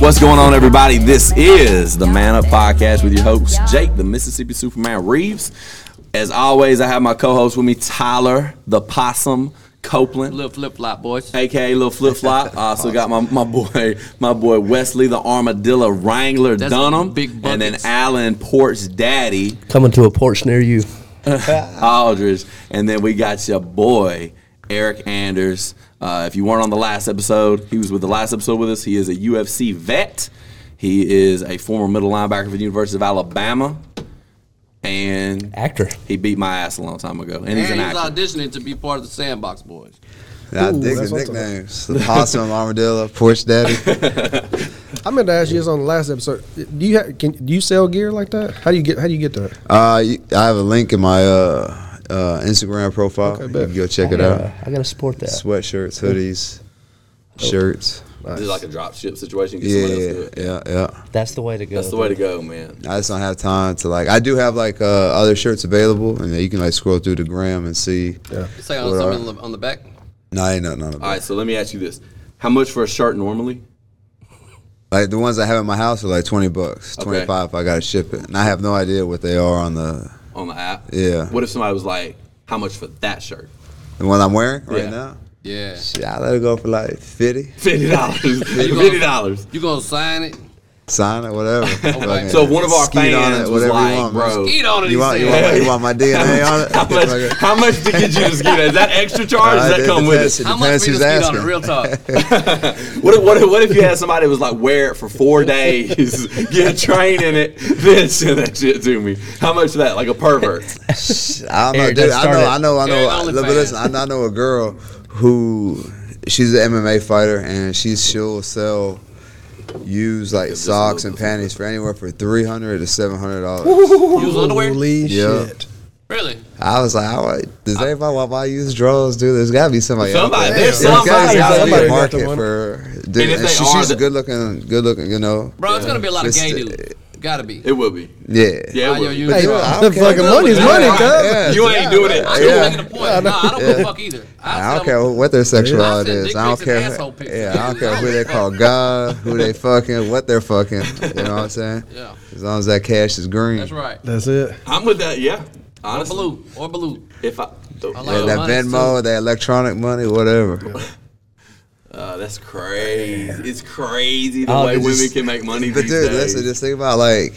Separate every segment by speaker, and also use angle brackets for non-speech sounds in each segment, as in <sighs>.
Speaker 1: What's going on, everybody? This is the Man Up Podcast with your host, Jake, the Mississippi Superman Reeves. As always, I have my co host with me, Tyler, the Possum Copeland.
Speaker 2: Little flip flop, boys.
Speaker 1: AKA little flip flop. I also got my, my boy my boy Wesley the Armadillo Wrangler
Speaker 2: That's
Speaker 1: Dunham,
Speaker 2: big
Speaker 1: and then
Speaker 2: buckets.
Speaker 1: Alan Port's daddy
Speaker 3: coming to a porch near you.
Speaker 1: Aldridge, and then we got your boy Eric Anders. Uh, if you weren't on the last episode, he was with the last episode with us. He is a UFC vet. He is a former middle linebacker for the University of Alabama, and
Speaker 3: Actor.
Speaker 1: he beat my ass a long time ago. And
Speaker 2: And
Speaker 1: he's
Speaker 2: he's
Speaker 1: an actor.
Speaker 2: auditioning to be part of the Sandbox Boys.
Speaker 4: I
Speaker 5: Ooh,
Speaker 4: dig
Speaker 5: that's
Speaker 4: the
Speaker 5: what I'm talking about.
Speaker 4: nicknames. The <laughs>
Speaker 5: <laughs>
Speaker 4: possum, armadillo, porch daddy.
Speaker 5: I meant to ask you this on the last episode. Do you ha- can do you sell gear like that? How do you get how do you get that?
Speaker 4: Uh, you- I have a link in my uh, uh, Instagram profile.
Speaker 5: Okay,
Speaker 4: you
Speaker 5: bet.
Speaker 4: can go check it out.
Speaker 3: Yeah, Uh, I gotta support that.
Speaker 4: Sweatshirts, hoodies, shirts.
Speaker 1: This is like a drop ship situation. Get
Speaker 4: Yeah,
Speaker 1: somebody else to do
Speaker 4: yeah,
Speaker 1: it.
Speaker 4: yeah, yeah.
Speaker 3: That's the way to go.
Speaker 1: That's the way to go, man.
Speaker 4: I just don't have time to like. I do have like uh, other shirts available, and then you can like scroll through the gram and see. Yeah.
Speaker 2: Say on
Speaker 4: Well,
Speaker 2: something on the- on the back.
Speaker 4: No, ain't nothing on it.
Speaker 1: All right, so let me ask you this: How much for a shirt normally?
Speaker 4: Like the ones I have in my house are like twenty bucks, twenty five. I gotta ship it, and I have no idea what they are on the
Speaker 1: on the app.
Speaker 4: Yeah.
Speaker 1: What if somebody was like, "How much for that shirt?" <laughs>
Speaker 4: the one I'm wearing right
Speaker 1: Yeah.
Speaker 4: now.
Speaker 2: Yeah.
Speaker 4: Shit, I let it go for like fifty,
Speaker 1: Fifty dollars. Fifty dollars.
Speaker 2: You gonna sign it?
Speaker 4: sign it,
Speaker 1: <laughs>
Speaker 4: whatever. Fucking
Speaker 1: So one of our
Speaker 4: skeet
Speaker 1: fans was like,
Speaker 4: man.
Speaker 1: "Bro,
Speaker 2: Eat on it.
Speaker 4: Oh. You
Speaker 2: he
Speaker 4: want, you,
Speaker 2: said.
Speaker 4: want, you want
Speaker 1: <laughs>
Speaker 4: my DNA on it?
Speaker 1: How much, how much to get you to ski that? Is that extra charge? Does that come with it?
Speaker 2: How much for you to speed on it? Real talk.
Speaker 1: What if, what, if, what if you had somebody that was like, wear it for four days, <laughs> get a train in it, then send that shit to me? How much for that? Like a pervert.
Speaker 4: <laughs> I don't know,
Speaker 3: Eric,
Speaker 4: dude.
Speaker 3: don't
Speaker 4: I
Speaker 3: start
Speaker 4: know,
Speaker 3: it.
Speaker 4: I know, I know.
Speaker 2: Eric
Speaker 4: I-
Speaker 2: only
Speaker 4: But
Speaker 2: fans.
Speaker 4: listen, I know, I know a girl who she's an MMA fighter, and she she'll sell used like
Speaker 1: this
Speaker 4: socks
Speaker 1: look-
Speaker 4: and panties for anywhere for three hundred to seven hundred dollars.
Speaker 2: Use underwear?
Speaker 5: Holy
Speaker 4: Yeah.
Speaker 5: shit!
Speaker 2: Really?
Speaker 4: I was like, I, want- does anybody want my used drawers, dude? There's gotta be somebody. out
Speaker 1: Somebody,
Speaker 4: there.
Speaker 1: there's
Speaker 4: Yeah, there's gotta-
Speaker 1: somebody
Speaker 4: gotta be
Speaker 5: out
Speaker 4: a
Speaker 5: there.
Speaker 4: market
Speaker 5: Got the
Speaker 4: for. Dude,
Speaker 1: And if
Speaker 4: and
Speaker 1: they
Speaker 4: she-
Speaker 1: are,
Speaker 4: she's
Speaker 1: the-
Speaker 4: a good looking, good looking, you know.
Speaker 2: Bro, it's gonna be a lot of
Speaker 4: It's
Speaker 2: gay
Speaker 4: the-
Speaker 2: dudes. Gotta be.
Speaker 1: It would be.
Speaker 4: Yeah.
Speaker 1: Yeah, it
Speaker 2: Buy
Speaker 1: would
Speaker 2: your
Speaker 1: be.
Speaker 2: used
Speaker 5: Hey,
Speaker 2: drawers.
Speaker 4: I
Speaker 5: the
Speaker 4: don't care.
Speaker 5: fucking money's
Speaker 2: Yeah.
Speaker 5: money,
Speaker 2: Yeah.
Speaker 5: cuz.
Speaker 4: Yeah.
Speaker 1: You ain't doing it.
Speaker 2: I'm
Speaker 4: Yeah.
Speaker 2: making a
Speaker 4: <laughs>
Speaker 2: point. Nah, I don't give a fuck either.
Speaker 4: I don't
Speaker 2: said I'm-
Speaker 4: care what their sexuality
Speaker 2: I said
Speaker 4: is.
Speaker 2: dick
Speaker 4: I don't
Speaker 2: pics and
Speaker 4: care.
Speaker 2: asshole pics.
Speaker 4: Yeah, I don't care who they call God, who they fucking, what they're fucking. You know what I'm saying?
Speaker 2: Yeah.
Speaker 4: As long as that cash is green.
Speaker 2: That's right.
Speaker 5: That's it.
Speaker 1: I'm with that, yeah. Honestly.
Speaker 2: Blue or blue.
Speaker 1: If I,
Speaker 4: Yeah,
Speaker 2: Yeah,
Speaker 4: that
Speaker 2: money's
Speaker 4: Venmo, that electronic money, whatever.
Speaker 1: uh, that's crazy. It's crazy the
Speaker 3: Oh,
Speaker 1: way
Speaker 3: it's
Speaker 1: women
Speaker 3: just-
Speaker 1: can make money
Speaker 4: But
Speaker 1: these
Speaker 4: dude,
Speaker 1: days.
Speaker 4: listen, just think about like,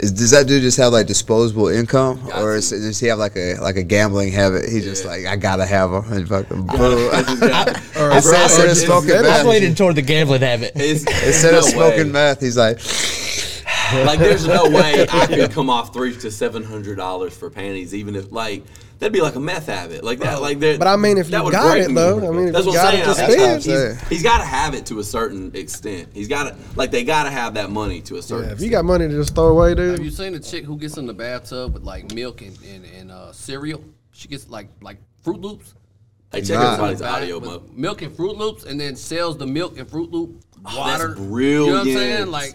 Speaker 4: is, does that dude just have like disposable income,
Speaker 1: Got
Speaker 4: or
Speaker 1: to.
Speaker 4: is, does he have like a like a gambling habit? He's just
Speaker 1: Yeah.
Speaker 4: like, I gotta have him. And fucking
Speaker 1: <laughs>
Speaker 4: boom.
Speaker 1: I just got-
Speaker 4: I said, instead of
Speaker 1: it's-
Speaker 4: smoking
Speaker 5: it's-
Speaker 3: I
Speaker 4: meth,
Speaker 3: leaning toward the gambling habit.
Speaker 1: <laughs> it's-
Speaker 4: instead of
Speaker 1: no
Speaker 4: smoking
Speaker 1: way.
Speaker 4: meth, he's like,
Speaker 1: Like, there's
Speaker 5: <laughs>
Speaker 1: no way I could come off three to seven hundred dollars for panties, even if like that'd be like a meth habit, like that. Like that.
Speaker 5: But I mean, if
Speaker 1: that
Speaker 5: you
Speaker 1: would
Speaker 5: got
Speaker 1: break
Speaker 5: it,
Speaker 1: me.
Speaker 5: though, I mean, if
Speaker 1: that's
Speaker 5: you
Speaker 1: what I'm saying.
Speaker 5: got it, just
Speaker 1: That's what I'm
Speaker 4: spend.
Speaker 1: saying.
Speaker 4: Yeah.
Speaker 1: he's got to have it to a certain extent. He's got to like they got to have that money to a certain.
Speaker 5: Yeah, if you
Speaker 1: extent.
Speaker 5: got money to just throw away,
Speaker 2: Have you
Speaker 5: dude.
Speaker 2: seen the chick who gets in the bathtub with like milk and, and, and uh, cereal? She gets like like Fruit Loops.
Speaker 1: Hey, check
Speaker 4: Nah.
Speaker 1: out somebody's
Speaker 2: Buy it
Speaker 1: audio
Speaker 2: with
Speaker 1: mo.
Speaker 2: Milk and Fruit Loops, and then sells the milk and Fruit Loop
Speaker 1: Oh, that's
Speaker 2: water. You know what
Speaker 1: brilliant.
Speaker 2: I'm saying? Like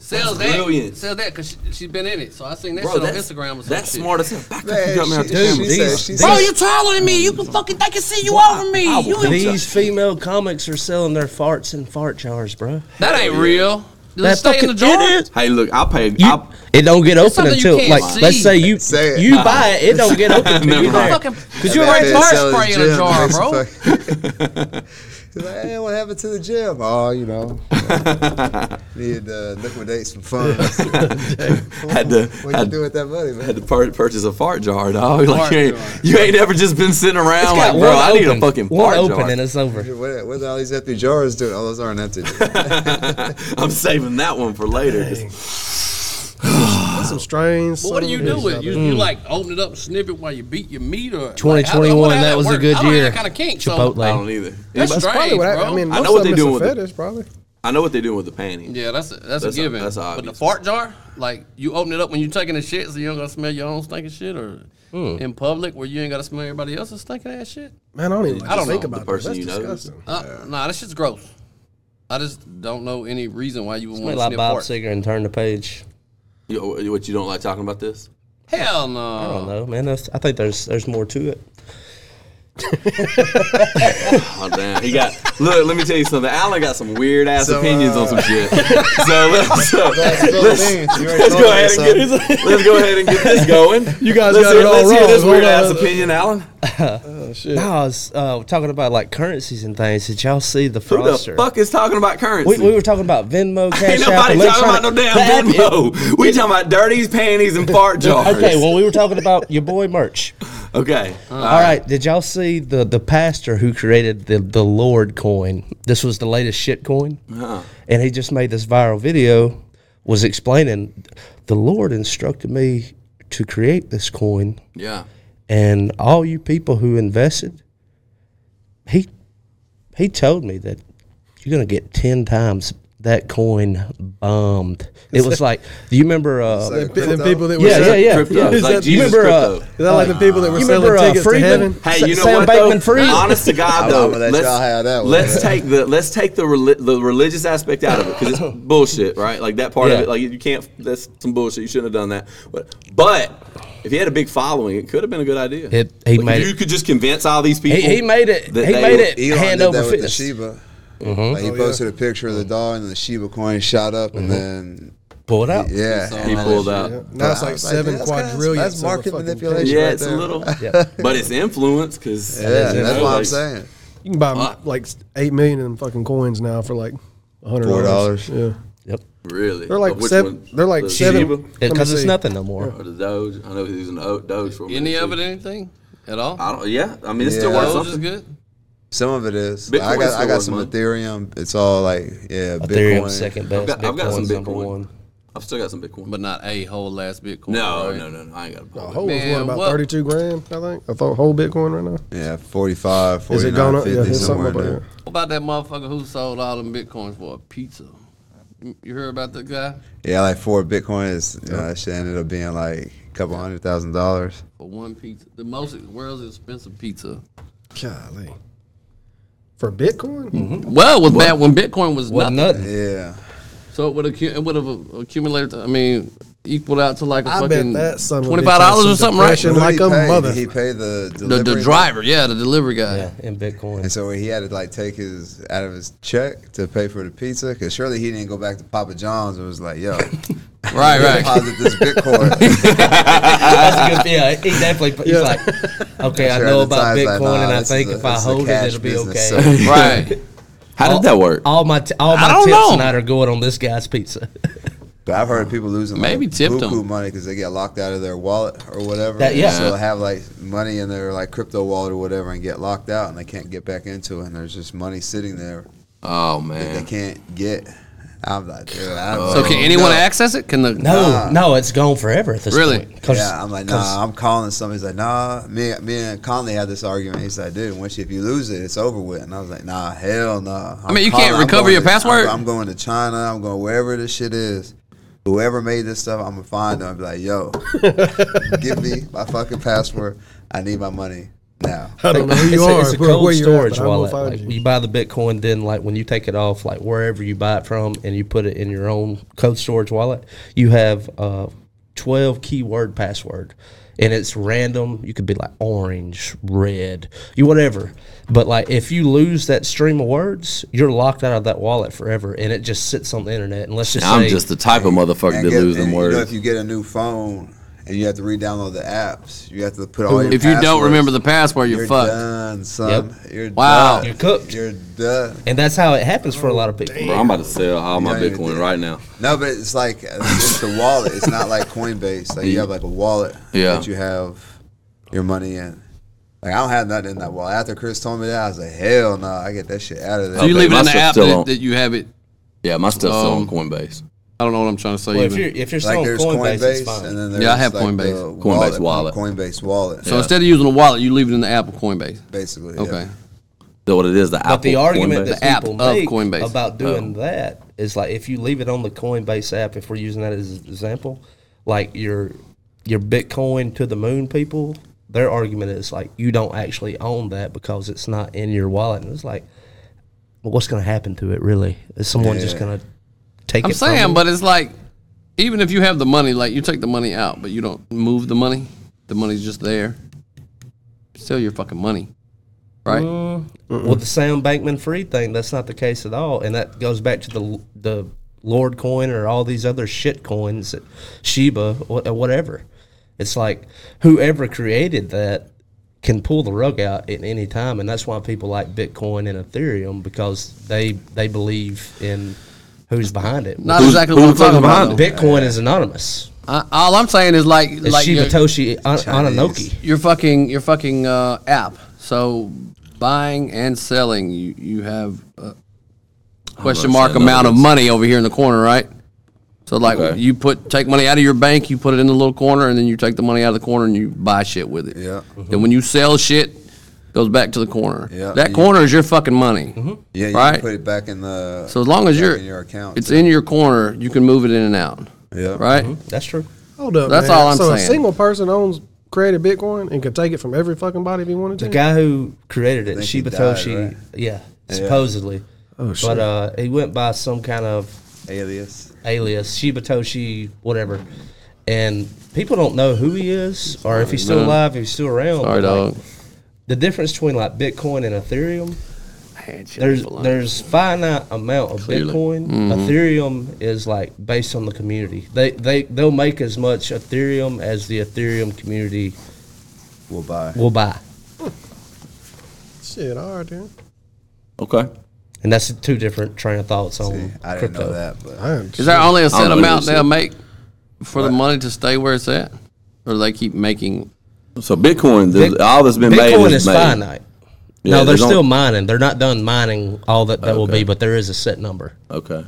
Speaker 2: sells that,
Speaker 1: brilliant.
Speaker 2: sells that because she, she's been in it. So I seen that
Speaker 1: Bro,
Speaker 2: shit on
Speaker 1: that's,
Speaker 2: Instagram. Or some
Speaker 1: that's
Speaker 2: shit.
Speaker 1: smart as hell. Back up, you
Speaker 4: man,
Speaker 1: got me out
Speaker 4: she,
Speaker 1: the camera.
Speaker 4: she said, she
Speaker 6: Bro,
Speaker 4: said-
Speaker 6: you taller than me. You can fucking. They can see you over me.
Speaker 1: I
Speaker 6: You
Speaker 1: will
Speaker 6: ain't.
Speaker 1: beat ya.
Speaker 3: These female comics are selling their farts in fart jars, bro.
Speaker 2: That ain't real. Does it
Speaker 3: That
Speaker 2: stay in
Speaker 3: fucking
Speaker 2: the jar?
Speaker 3: it is.
Speaker 1: Hey, look, I'll pay.
Speaker 3: You-
Speaker 1: I'll,
Speaker 3: it don't get open
Speaker 2: something you
Speaker 3: until
Speaker 2: can't
Speaker 3: like
Speaker 2: see.
Speaker 3: let's say you
Speaker 4: Say it.
Speaker 3: you buy it, it don't get open until
Speaker 1: <laughs> Never
Speaker 3: you
Speaker 1: mind.
Speaker 3: there.
Speaker 2: Fucking-
Speaker 3: Cause you
Speaker 4: That
Speaker 3: already
Speaker 4: man
Speaker 3: fart.
Speaker 4: sells
Speaker 2: spray in a
Speaker 4: gym,
Speaker 1: <laughs>
Speaker 2: jar,
Speaker 4: makes
Speaker 2: bro.
Speaker 4: a <laughs> fuck- He's like, hey, what happened to the gym? Oh,
Speaker 1: <laughs>
Speaker 4: you know, need to liquidate some funds.
Speaker 1: <laughs> had to.
Speaker 4: What you
Speaker 1: Had,
Speaker 4: do with that money, man?
Speaker 1: had to pur- purchase a fart jar, dog. <laughs> Like
Speaker 2: Fart
Speaker 1: you, ain't,
Speaker 2: jar.
Speaker 1: you ain't ever just been sitting
Speaker 3: It's
Speaker 1: around
Speaker 3: got
Speaker 1: like, bro,
Speaker 3: one
Speaker 1: I need a
Speaker 3: open.
Speaker 1: fucking
Speaker 3: one
Speaker 1: fart
Speaker 3: open
Speaker 1: jar.
Speaker 3: and it's over.
Speaker 4: What, what are all these empty jars doing? All those aren't empty. That's
Speaker 1: <laughs> I'm saving that one for later.
Speaker 5: That's some strange.
Speaker 2: Well, what do you do with it?
Speaker 5: you?
Speaker 2: You,
Speaker 6: Mm.
Speaker 2: you like open it up, and snip it while you beat your meat or like, how- I wonder how
Speaker 3: 2021, that was a
Speaker 2: works.
Speaker 3: good
Speaker 2: I don't have
Speaker 3: year.
Speaker 2: That kind of kink. So
Speaker 3: Chipotle.
Speaker 1: I don't either.
Speaker 2: that's
Speaker 1: Anybody-
Speaker 2: strange,
Speaker 5: Probably what I,
Speaker 2: bro.
Speaker 5: I mean,
Speaker 1: I
Speaker 5: most
Speaker 1: know what
Speaker 5: of
Speaker 1: they
Speaker 5: them
Speaker 1: doing
Speaker 5: is
Speaker 1: with
Speaker 5: a
Speaker 1: it.
Speaker 5: fetish, probably.
Speaker 1: I know what they doing with the panties.
Speaker 2: Yeah, that's a, that's,
Speaker 1: That's a-
Speaker 2: a given.
Speaker 1: that's a
Speaker 2: But the
Speaker 1: obvious.
Speaker 2: fart jar, like you open it up when you taking a shit, so you don't gotta smell your own stinking shit, or
Speaker 3: Hmm.
Speaker 2: in public where you ain't gotta smell everybody else's stinking ass shit.
Speaker 5: Man, I don't even.
Speaker 2: I don't
Speaker 5: think
Speaker 2: know,
Speaker 5: about
Speaker 1: the person
Speaker 5: that.
Speaker 1: you
Speaker 5: That's
Speaker 1: know.
Speaker 5: disgusting.
Speaker 2: Uh, Nah, that shit's gross. I just don't know any reason why you would want
Speaker 3: Wait,
Speaker 2: to
Speaker 3: like
Speaker 2: sniff
Speaker 3: Bob
Speaker 2: fart.
Speaker 3: Seger and turn the page.
Speaker 1: You, what you don't like talking about this?
Speaker 2: Hell
Speaker 3: I don't
Speaker 2: no.
Speaker 3: know, man. That's, I think there's there's more to it.
Speaker 1: Oh damn, he got. Look, let me tell you something. Alan got some weird ass
Speaker 4: So,
Speaker 1: opinions on some shit. So let's so,
Speaker 4: That's
Speaker 1: let's,
Speaker 4: Phil Vance. You already
Speaker 1: let's
Speaker 4: told
Speaker 1: go
Speaker 4: me
Speaker 1: ahead and
Speaker 4: something.
Speaker 1: get this, let's go ahead and get this going.
Speaker 5: You guys
Speaker 1: let's
Speaker 5: got
Speaker 1: hear,
Speaker 5: it all
Speaker 1: let's hear
Speaker 5: wrong.
Speaker 1: this
Speaker 5: Hold
Speaker 1: weird
Speaker 5: on.
Speaker 1: ass opinion, Alan.
Speaker 3: No, I was uh, talking about like currencies and things. Did y'all see the
Speaker 1: Who the
Speaker 3: fraudster?
Speaker 1: fuck is talking about currency?
Speaker 3: We, we were talking about Venmo,
Speaker 1: <laughs>
Speaker 3: Cash
Speaker 1: Ain't
Speaker 3: App,
Speaker 1: nobody talking about no
Speaker 3: electronic-
Speaker 1: damn
Speaker 3: the app-
Speaker 1: Venmo. We talking about dirties, panties, and fart jars.
Speaker 3: Okay, well, we were talking about your boy merch.
Speaker 1: Uh-huh. okay.
Speaker 3: All right, did y'all see the the pastor who created the the Lord coin? This was the latest shit coin,
Speaker 1: Uh-huh.
Speaker 3: and he just made this viral video. Was explaining the Lord instructed me to create this coin,
Speaker 1: Yeah.
Speaker 3: and all you people who invested, he he told me that you're gonna get ten times that coin bombed. It was like, do you remember? Uh,
Speaker 4: Like
Speaker 5: The
Speaker 4: crypto?
Speaker 5: people that were
Speaker 3: Yeah,
Speaker 5: selling-
Speaker 3: yeah, yeah.
Speaker 1: Crypto.
Speaker 5: Is
Speaker 1: It's like
Speaker 5: that-
Speaker 1: Jesus
Speaker 3: remember, uh,
Speaker 1: crypto.
Speaker 5: Is that like the people that were
Speaker 3: You
Speaker 5: selling
Speaker 3: remember, uh,
Speaker 5: tickets to
Speaker 3: Friedman?
Speaker 5: heaven?
Speaker 1: Hey, you know
Speaker 3: Sam
Speaker 1: what?
Speaker 3: Bankman
Speaker 1: though?
Speaker 3: Fried.
Speaker 1: Honest to God,
Speaker 4: I'm
Speaker 1: though,
Speaker 4: gonna let
Speaker 1: let's,
Speaker 4: y'all have that one.
Speaker 1: let's take the let's take the reli- the religious aspect out of it because
Speaker 4: <laughs>
Speaker 1: it's bullshit, right? Like that part of
Speaker 3: Yeah.
Speaker 1: it, like you can't. That's some bullshit. You shouldn't have done that. But, but if he had a big following, it could have been a good idea.
Speaker 3: It- he
Speaker 1: Like,
Speaker 3: made
Speaker 1: you
Speaker 3: it-
Speaker 1: could just convince all these people.
Speaker 3: he, he made it. He
Speaker 1: that they-
Speaker 3: made it
Speaker 4: Elon
Speaker 3: hand
Speaker 4: did
Speaker 3: over
Speaker 4: that with the
Speaker 3: fist.
Speaker 4: Shiba.
Speaker 1: Oh,
Speaker 4: Like he posted a picture of the dog, and the Shiba coin shot up, and then
Speaker 3: Pull it out.
Speaker 4: yeah,
Speaker 1: <laughs> He pulled out.
Speaker 5: Now it's
Speaker 4: I
Speaker 5: like
Speaker 4: was like,
Speaker 5: seven
Speaker 4: that's kinda-
Speaker 5: quadrillion.
Speaker 4: that's market manipulation.
Speaker 1: Yeah,
Speaker 4: right
Speaker 1: it's a
Speaker 4: there.
Speaker 1: little,
Speaker 3: <laughs> Yeah.
Speaker 1: but it's influence because
Speaker 4: Yeah, that's what I'm saying.
Speaker 5: You can buy
Speaker 1: Fuck.
Speaker 5: like eight million of them fucking coins now for like hundred
Speaker 4: $4.
Speaker 5: Yeah,
Speaker 3: Yep.
Speaker 1: Really,
Speaker 5: they're like
Speaker 1: Which
Speaker 5: seven.
Speaker 1: one?
Speaker 5: They're like
Speaker 1: The Shiba
Speaker 5: seven. let me
Speaker 3: Because it's
Speaker 5: see.
Speaker 3: nothing no more.
Speaker 1: or the Doge. I know he was using the O- Doge for a
Speaker 2: Any
Speaker 1: minute,
Speaker 2: of
Speaker 1: too.
Speaker 2: it, anything at all?
Speaker 1: I don't. Yeah, I mean, it's still
Speaker 4: Yeah.
Speaker 1: worth
Speaker 2: Those is
Speaker 1: something.
Speaker 2: good.
Speaker 4: Some of it is.
Speaker 1: Bitcoin's
Speaker 4: I got
Speaker 1: still
Speaker 4: I got
Speaker 1: worth
Speaker 4: some
Speaker 1: money.
Speaker 4: Ethereum. It's all like yeah,
Speaker 3: Ethereum
Speaker 4: Bitcoin.
Speaker 3: second
Speaker 1: I've
Speaker 3: best.
Speaker 1: got, I've got some
Speaker 3: Bitcoin's number
Speaker 1: Bitcoin.
Speaker 3: one.
Speaker 1: I've still got some Bitcoin.
Speaker 2: but not a whole ass Bitcoin.
Speaker 1: No,
Speaker 2: right?
Speaker 1: no, no, no. I ain't got a
Speaker 5: The
Speaker 1: problem.
Speaker 5: whole is
Speaker 2: Man,
Speaker 5: what about
Speaker 2: what-
Speaker 5: thirty-two grand? I think. I thought whole Bitcoin right now.
Speaker 4: Yeah, 45,
Speaker 5: Is
Speaker 4: 49,
Speaker 5: it gone up?
Speaker 4: 50,
Speaker 5: Yeah, it's something
Speaker 4: somewhere
Speaker 5: about
Speaker 4: in
Speaker 5: that.
Speaker 4: there.
Speaker 2: What about that motherfucker who sold all them bitcoins for a pizza? You- You heard about that guy
Speaker 4: Yeah, like four bitcoins. You know, that shit ended up being like a couple hundred thousand dollars.
Speaker 2: for one pizza? The most world's expensive pizza.
Speaker 5: Golly. For Bitcoin?
Speaker 2: Well, it was bad when Bitcoin was
Speaker 3: Well,
Speaker 2: nothing.
Speaker 3: nothing.
Speaker 4: Yeah,
Speaker 2: So it would accu- it would have accumulated. I mean, equaled out to like a
Speaker 5: I
Speaker 2: fucking
Speaker 5: bet that son of a bitch
Speaker 2: twenty five dollars or
Speaker 5: has some
Speaker 2: something, right?
Speaker 5: depression.
Speaker 4: Who
Speaker 5: Like
Speaker 4: he
Speaker 5: a
Speaker 4: paid?
Speaker 5: mother.
Speaker 4: He paid the
Speaker 2: The, the
Speaker 4: delivery
Speaker 2: driver, yeah, the delivery guy.
Speaker 3: Yeah, in Bitcoin.
Speaker 4: And so he had to like take his out of his check to pay for the pizza because surely he didn't go back to Papa John's and was
Speaker 3: <laughs>
Speaker 4: like, "Yo,
Speaker 2: Right,
Speaker 5: <laughs>
Speaker 2: right.
Speaker 4: deposit this Bitcoin."
Speaker 3: <laughs> That's a good. Yeah, he definitely. He's
Speaker 5: Yeah.
Speaker 3: like, okay, I
Speaker 4: Sure,
Speaker 3: know
Speaker 4: at the
Speaker 3: about
Speaker 4: time, it's
Speaker 3: Bitcoin,
Speaker 4: like, nah,
Speaker 3: and I
Speaker 4: this is
Speaker 3: think
Speaker 4: a-
Speaker 3: if I
Speaker 4: this is a
Speaker 3: hold it,
Speaker 4: cash
Speaker 3: it'll be
Speaker 4: business,
Speaker 3: okay.
Speaker 4: so-
Speaker 5: <laughs>
Speaker 2: right.
Speaker 1: How did that work?
Speaker 3: All my t- all
Speaker 2: I
Speaker 3: my
Speaker 2: don't
Speaker 3: tips
Speaker 2: know.
Speaker 3: tonight are going on this guy's pizza.
Speaker 4: But I've heard of people losing
Speaker 2: Maybe
Speaker 4: like,
Speaker 2: tipped 'em.
Speaker 4: buku money because they get locked out of their wallet or whatever.
Speaker 3: That- yeah.
Speaker 4: So they'll have like money in their like crypto wallet or whatever and get locked out and they can't get back into it and there's just money sitting there
Speaker 1: Oh
Speaker 4: that they
Speaker 1: man.
Speaker 4: can't get. I'm like, dude,
Speaker 3: Oh.
Speaker 4: I'm
Speaker 2: So
Speaker 4: like,
Speaker 5: Oh,
Speaker 2: can anyone
Speaker 4: no.
Speaker 2: access it? Can the
Speaker 3: <laughs> No, no, it's gone forever at this
Speaker 2: Really?
Speaker 3: point. 'Cause-
Speaker 4: Yeah, I'm like,
Speaker 3: 'cause-
Speaker 4: nah, I'm calling somebody. He's like, nah, me, me and Conley had this argument. He's like, dude, once you, if you lose it, it's over with. And I was like, nah, hell no. i
Speaker 2: mean, you can't recover your password?
Speaker 4: I'm, going to China. I'm going wherever this shit is. Whoever made this stuff, I'm gonna find them. i be
Speaker 2: <laughs>
Speaker 4: like, yo, give me my fucking password. I need my money
Speaker 2: <laughs>
Speaker 4: now.
Speaker 5: I don't know who you
Speaker 3: it's
Speaker 5: are.
Speaker 3: a, it's a
Speaker 5: but
Speaker 3: cold
Speaker 5: where you at,
Speaker 3: storage
Speaker 5: but I will
Speaker 3: wallet.
Speaker 5: find
Speaker 3: Like,
Speaker 5: you.
Speaker 3: you. buy the Bitcoin, then like when you take it off, like wherever you buy it from, and you put it in your own cold storage wallet, you have a twelve keyword password, and it's random. You could be like orange, red, you whatever. But like if you lose that stream of words, you're locked out of that wallet forever, and it just sits on the internet. And let's just
Speaker 1: I'm
Speaker 3: say,
Speaker 1: just the type of motherfucker
Speaker 4: And
Speaker 1: that
Speaker 4: get-
Speaker 1: lose
Speaker 4: and
Speaker 1: them
Speaker 4: you know, if
Speaker 1: words.
Speaker 4: you get a new phone and you have to re-download the apps, you have to put all your.
Speaker 2: If you don't
Speaker 4: passwords.
Speaker 2: remember the password, you're,
Speaker 4: you're
Speaker 2: fucked.
Speaker 4: done, son. You're
Speaker 2: Wow.
Speaker 4: done.
Speaker 3: You're cooked.
Speaker 4: You're done.
Speaker 3: and that's how it happens for a lot of people.
Speaker 1: Bro, I'm about to sell all my
Speaker 4: You don't even
Speaker 1: Bitcoin
Speaker 4: do-
Speaker 1: right now.
Speaker 4: No, but it's like uh, it's the wallet. It's not like Coinbase. Like you have like a wallet
Speaker 1: Yeah.
Speaker 4: that you have your money in. Like I don't have nothing in that wallet. After Chris told me that, I was like, hell no, I get that shit out of there.
Speaker 2: So you
Speaker 1: Okay,
Speaker 2: leave it
Speaker 1: my
Speaker 2: in the
Speaker 1: stuff's
Speaker 2: app
Speaker 1: still on.
Speaker 2: that, that you have it.
Speaker 1: Yeah, my stuff's still on
Speaker 2: Um,
Speaker 1: Coinbase.
Speaker 2: I don't know what I'm trying to say.
Speaker 3: Well, if
Speaker 2: even.
Speaker 3: you're if you're still
Speaker 4: like
Speaker 3: on
Speaker 4: there's
Speaker 3: Coinbase,
Speaker 4: Coinbase,
Speaker 3: it's fine.
Speaker 4: and then there's
Speaker 2: Yeah, I have
Speaker 4: like
Speaker 2: Coinbase.
Speaker 4: the
Speaker 1: Coinbase wallet.
Speaker 4: Coinbase wallet.
Speaker 2: so instead of using a wallet, you leave it in the app of Coinbase.
Speaker 4: basically, yeah.
Speaker 2: Okay.
Speaker 1: Though what it is, the Apple
Speaker 3: But the argument
Speaker 1: Coinbase.
Speaker 3: that
Speaker 2: The app
Speaker 3: people
Speaker 2: of
Speaker 3: make
Speaker 2: Coinbase. Oh.
Speaker 3: about doing that is like if you leave it on the Coinbase app, if we're using that as an example, like your your Bitcoin to the moon people, their argument is like you don't actually own that because it's not in your wallet, and it's like, well, what's going to happen to it really? Is someone just
Speaker 4: Yeah.
Speaker 3: going to take
Speaker 2: I'm
Speaker 3: it? from
Speaker 2: saying,
Speaker 3: you?
Speaker 2: but it's like, even if you have the money, like you take the money out, but you don't move the money, the money's just there. Still your fucking money. right?
Speaker 3: With the Sam Bankman Free thing, that's not the case at all, and that goes back to the the Lord coin or all these other shit coins, that- Shiba, wha- uh, whatever. It's like whoever created that can pull the rug out at any time, and that's why people like Bitcoin and Ethereum because they they believe in who's behind it.
Speaker 2: Not
Speaker 1: Who's-
Speaker 2: exactly
Speaker 1: who's
Speaker 2: what I'm talking
Speaker 1: behind
Speaker 2: about.
Speaker 1: it?
Speaker 2: though.
Speaker 3: Bitcoin is anonymous.
Speaker 2: I, all I'm saying is like
Speaker 3: It's
Speaker 2: like
Speaker 3: Shiba
Speaker 2: your,
Speaker 3: Toshi An- Ananoki.
Speaker 2: your fucking your fucking uh, app. So buying and selling, you you have a question mark
Speaker 1: saying
Speaker 2: amount of
Speaker 1: numbers.
Speaker 2: money over here in the corner, right? So like
Speaker 1: Okay.
Speaker 2: you put take money out of your bank, you put it in the little corner, and then you take the money out of the corner and you buy shit with it.
Speaker 4: Yeah.
Speaker 3: Mm.
Speaker 2: Then when you sell shit, goes back to the corner.
Speaker 4: Yeah.
Speaker 2: That
Speaker 4: You-
Speaker 2: corner is your fucking money.
Speaker 4: Yeah, you
Speaker 2: Right.
Speaker 4: can put it back in the.
Speaker 2: So as long as
Speaker 4: back
Speaker 2: you're
Speaker 4: in your account,
Speaker 2: it's in your corner, you can move it in and out.
Speaker 4: yeah,
Speaker 2: Right?
Speaker 3: That's true.
Speaker 5: Hold up.
Speaker 2: That's
Speaker 5: man.
Speaker 2: all I'm
Speaker 5: so
Speaker 2: saying.
Speaker 5: a single person owns created Bitcoin and could take it from every fucking body if he wanted to.
Speaker 3: The guy who created it,
Speaker 4: think he
Speaker 3: Shiba
Speaker 4: died,
Speaker 3: Toshi,
Speaker 4: right?
Speaker 3: yeah, supposedly. Oh,
Speaker 5: shit.
Speaker 3: But uh, he went by some kind of
Speaker 4: Alias.
Speaker 3: alias, Shiba Toshi, whatever. And people don't know who he is or if he's still alive, if he's still around.
Speaker 2: Sorry,
Speaker 3: but, like,
Speaker 2: dog.
Speaker 3: The difference between like Bitcoin and Ethereum, there's there's finite amount of
Speaker 2: Clearly.
Speaker 3: Bitcoin. Ethereum is like based on the community. They they they'll make as much Ethereum as the Ethereum community
Speaker 4: We'll buy.
Speaker 3: will buy,
Speaker 5: Shit, all right, then.
Speaker 1: Okay.
Speaker 3: and that's two different train of thoughts on
Speaker 4: See, I didn't
Speaker 3: crypto.
Speaker 4: know that, but
Speaker 5: Damn,
Speaker 2: Is there only a
Speaker 1: I
Speaker 2: set
Speaker 1: don't
Speaker 2: amount
Speaker 1: know.
Speaker 2: they'll make for the money to stay where it's at, or do they keep making?
Speaker 1: So Bitcoin, there's-
Speaker 3: Bit-
Speaker 1: all that's been made
Speaker 3: Bitcoin
Speaker 1: is,
Speaker 3: is
Speaker 1: made.
Speaker 3: finite.
Speaker 1: Yeah,
Speaker 3: no, they're
Speaker 1: there's on-
Speaker 3: still mining. They're not done mining all that that will be, but there is a set number.
Speaker 1: Okay.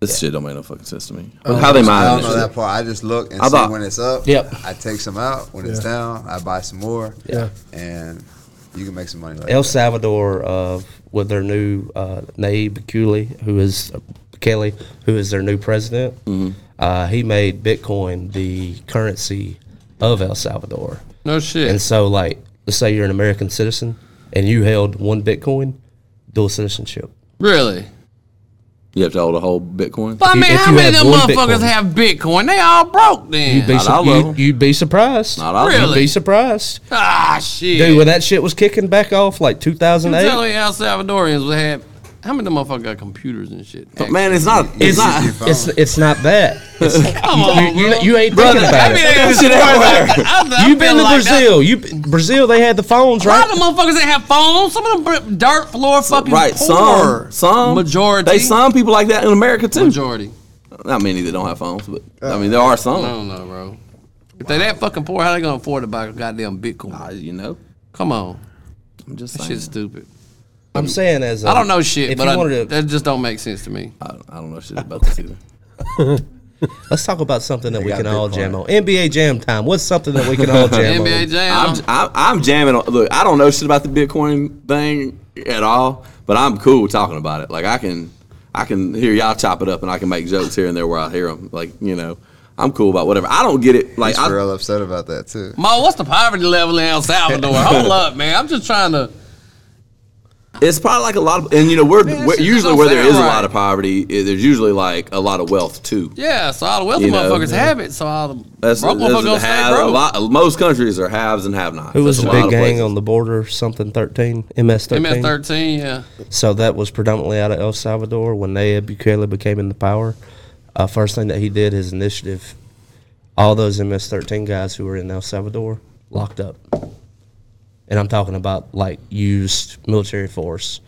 Speaker 1: This shit don't make no fucking sense to me. How they
Speaker 4: I
Speaker 1: mine
Speaker 4: don't
Speaker 1: this
Speaker 4: know
Speaker 1: shit?
Speaker 4: that part. I just look and
Speaker 1: I
Speaker 4: see
Speaker 1: bought-
Speaker 4: when it's up.
Speaker 3: Yep.
Speaker 4: I take some out. When it's
Speaker 5: Yeah.
Speaker 4: down, I buy some more.
Speaker 5: Yeah.
Speaker 4: And you can make some money. Like
Speaker 3: El
Speaker 4: that.
Speaker 3: Salvador uh, with their new uh, Nayib Bukele, who is uh, Kelly, who is their new president. Uh, he made Bitcoin the currency of El Salvador,
Speaker 2: No shit.
Speaker 3: and so like let's say you're an American citizen and you held one Bitcoin, dual citizenship.
Speaker 2: really?
Speaker 1: You have to hold a whole Bitcoin.
Speaker 2: But I
Speaker 3: you-
Speaker 2: mean,
Speaker 3: if
Speaker 2: how
Speaker 3: you
Speaker 2: many of
Speaker 3: had
Speaker 2: them
Speaker 3: one
Speaker 2: motherfuckers
Speaker 3: Bitcoin-
Speaker 2: have Bitcoin? They all broke then.
Speaker 3: You'd be,
Speaker 1: Not
Speaker 3: su-
Speaker 1: all of them.
Speaker 3: you, you'd be surprised.
Speaker 1: Not all of
Speaker 2: Really?
Speaker 1: them.
Speaker 3: You'd be surprised,
Speaker 2: ah shit.
Speaker 3: dude. When that shit was kicking back off like
Speaker 2: you
Speaker 3: 2008,
Speaker 2: telling me El Salvadorians would have? How many of them motherfuckers got computers and shit?
Speaker 1: But man, it's not. It's,
Speaker 3: <laughs> It's
Speaker 1: not.
Speaker 3: It's it's not that. It's,
Speaker 2: Come on,
Speaker 3: you, you,
Speaker 2: bro.
Speaker 3: you ain't
Speaker 1: Brother,
Speaker 3: thinking
Speaker 2: Oh, I
Speaker 3: about
Speaker 2: mean,
Speaker 3: it.
Speaker 2: they-
Speaker 1: Shit everywhere.
Speaker 2: I- I- I feel
Speaker 3: You've been to
Speaker 2: like that-
Speaker 3: Brazil. You Brazil. They had the phones,
Speaker 2: A lot
Speaker 3: right?
Speaker 2: of motherfuckers that have phones. Some of them br- dirt floor fucking
Speaker 1: Right.
Speaker 2: poor.
Speaker 1: Some. Some.
Speaker 2: majority.
Speaker 1: They some people like that in America too.
Speaker 2: majority.
Speaker 1: Not many that don't have phones, but I mean there are some.
Speaker 2: I don't know, bro. If they that fucking poor, how they gonna afford to buy a goddamn Bitcoin?
Speaker 1: I- you know,
Speaker 2: Come on,
Speaker 1: I'm just
Speaker 2: that
Speaker 1: saying.
Speaker 2: shit's stupid.
Speaker 3: I'm saying as I
Speaker 2: I don't know shit,
Speaker 3: If
Speaker 2: but
Speaker 3: you
Speaker 2: I,
Speaker 3: wanted to,
Speaker 2: that just don't make sense to me.
Speaker 1: I, I don't know shit about this either.
Speaker 3: let's talk about something that we
Speaker 4: got
Speaker 3: can all
Speaker 4: Bitcoin.
Speaker 3: jam on. NBA Jam time. What's something that we
Speaker 2: <laughs>
Speaker 3: can all jam
Speaker 2: NBA
Speaker 3: on?
Speaker 2: Jam.
Speaker 1: I'm, I'm I'm jamming. On, look, I don't know shit about the Bitcoin thing at all, but I'm cool talking about it. Like I can, I can hear y'all chop it up, and I can make jokes here and there where I hear them. Like you know, I'm cool about whatever. I don't get it. Like
Speaker 4: He's
Speaker 1: I,
Speaker 4: real upset about that too.
Speaker 2: Mo, what's the poverty level in
Speaker 1: <laughs>
Speaker 2: El Salvador? Hold up, man. I'm just trying to.
Speaker 1: It's probably like a lot of, and you know, we're,
Speaker 2: Man, that
Speaker 1: we're
Speaker 2: shit
Speaker 1: usually
Speaker 2: don't
Speaker 1: where there
Speaker 2: sound
Speaker 1: is a
Speaker 2: right.
Speaker 1: lot of poverty, i- there's usually like a lot of wealth too.
Speaker 2: Yeah, so all the wealthy
Speaker 1: You know,
Speaker 2: motherfuckers have it. So all the
Speaker 1: That's,
Speaker 2: broke
Speaker 1: that's
Speaker 2: motherfuckers gonna stay
Speaker 1: have- a
Speaker 2: broke.
Speaker 1: lot. Most countries are haves and have nots.
Speaker 3: Who was the
Speaker 1: That's a
Speaker 3: big
Speaker 1: lot of
Speaker 3: gang
Speaker 1: places.
Speaker 3: on the border? Something thirteen. MS
Speaker 2: MS
Speaker 3: thirteen.
Speaker 2: 13, yeah.
Speaker 3: So that was predominantly out of El Salvador when Nayib Bukele became in the power. Uh, first thing that he did, his initiative, all those MS-13 guys who were in El Salvador locked up, and I'm talking about like used military force.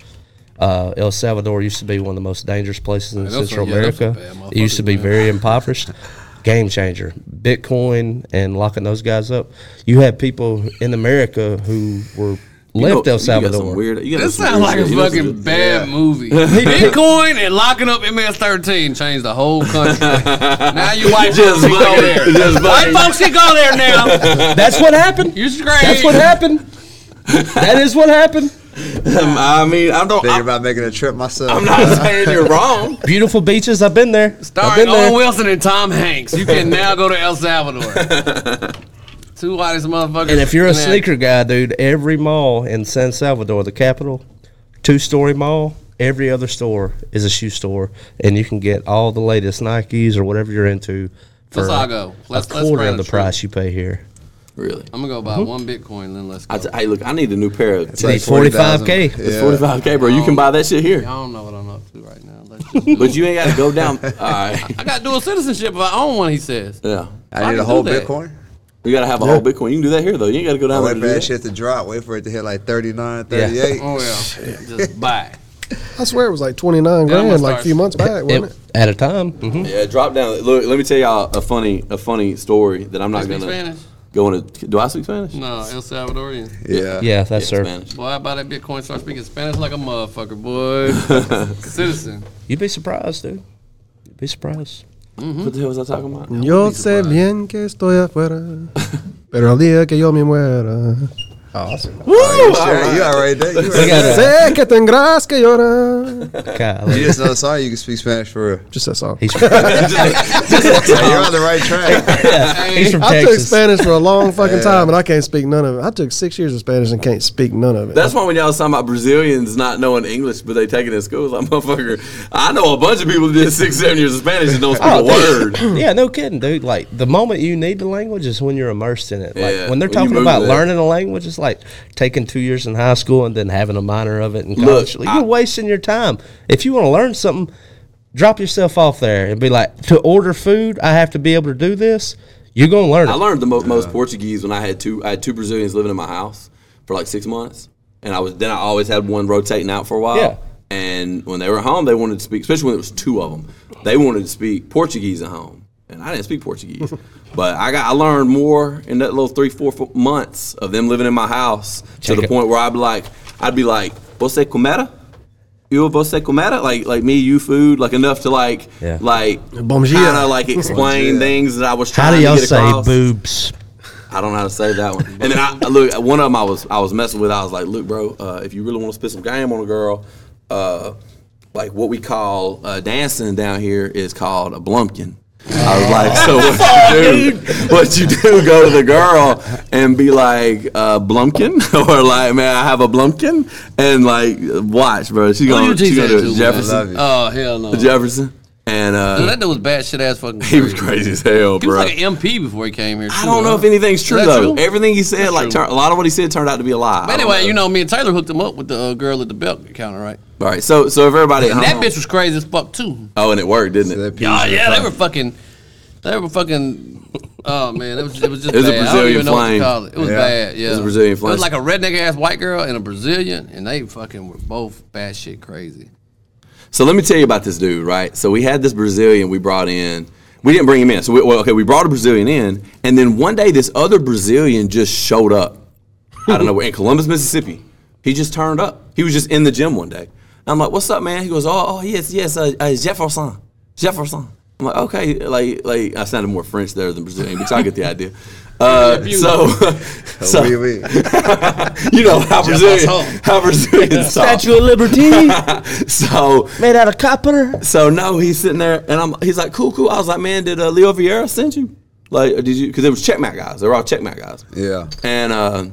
Speaker 3: Uh, El Salvador used to be one of the most dangerous places in
Speaker 2: that's what-
Speaker 3: Central
Speaker 2: yeah, that's what
Speaker 3: America.
Speaker 2: bad
Speaker 3: It used to
Speaker 2: motherfuckers
Speaker 3: be
Speaker 2: do. <laughs>
Speaker 3: very impoverished. Game changer. Bitcoin and locking those guys up. You had people in America who were
Speaker 1: You
Speaker 3: left
Speaker 1: know,
Speaker 3: El
Speaker 1: You got
Speaker 3: Salvador.
Speaker 1: some weird, you got
Speaker 2: This
Speaker 1: some weird
Speaker 2: sounds like a
Speaker 1: shit. You know, some
Speaker 2: fucking
Speaker 1: good- <laughs>
Speaker 2: bad movie. Bitcoin and locking up MS thirteen changed the
Speaker 1: <laughs>
Speaker 2: whole country. now you white folks
Speaker 1: Just
Speaker 2: can go
Speaker 1: fucking-
Speaker 2: there.
Speaker 1: just
Speaker 2: White
Speaker 1: fucking-
Speaker 2: folks can go
Speaker 1: <laughs>
Speaker 2: there now.
Speaker 3: That's what happened.
Speaker 2: You're straight.
Speaker 3: That's what happened. that is what happened.
Speaker 1: I mean, I don't.
Speaker 4: Thinking
Speaker 1: I'm,
Speaker 4: about making a trip myself.
Speaker 1: I'm
Speaker 3: <laughs>
Speaker 1: not saying you're wrong.
Speaker 3: Beautiful beaches. I've been there. I've
Speaker 2: Starring
Speaker 3: been
Speaker 2: Owen
Speaker 3: there.
Speaker 2: Wilson and Tom Hanks. You
Speaker 3: <laughs>
Speaker 2: can now go to El Salvador. Two whitest motherfuckers.
Speaker 3: And if you're a
Speaker 2: in that-
Speaker 3: sneaker guy, dude, every mall in San Salvador, the capital, two-story mall, every other store is a shoe store, and you can get all the latest Nikes or whatever you're into for
Speaker 2: Let's all go. Let's-
Speaker 3: a
Speaker 2: let's
Speaker 3: quarter
Speaker 2: plan
Speaker 3: of
Speaker 2: a
Speaker 3: the Mm-hmm.
Speaker 2: trip.
Speaker 3: price you pay here.
Speaker 1: Really?
Speaker 2: I'm gonna go buy one Bitcoin, then let's go.
Speaker 1: I t- hey, look, I need a new pair of.
Speaker 4: It's <laughs> like
Speaker 3: 45K.
Speaker 4: 40,000.
Speaker 1: It's
Speaker 4: Yeah.
Speaker 1: forty five k, bro. You can buy that shit
Speaker 2: I
Speaker 1: here,
Speaker 2: don't know what I'm up to right now. Let's
Speaker 3: <laughs>
Speaker 2: just do
Speaker 1: but
Speaker 2: it.
Speaker 1: you ain't got to go
Speaker 2: <laughs>
Speaker 1: down. <laughs> All right.
Speaker 2: I got dual citizenship if I own one. He says.
Speaker 1: Yeah.
Speaker 2: I
Speaker 4: I need
Speaker 2: can
Speaker 4: a whole
Speaker 2: do that.
Speaker 4: Bitcoin.
Speaker 1: You gotta have a whole Bitcoin. You can do that here though. You ain't gotta go
Speaker 4: I
Speaker 1: down there.
Speaker 4: wait
Speaker 1: to
Speaker 4: for
Speaker 1: do
Speaker 4: that
Speaker 1: that.
Speaker 4: shit to drop. Wait for it to hit like 39, 38.
Speaker 2: <laughs> Oh yeah, just
Speaker 3: <laughs>
Speaker 2: buy.
Speaker 5: I swear it was like 29
Speaker 2: Yeah, I'm
Speaker 5: grand
Speaker 2: gonna
Speaker 5: like a
Speaker 2: start-
Speaker 5: few months back, wasn't
Speaker 3: It-
Speaker 5: it?
Speaker 3: at a time.
Speaker 2: Mm-hmm.
Speaker 3: hmm
Speaker 1: Yeah, drop down. Look, let me tell y'all a funny, a funny story that I'm
Speaker 2: I
Speaker 1: not
Speaker 2: speak
Speaker 1: gonna
Speaker 2: Spanish.
Speaker 1: go into. Do I speak Spanish?
Speaker 2: No, El Salvadorian.
Speaker 4: Yeah.
Speaker 3: Yeah, that's sir.
Speaker 1: Spanish.
Speaker 2: Boy, I buy that Bitcoin, start speaking Spanish like a motherfucker,
Speaker 3: <laughs>
Speaker 2: boy. Citizen.
Speaker 3: You'd be surprised, dude. You'd be surprised.
Speaker 2: Mm-hmm.
Speaker 1: What the hell was I talking about?
Speaker 5: Yo sé bien que estoy afuera, <laughs> pero el día que yo me <laughs> muera,
Speaker 1: <laughs>
Speaker 4: You, sure? you all right there? You, all
Speaker 3: We
Speaker 4: right.
Speaker 3: got a
Speaker 5: sé que tendrás que llorar.
Speaker 4: you
Speaker 3: Golly.
Speaker 4: just know sorry you can speak Spanish for real.
Speaker 5: Just that song.
Speaker 3: He's from,
Speaker 4: So you're on the right track.
Speaker 2: <laughs>
Speaker 3: he's from
Speaker 5: I took
Speaker 3: Texas.
Speaker 5: Spanish for a long fucking time and I can't speak none of it. I took six years of Spanish and can't speak none of it.
Speaker 1: That's why when y'all was talking about Brazilians not knowing English, but they take it in school, it's like, motherfucker, I know a bunch of people that did six, seven years of Spanish and don't speak
Speaker 3: Oh,
Speaker 1: a
Speaker 3: dude.
Speaker 1: word.
Speaker 3: yeah, no kidding, dude. Like the moment you need the language is when you're immersed in it. Like
Speaker 1: Yeah,
Speaker 3: when
Speaker 1: when you
Speaker 3: they're talking
Speaker 1: move
Speaker 3: about
Speaker 1: to that.
Speaker 3: learning a language, it's like taking two years in high school and then having a minor of it in
Speaker 1: Look,
Speaker 3: college.
Speaker 1: I-
Speaker 3: like, you're wasting your time. If you want to learn something, drop yourself off there and be like, to order food, I have to be able to do this. You're gonna learn it.
Speaker 1: I learned the mo- most Portuguese when I had two. I had two Brazilians living in my house for like six months, and I was then I always had one rotating out for a while.
Speaker 3: Yeah.
Speaker 1: And when they were home, they wanted to speak, especially when it was two of them. They wanted to speak Portuguese at home, and I didn't speak
Speaker 3: <laughs>
Speaker 1: Portuguese. but I got I learned more in that little three four, four months of them living in my house to
Speaker 3: Check
Speaker 1: the
Speaker 3: it.
Speaker 1: point where I'd be like, I'd be like, "Você comera?" You você comera? Like like me, you food, like enough to like
Speaker 3: Yeah.
Speaker 1: like
Speaker 5: Bom dia.
Speaker 1: kind of like explain things that I was
Speaker 3: How
Speaker 1: trying
Speaker 3: do
Speaker 1: to
Speaker 3: y'all
Speaker 1: get
Speaker 3: say
Speaker 1: across.
Speaker 3: boobs?
Speaker 1: I don't know how to say that one. And then I I look one of them. I was I was messing with. I was like, look, bro, uh, if you really want to spit some game on a girl, uh, like what we call uh, dancing down here is called a blumpkin. I was like, so
Speaker 2: <laughs>
Speaker 1: what you do? What you do? Go to the girl and be like uh, blumpkin, <laughs> or like, may I have a blumpkin? And like, watch, bro. She
Speaker 2: Who
Speaker 1: gonna,
Speaker 2: you
Speaker 1: she
Speaker 2: teach
Speaker 1: gonna
Speaker 2: that to?
Speaker 1: do it.
Speaker 2: man?
Speaker 1: Jefferson.
Speaker 2: Oh hell no.
Speaker 1: Jefferson. And
Speaker 2: Dude,
Speaker 1: uh,
Speaker 2: that dude was bad shit ass fucking.
Speaker 1: he
Speaker 3: <laughs>
Speaker 1: was crazy as hell,
Speaker 2: He was
Speaker 1: bro.
Speaker 2: like an MP before he came here.
Speaker 1: I
Speaker 2: too,
Speaker 1: don't know
Speaker 2: huh?
Speaker 1: if anything's true
Speaker 2: that
Speaker 1: though.
Speaker 2: true?
Speaker 1: Everything he said, like tur- a lot of what he said, turned out to be a lie. I
Speaker 2: But
Speaker 1: don't
Speaker 2: anyway, you know, me and Taylor hooked him up with the uh, girl at the belt counter, right?
Speaker 1: All right, so so if everybody at
Speaker 2: And that
Speaker 1: home-
Speaker 2: bitch was crazy as fuck too.
Speaker 1: oh, and it worked, didn't it?
Speaker 2: Yeah, yeah, they were fucking. They were fucking. Oh man, it was it was just
Speaker 1: It was a
Speaker 2: bad. I don't
Speaker 1: Brazilian
Speaker 2: even know what to
Speaker 1: flame.
Speaker 2: call it. It was
Speaker 4: Yeah.
Speaker 2: bad. Yeah,
Speaker 1: was a Brazilian
Speaker 2: It
Speaker 1: flame.
Speaker 2: was like a redneck ass white girl and a Brazilian, and they fucking were both bad shit crazy.
Speaker 1: So let me tell you about this dude, right? So we had this Brazilian we brought in. We didn't bring him in. So we, well, okay, we brought a Brazilian in, and then one day this other Brazilian just showed up. I don't know in Columbus, Mississippi. He just turned up. He was just in the gym one day. I'm like, "What's up, man?" He goes, "Oh, oh yes, yes, uh, uh, Jefferson, Jefferson." I'm like, "Okay, like, like." I sounded more French there than Brazilian, but y'all get the idea. Uh, so, <laughs> so
Speaker 4: Wee wee.
Speaker 1: you know how Brazilian,
Speaker 2: Jefferson.
Speaker 1: how Brazilians talk. <laughs>
Speaker 3: of Liberty
Speaker 1: So
Speaker 3: made out of copper.
Speaker 1: <laughs> so no, he's sitting there, and I'm. He's like, cool, cool. I was like, man, did uh, Leo Vieira send you? Like, did you? Because it was checkmate guys. They were all checkmate guys.
Speaker 4: Yeah.
Speaker 1: And uh,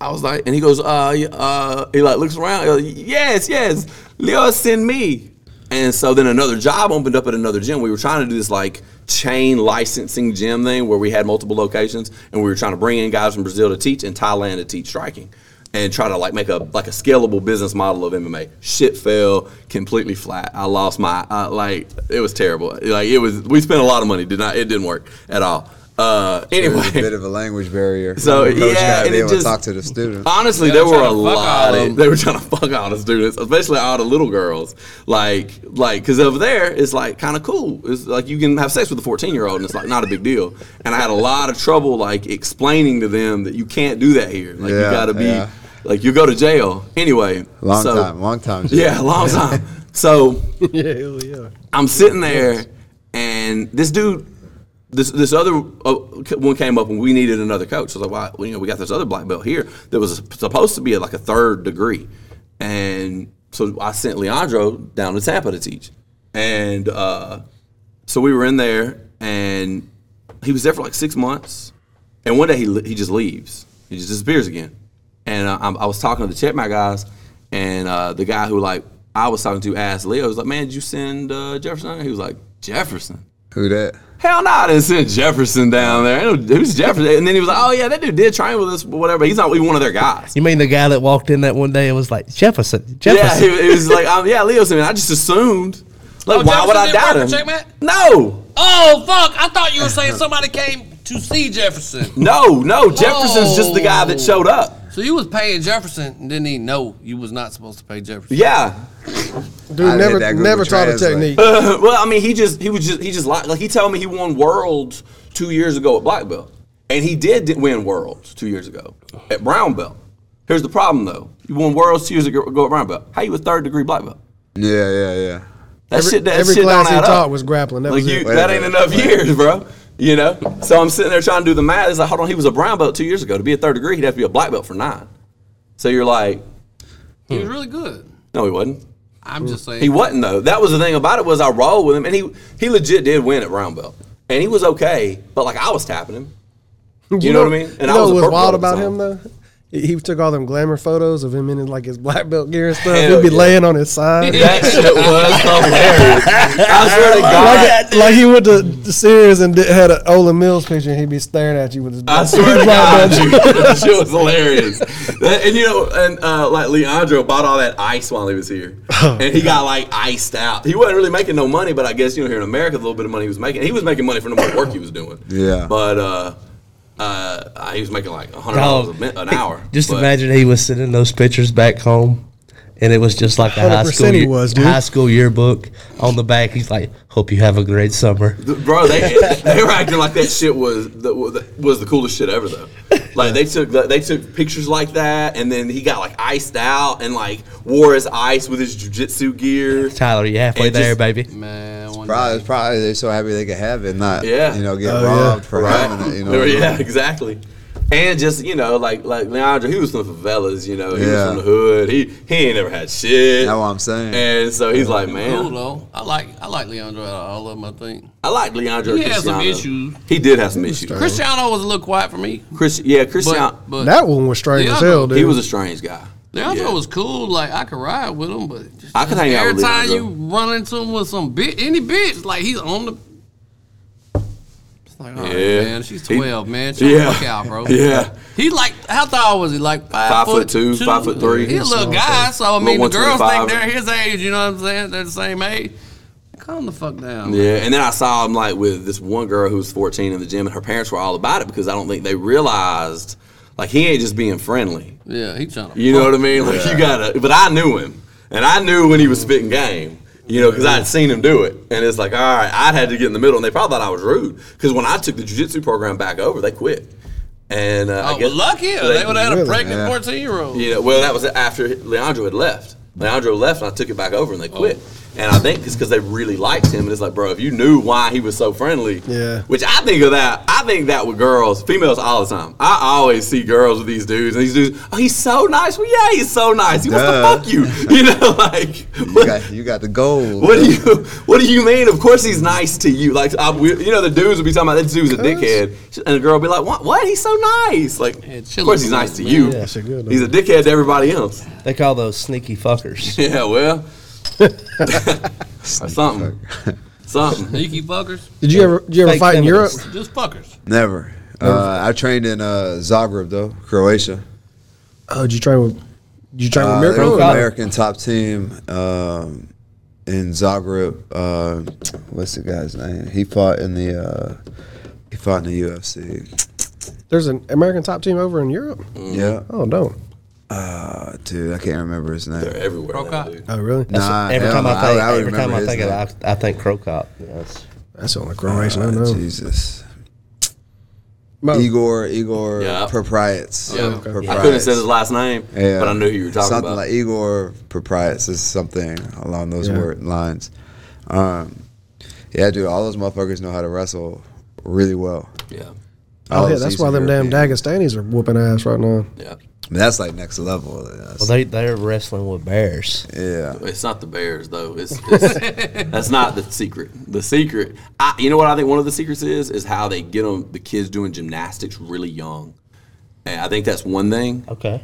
Speaker 1: I was like, and he goes, uh, y- uh, he like looks around. He goes, yes, yes, Leo send me. And so then another job opened up at another gym. We were trying to do this like chain licensing gym thing where we had multiple locations, and we were trying to bring in guys from Brazil to teach and Thailand to teach striking, and try to like make a like a scalable business model of MMA. Shit fell completely flat. I lost my uh, like it was terrible. Like it was we spent a lot of money. Did not it didn't work at all. Uh, anyway, <laughs>
Speaker 4: There's a bit of a language barrier.
Speaker 1: So,
Speaker 4: The coach
Speaker 1: yeah,
Speaker 4: gotta
Speaker 1: and
Speaker 4: be
Speaker 1: it
Speaker 4: able
Speaker 1: just-
Speaker 4: to talk to
Speaker 1: <laughs>
Speaker 4: the student.
Speaker 1: Honestly,
Speaker 2: Yeah,
Speaker 1: there
Speaker 2: they're
Speaker 1: were
Speaker 2: trying
Speaker 1: a
Speaker 2: to fuck all
Speaker 1: lot.
Speaker 2: of
Speaker 1: Of, <laughs>
Speaker 2: 'em.
Speaker 1: they were trying to fuck all the students, especially all the little girls. Like, like, because over there, it's like kind of cool. It's like you can have sex with a fourteen-year-old, and it's like not a big deal. And I had a lot of trouble like explaining to them that you can't do that here. Like,
Speaker 4: Yeah,
Speaker 1: you got to be,
Speaker 4: yeah.
Speaker 1: like, you go to jail anyway.
Speaker 4: Long
Speaker 1: so-
Speaker 4: time. Long time. Jay.
Speaker 1: Yeah, long time. So
Speaker 5: <laughs> yeah, hell yeah.
Speaker 1: I'm sitting there, and this dude, this this other uh, one came up, and we needed another coach. I was like, "Why? Well, you know, we got this other black belt here that was supposed to be like a third degree," and so I sent Leandro down to Tampa to teach, and uh, so we were in there, and he was there for like six months, and one day he he just leaves, he just disappears again, and uh, I, I was talking to the check my guys, and uh, the guy who like I was talking to asked Leo, he was like, "Man, did you send uh, Jefferson?" out here?" He was like, "Jefferson."
Speaker 4: Who that?
Speaker 1: Hell no, I didn't send Jefferson down there. Ain't no- Who's Jefferson? And then he was like, oh, yeah, that dude did train with us, but whatever. He's not even one of their guys.
Speaker 2: <laughs>
Speaker 3: You mean the guy that walked in that one day and was like Jefferson,
Speaker 1: Yeah,
Speaker 3: Jefferson?
Speaker 1: it, it was like, um, yeah, Leo's in it. I just assumed. Like,
Speaker 2: Oh,
Speaker 1: why would I
Speaker 2: Jefferson
Speaker 1: doubt
Speaker 2: didn't
Speaker 1: him?
Speaker 2: work for Checkmate?
Speaker 1: No,
Speaker 2: Oh fuck! I thought you were saying somebody came to see Jefferson.
Speaker 1: no, no. Jefferson's just the guy
Speaker 2: Oh.
Speaker 1: that showed up.
Speaker 2: <laughs> So you was paying Jefferson and didn't even know you was not supposed to pay Jefferson.
Speaker 1: Yeah.
Speaker 5: Dude,
Speaker 4: hit
Speaker 5: never
Speaker 4: that Google
Speaker 5: never taught a
Speaker 4: Translate.
Speaker 1: <laughs>
Speaker 5: technique.
Speaker 1: well, I mean, he just he was just he just like like he told me he won worlds two years ago at black belt, and he did di- win worlds two years ago at brown belt. Here's the problem though: you won worlds two years ago ago at brown belt. How you a third degree black belt?
Speaker 4: Yeah, yeah, yeah.
Speaker 1: That
Speaker 5: Every-
Speaker 1: shit that
Speaker 5: every
Speaker 1: shit
Speaker 5: class
Speaker 1: don't
Speaker 5: he
Speaker 1: add
Speaker 5: taught
Speaker 1: up.
Speaker 5: was grappling. That
Speaker 1: like
Speaker 5: was
Speaker 1: you,
Speaker 5: it.
Speaker 4: Wait a
Speaker 1: that ain't
Speaker 4: minute,
Speaker 1: enough
Speaker 4: wait.
Speaker 1: years, bro. You know, so I'm sitting there trying to do the math. It's like, hold on, he was a brown belt two years ago. To be a third degree, he'd have to be a black belt for nine. So you're like,
Speaker 2: He was really good.
Speaker 1: no, he wasn't.
Speaker 2: I'm just saying.
Speaker 1: He wasn't though. That was the thing about it was I rolled with him, and he he legit did win at round belt, and he was okay. But like I was tapping him, you, know, what I mean? And
Speaker 5: you
Speaker 1: I
Speaker 5: know
Speaker 1: a
Speaker 5: what was
Speaker 1: purple
Speaker 5: wild
Speaker 1: belt at
Speaker 5: about
Speaker 1: the time.
Speaker 5: him though? He he took all them glamour photos of him in like his black belt gear and stuff.
Speaker 1: Hell
Speaker 5: He'd be
Speaker 1: yeah.
Speaker 5: laying on
Speaker 2: <laughs>
Speaker 5: his
Speaker 1: <laughs>
Speaker 5: side.
Speaker 1: That shit was hilarious. I swear to God.
Speaker 5: <laughs> Like, like he went to the Sears and did, had an Ola Mills picture, and he'd be staring at you with his.
Speaker 1: I
Speaker 5: black-
Speaker 1: swear to
Speaker 5: his black
Speaker 1: God,
Speaker 5: belt.
Speaker 1: dude, that shit was hilarious. That- and you know, and uh, like Leandro bought all that ice while he was here,
Speaker 3: Oh,
Speaker 1: and he got like iced out. He wasn't really making no money, but I guess you know here in America, the little bit of money he was making, he was making money from the amount of work he was doing.
Speaker 4: Yeah.
Speaker 1: but uh, uh, he was making like hundred dollars a
Speaker 3: Dog,
Speaker 1: min- an hour.
Speaker 3: <laughs> Just
Speaker 1: But-
Speaker 3: imagine he was sending those pictures back home, and it was just like a high
Speaker 5: 100%
Speaker 3: school
Speaker 5: he
Speaker 3: year-
Speaker 5: was, dude.
Speaker 3: high school yearbook on the back. He's like, "Hope you have a great summer."
Speaker 1: Bro, they they were acting like that shit was the, was the coolest shit ever though. Like they took they took pictures like that, and then he got like iced out and like wore his ice with his jujitsu gear.
Speaker 3: Tyler, you halfway
Speaker 1: It just-
Speaker 3: there, baby.
Speaker 2: man, one
Speaker 4: Probably, it's probably they're so happy they could have it, not
Speaker 1: Yeah.
Speaker 4: you know get
Speaker 5: Oh, yeah.
Speaker 4: robbed for having it. You know,
Speaker 1: They were- <laughs> yeah, exactly. And just you know, like like Leandro, he was from favelas. You know, he
Speaker 4: Yeah.
Speaker 1: was from the hood. He he ain't never had shit.
Speaker 4: That's what I'm saying.
Speaker 1: And so he's like,
Speaker 2: day. cool
Speaker 1: man,
Speaker 2: though. I like I like Leandro out of all of them. I think
Speaker 1: I like Leandro.
Speaker 2: He had some
Speaker 1: Cristiano.
Speaker 2: issues.
Speaker 1: He did have some issues. Chris,
Speaker 2: Cristiano was a little quiet for me,
Speaker 1: Chris, yeah,
Speaker 2: but
Speaker 1: Cristiano.
Speaker 2: but
Speaker 5: That one was strange as hell, dude.
Speaker 1: He was a strange guy.
Speaker 2: Leandro
Speaker 1: Yeah.
Speaker 2: was cool. Like I could ride with him, but just,
Speaker 1: I could hang out
Speaker 2: every
Speaker 1: with
Speaker 2: time you
Speaker 1: Leandro.
Speaker 2: run into him with some bitch, any bitch, like he's on the. It's like, all right,
Speaker 1: Yeah.
Speaker 2: man, she's
Speaker 1: He-
Speaker 2: twelve, man. Chill the
Speaker 1: Yeah.
Speaker 2: fuck out, bro.
Speaker 1: <laughs> Yeah.
Speaker 2: He like how tall was he? Like five,
Speaker 1: Five
Speaker 2: foot
Speaker 1: foot two, five foot three.
Speaker 2: He's a little guy, so I
Speaker 1: Little
Speaker 2: mean, the girls think
Speaker 1: 125.
Speaker 2: they're his age. You know what I'm saying? They're the same age. Calm the fuck down. man.
Speaker 1: Yeah, and then I saw him like with this one girl who was 14 in the gym, and her parents were all about it because I don't think they realized like he ain't just being friendly.
Speaker 2: Yeah, he trying to.
Speaker 1: You know what I mean? Like you gotta. But I knew him, and I knew when he was spitting game. You know, because I had seen him do it, and it's like, all right, I had to get in the middle, and they probably thought I was rude because when I took the jujitsu program back over, they quit. And uh,
Speaker 2: Oh,
Speaker 1: I
Speaker 2: well,
Speaker 1: guess,
Speaker 2: lucky or they would have had a
Speaker 5: Really?
Speaker 2: pregnant
Speaker 4: Yeah.
Speaker 2: fourteen year old.
Speaker 1: you know, well, that was after Leandro had left. Leandro left, and I took it back over, and they quit. And I think it's because they really liked him, and it's like, bro, if you knew why he was so friendly,
Speaker 5: Yeah.
Speaker 1: Which I think of that. I think that with girls, females all the time. I always see girls with these dudes, and these dudes, oh, he's so nice. Well, yeah, he's so nice. He
Speaker 4: Duh.
Speaker 1: wants to fuck you. <laughs> You know, like
Speaker 4: You
Speaker 1: what-
Speaker 4: got, you got the gold.
Speaker 1: what do you What do you mean? Of course he's nice to you. Like I, we, you know, the dudes would be talking about this dude's a dickhead, and the girl would be like, "What? What? He's so nice. Like,
Speaker 2: Yeah,
Speaker 1: of
Speaker 2: chill
Speaker 1: course
Speaker 2: out,
Speaker 1: he's nice to
Speaker 2: man.
Speaker 1: you.
Speaker 5: Yeah, shit good,
Speaker 1: he's a dickhead to everybody else.
Speaker 3: They call those sneaky fuckers.
Speaker 1: Yeah,
Speaker 4: <laughs>
Speaker 1: well, or something, something.
Speaker 2: Sneaky fuckers,
Speaker 5: did you ever? Did you ever
Speaker 3: Fake
Speaker 5: fight in Europe?
Speaker 3: feminist.
Speaker 2: just fuckers.
Speaker 4: Never. Uh, I trained in uh, Zagreb though, Croatia.
Speaker 5: Oh, did you train with? Did you train
Speaker 4: Uh,
Speaker 5: with
Speaker 4: they were
Speaker 5: Miracle?
Speaker 4: the
Speaker 5: or-
Speaker 4: American top team um, in Zagreb. Uh, what's the guy's name? He fought in the uh, he fought in the UFC.
Speaker 5: There's an American top team over in Europe.
Speaker 1: Mm.
Speaker 4: Yeah,
Speaker 5: Oh no!
Speaker 4: uh, dude, I can't remember his name.
Speaker 1: They're everywhere. now,
Speaker 2: Procop.
Speaker 1: dude.
Speaker 5: Oh really? That's,
Speaker 4: Nah,
Speaker 3: every
Speaker 4: Ah, hell
Speaker 3: time
Speaker 4: no,
Speaker 3: I think,
Speaker 4: would
Speaker 3: every time
Speaker 4: remember
Speaker 3: I
Speaker 4: his
Speaker 3: think of
Speaker 4: name.
Speaker 3: that, I, I think Crow Cop. Yes.
Speaker 5: that's the only Croatian I know.
Speaker 4: Uh, Jesus.
Speaker 5: Mo,
Speaker 4: Igor, Igor
Speaker 1: Yeah.
Speaker 4: Propriets.
Speaker 5: Oh,
Speaker 1: Yeah. I couldn't say his last name,
Speaker 4: Yeah.
Speaker 1: but I knew who you were talking
Speaker 4: something
Speaker 1: about.
Speaker 4: like Igor Propriets is something along those
Speaker 5: Yeah.
Speaker 4: word lines. Um, yeah, dude, all those motherfuckers know how to wrestle really well.
Speaker 1: yeah,
Speaker 5: oh
Speaker 4: All
Speaker 5: yeah,
Speaker 4: those
Speaker 5: that's
Speaker 4: Eastern
Speaker 5: why them damn
Speaker 4: European-
Speaker 5: Dagestanis are whooping ass right now.
Speaker 1: yeah.
Speaker 4: I mean, that's like next level. That's-
Speaker 3: Well, they they're wrestling with bears.
Speaker 4: yeah,
Speaker 1: It's not the Bears though. <laughs> It's, it's that's not the secret. The secret, I, you know what I think one of the secrets is is how they get them the kids doing gymnastics really young. And I think that's one thing.
Speaker 3: Okay.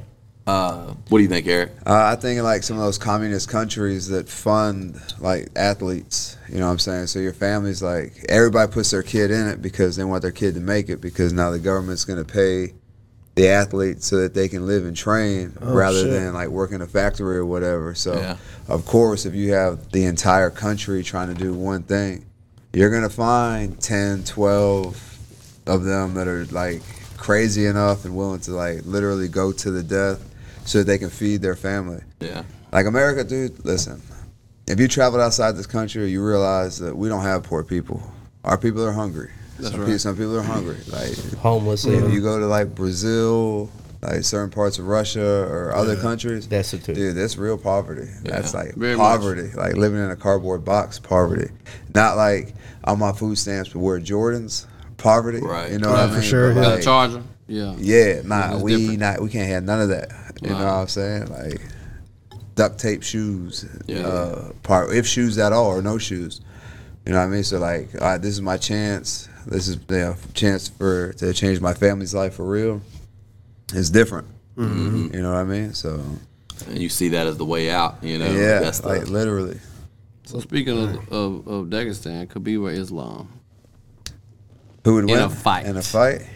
Speaker 1: Uh, what do you think, Eric?
Speaker 4: Uh, I think in like some of those communist countries that fund like athletes, you know what I'm saying? So your family's like everybody puts their kid in it because they want their kid to make it because now the government's going to pay the athletes so that they can live and train rather
Speaker 5: shit.
Speaker 4: than like work in a factory or whatever. So
Speaker 1: Yeah.
Speaker 4: of course, if you have the entire country trying to do one thing, you're going to find 10, 12 of them that are like crazy enough and willing to like literally go to the death so that they can feed their family.
Speaker 1: Yeah.
Speaker 4: Like America, dude, listen. If you traveled outside this country, you realize that we don't have poor people. Our people are hungry. some, pe- some people are hungry. Like
Speaker 3: Homeless. yeah.
Speaker 1: Mm.
Speaker 4: if you go to like Brazil, like certain parts of Russia or other countries,
Speaker 3: Destitute.
Speaker 4: Dude, that's real poverty. That's like
Speaker 2: Very much.
Speaker 4: poverty. Like living in a cardboard box, poverty. Not like on my food stamps, but wear Jordans, poverty.
Speaker 1: Right.
Speaker 4: You know what I
Speaker 2: Right.
Speaker 4: mean?
Speaker 2: For
Speaker 5: sure,
Speaker 4: But,
Speaker 5: yeah.
Speaker 2: Got a
Speaker 4: like,
Speaker 2: Uh, charger. Yeah.
Speaker 4: yeah, nah,
Speaker 2: It's
Speaker 4: we
Speaker 2: different.
Speaker 4: not we can't have none of that. You know
Speaker 2: Right.
Speaker 4: what I'm saying? Like duct tape shoes,
Speaker 1: Yeah.
Speaker 4: uh, part if shoes at all or no shoes. You know what I mean? So like, all right, this is my chance. This is the chance for to change my family's life for real. It's different. You know what I mean? So
Speaker 1: And you see that as the way out, you know?
Speaker 4: yeah,
Speaker 1: Oh, That's the,
Speaker 4: like literally.
Speaker 2: So speaking of, of, of Dagestan, Khabib or Islam?
Speaker 4: Who would
Speaker 2: In
Speaker 4: win
Speaker 2: a fight.
Speaker 4: In a fight?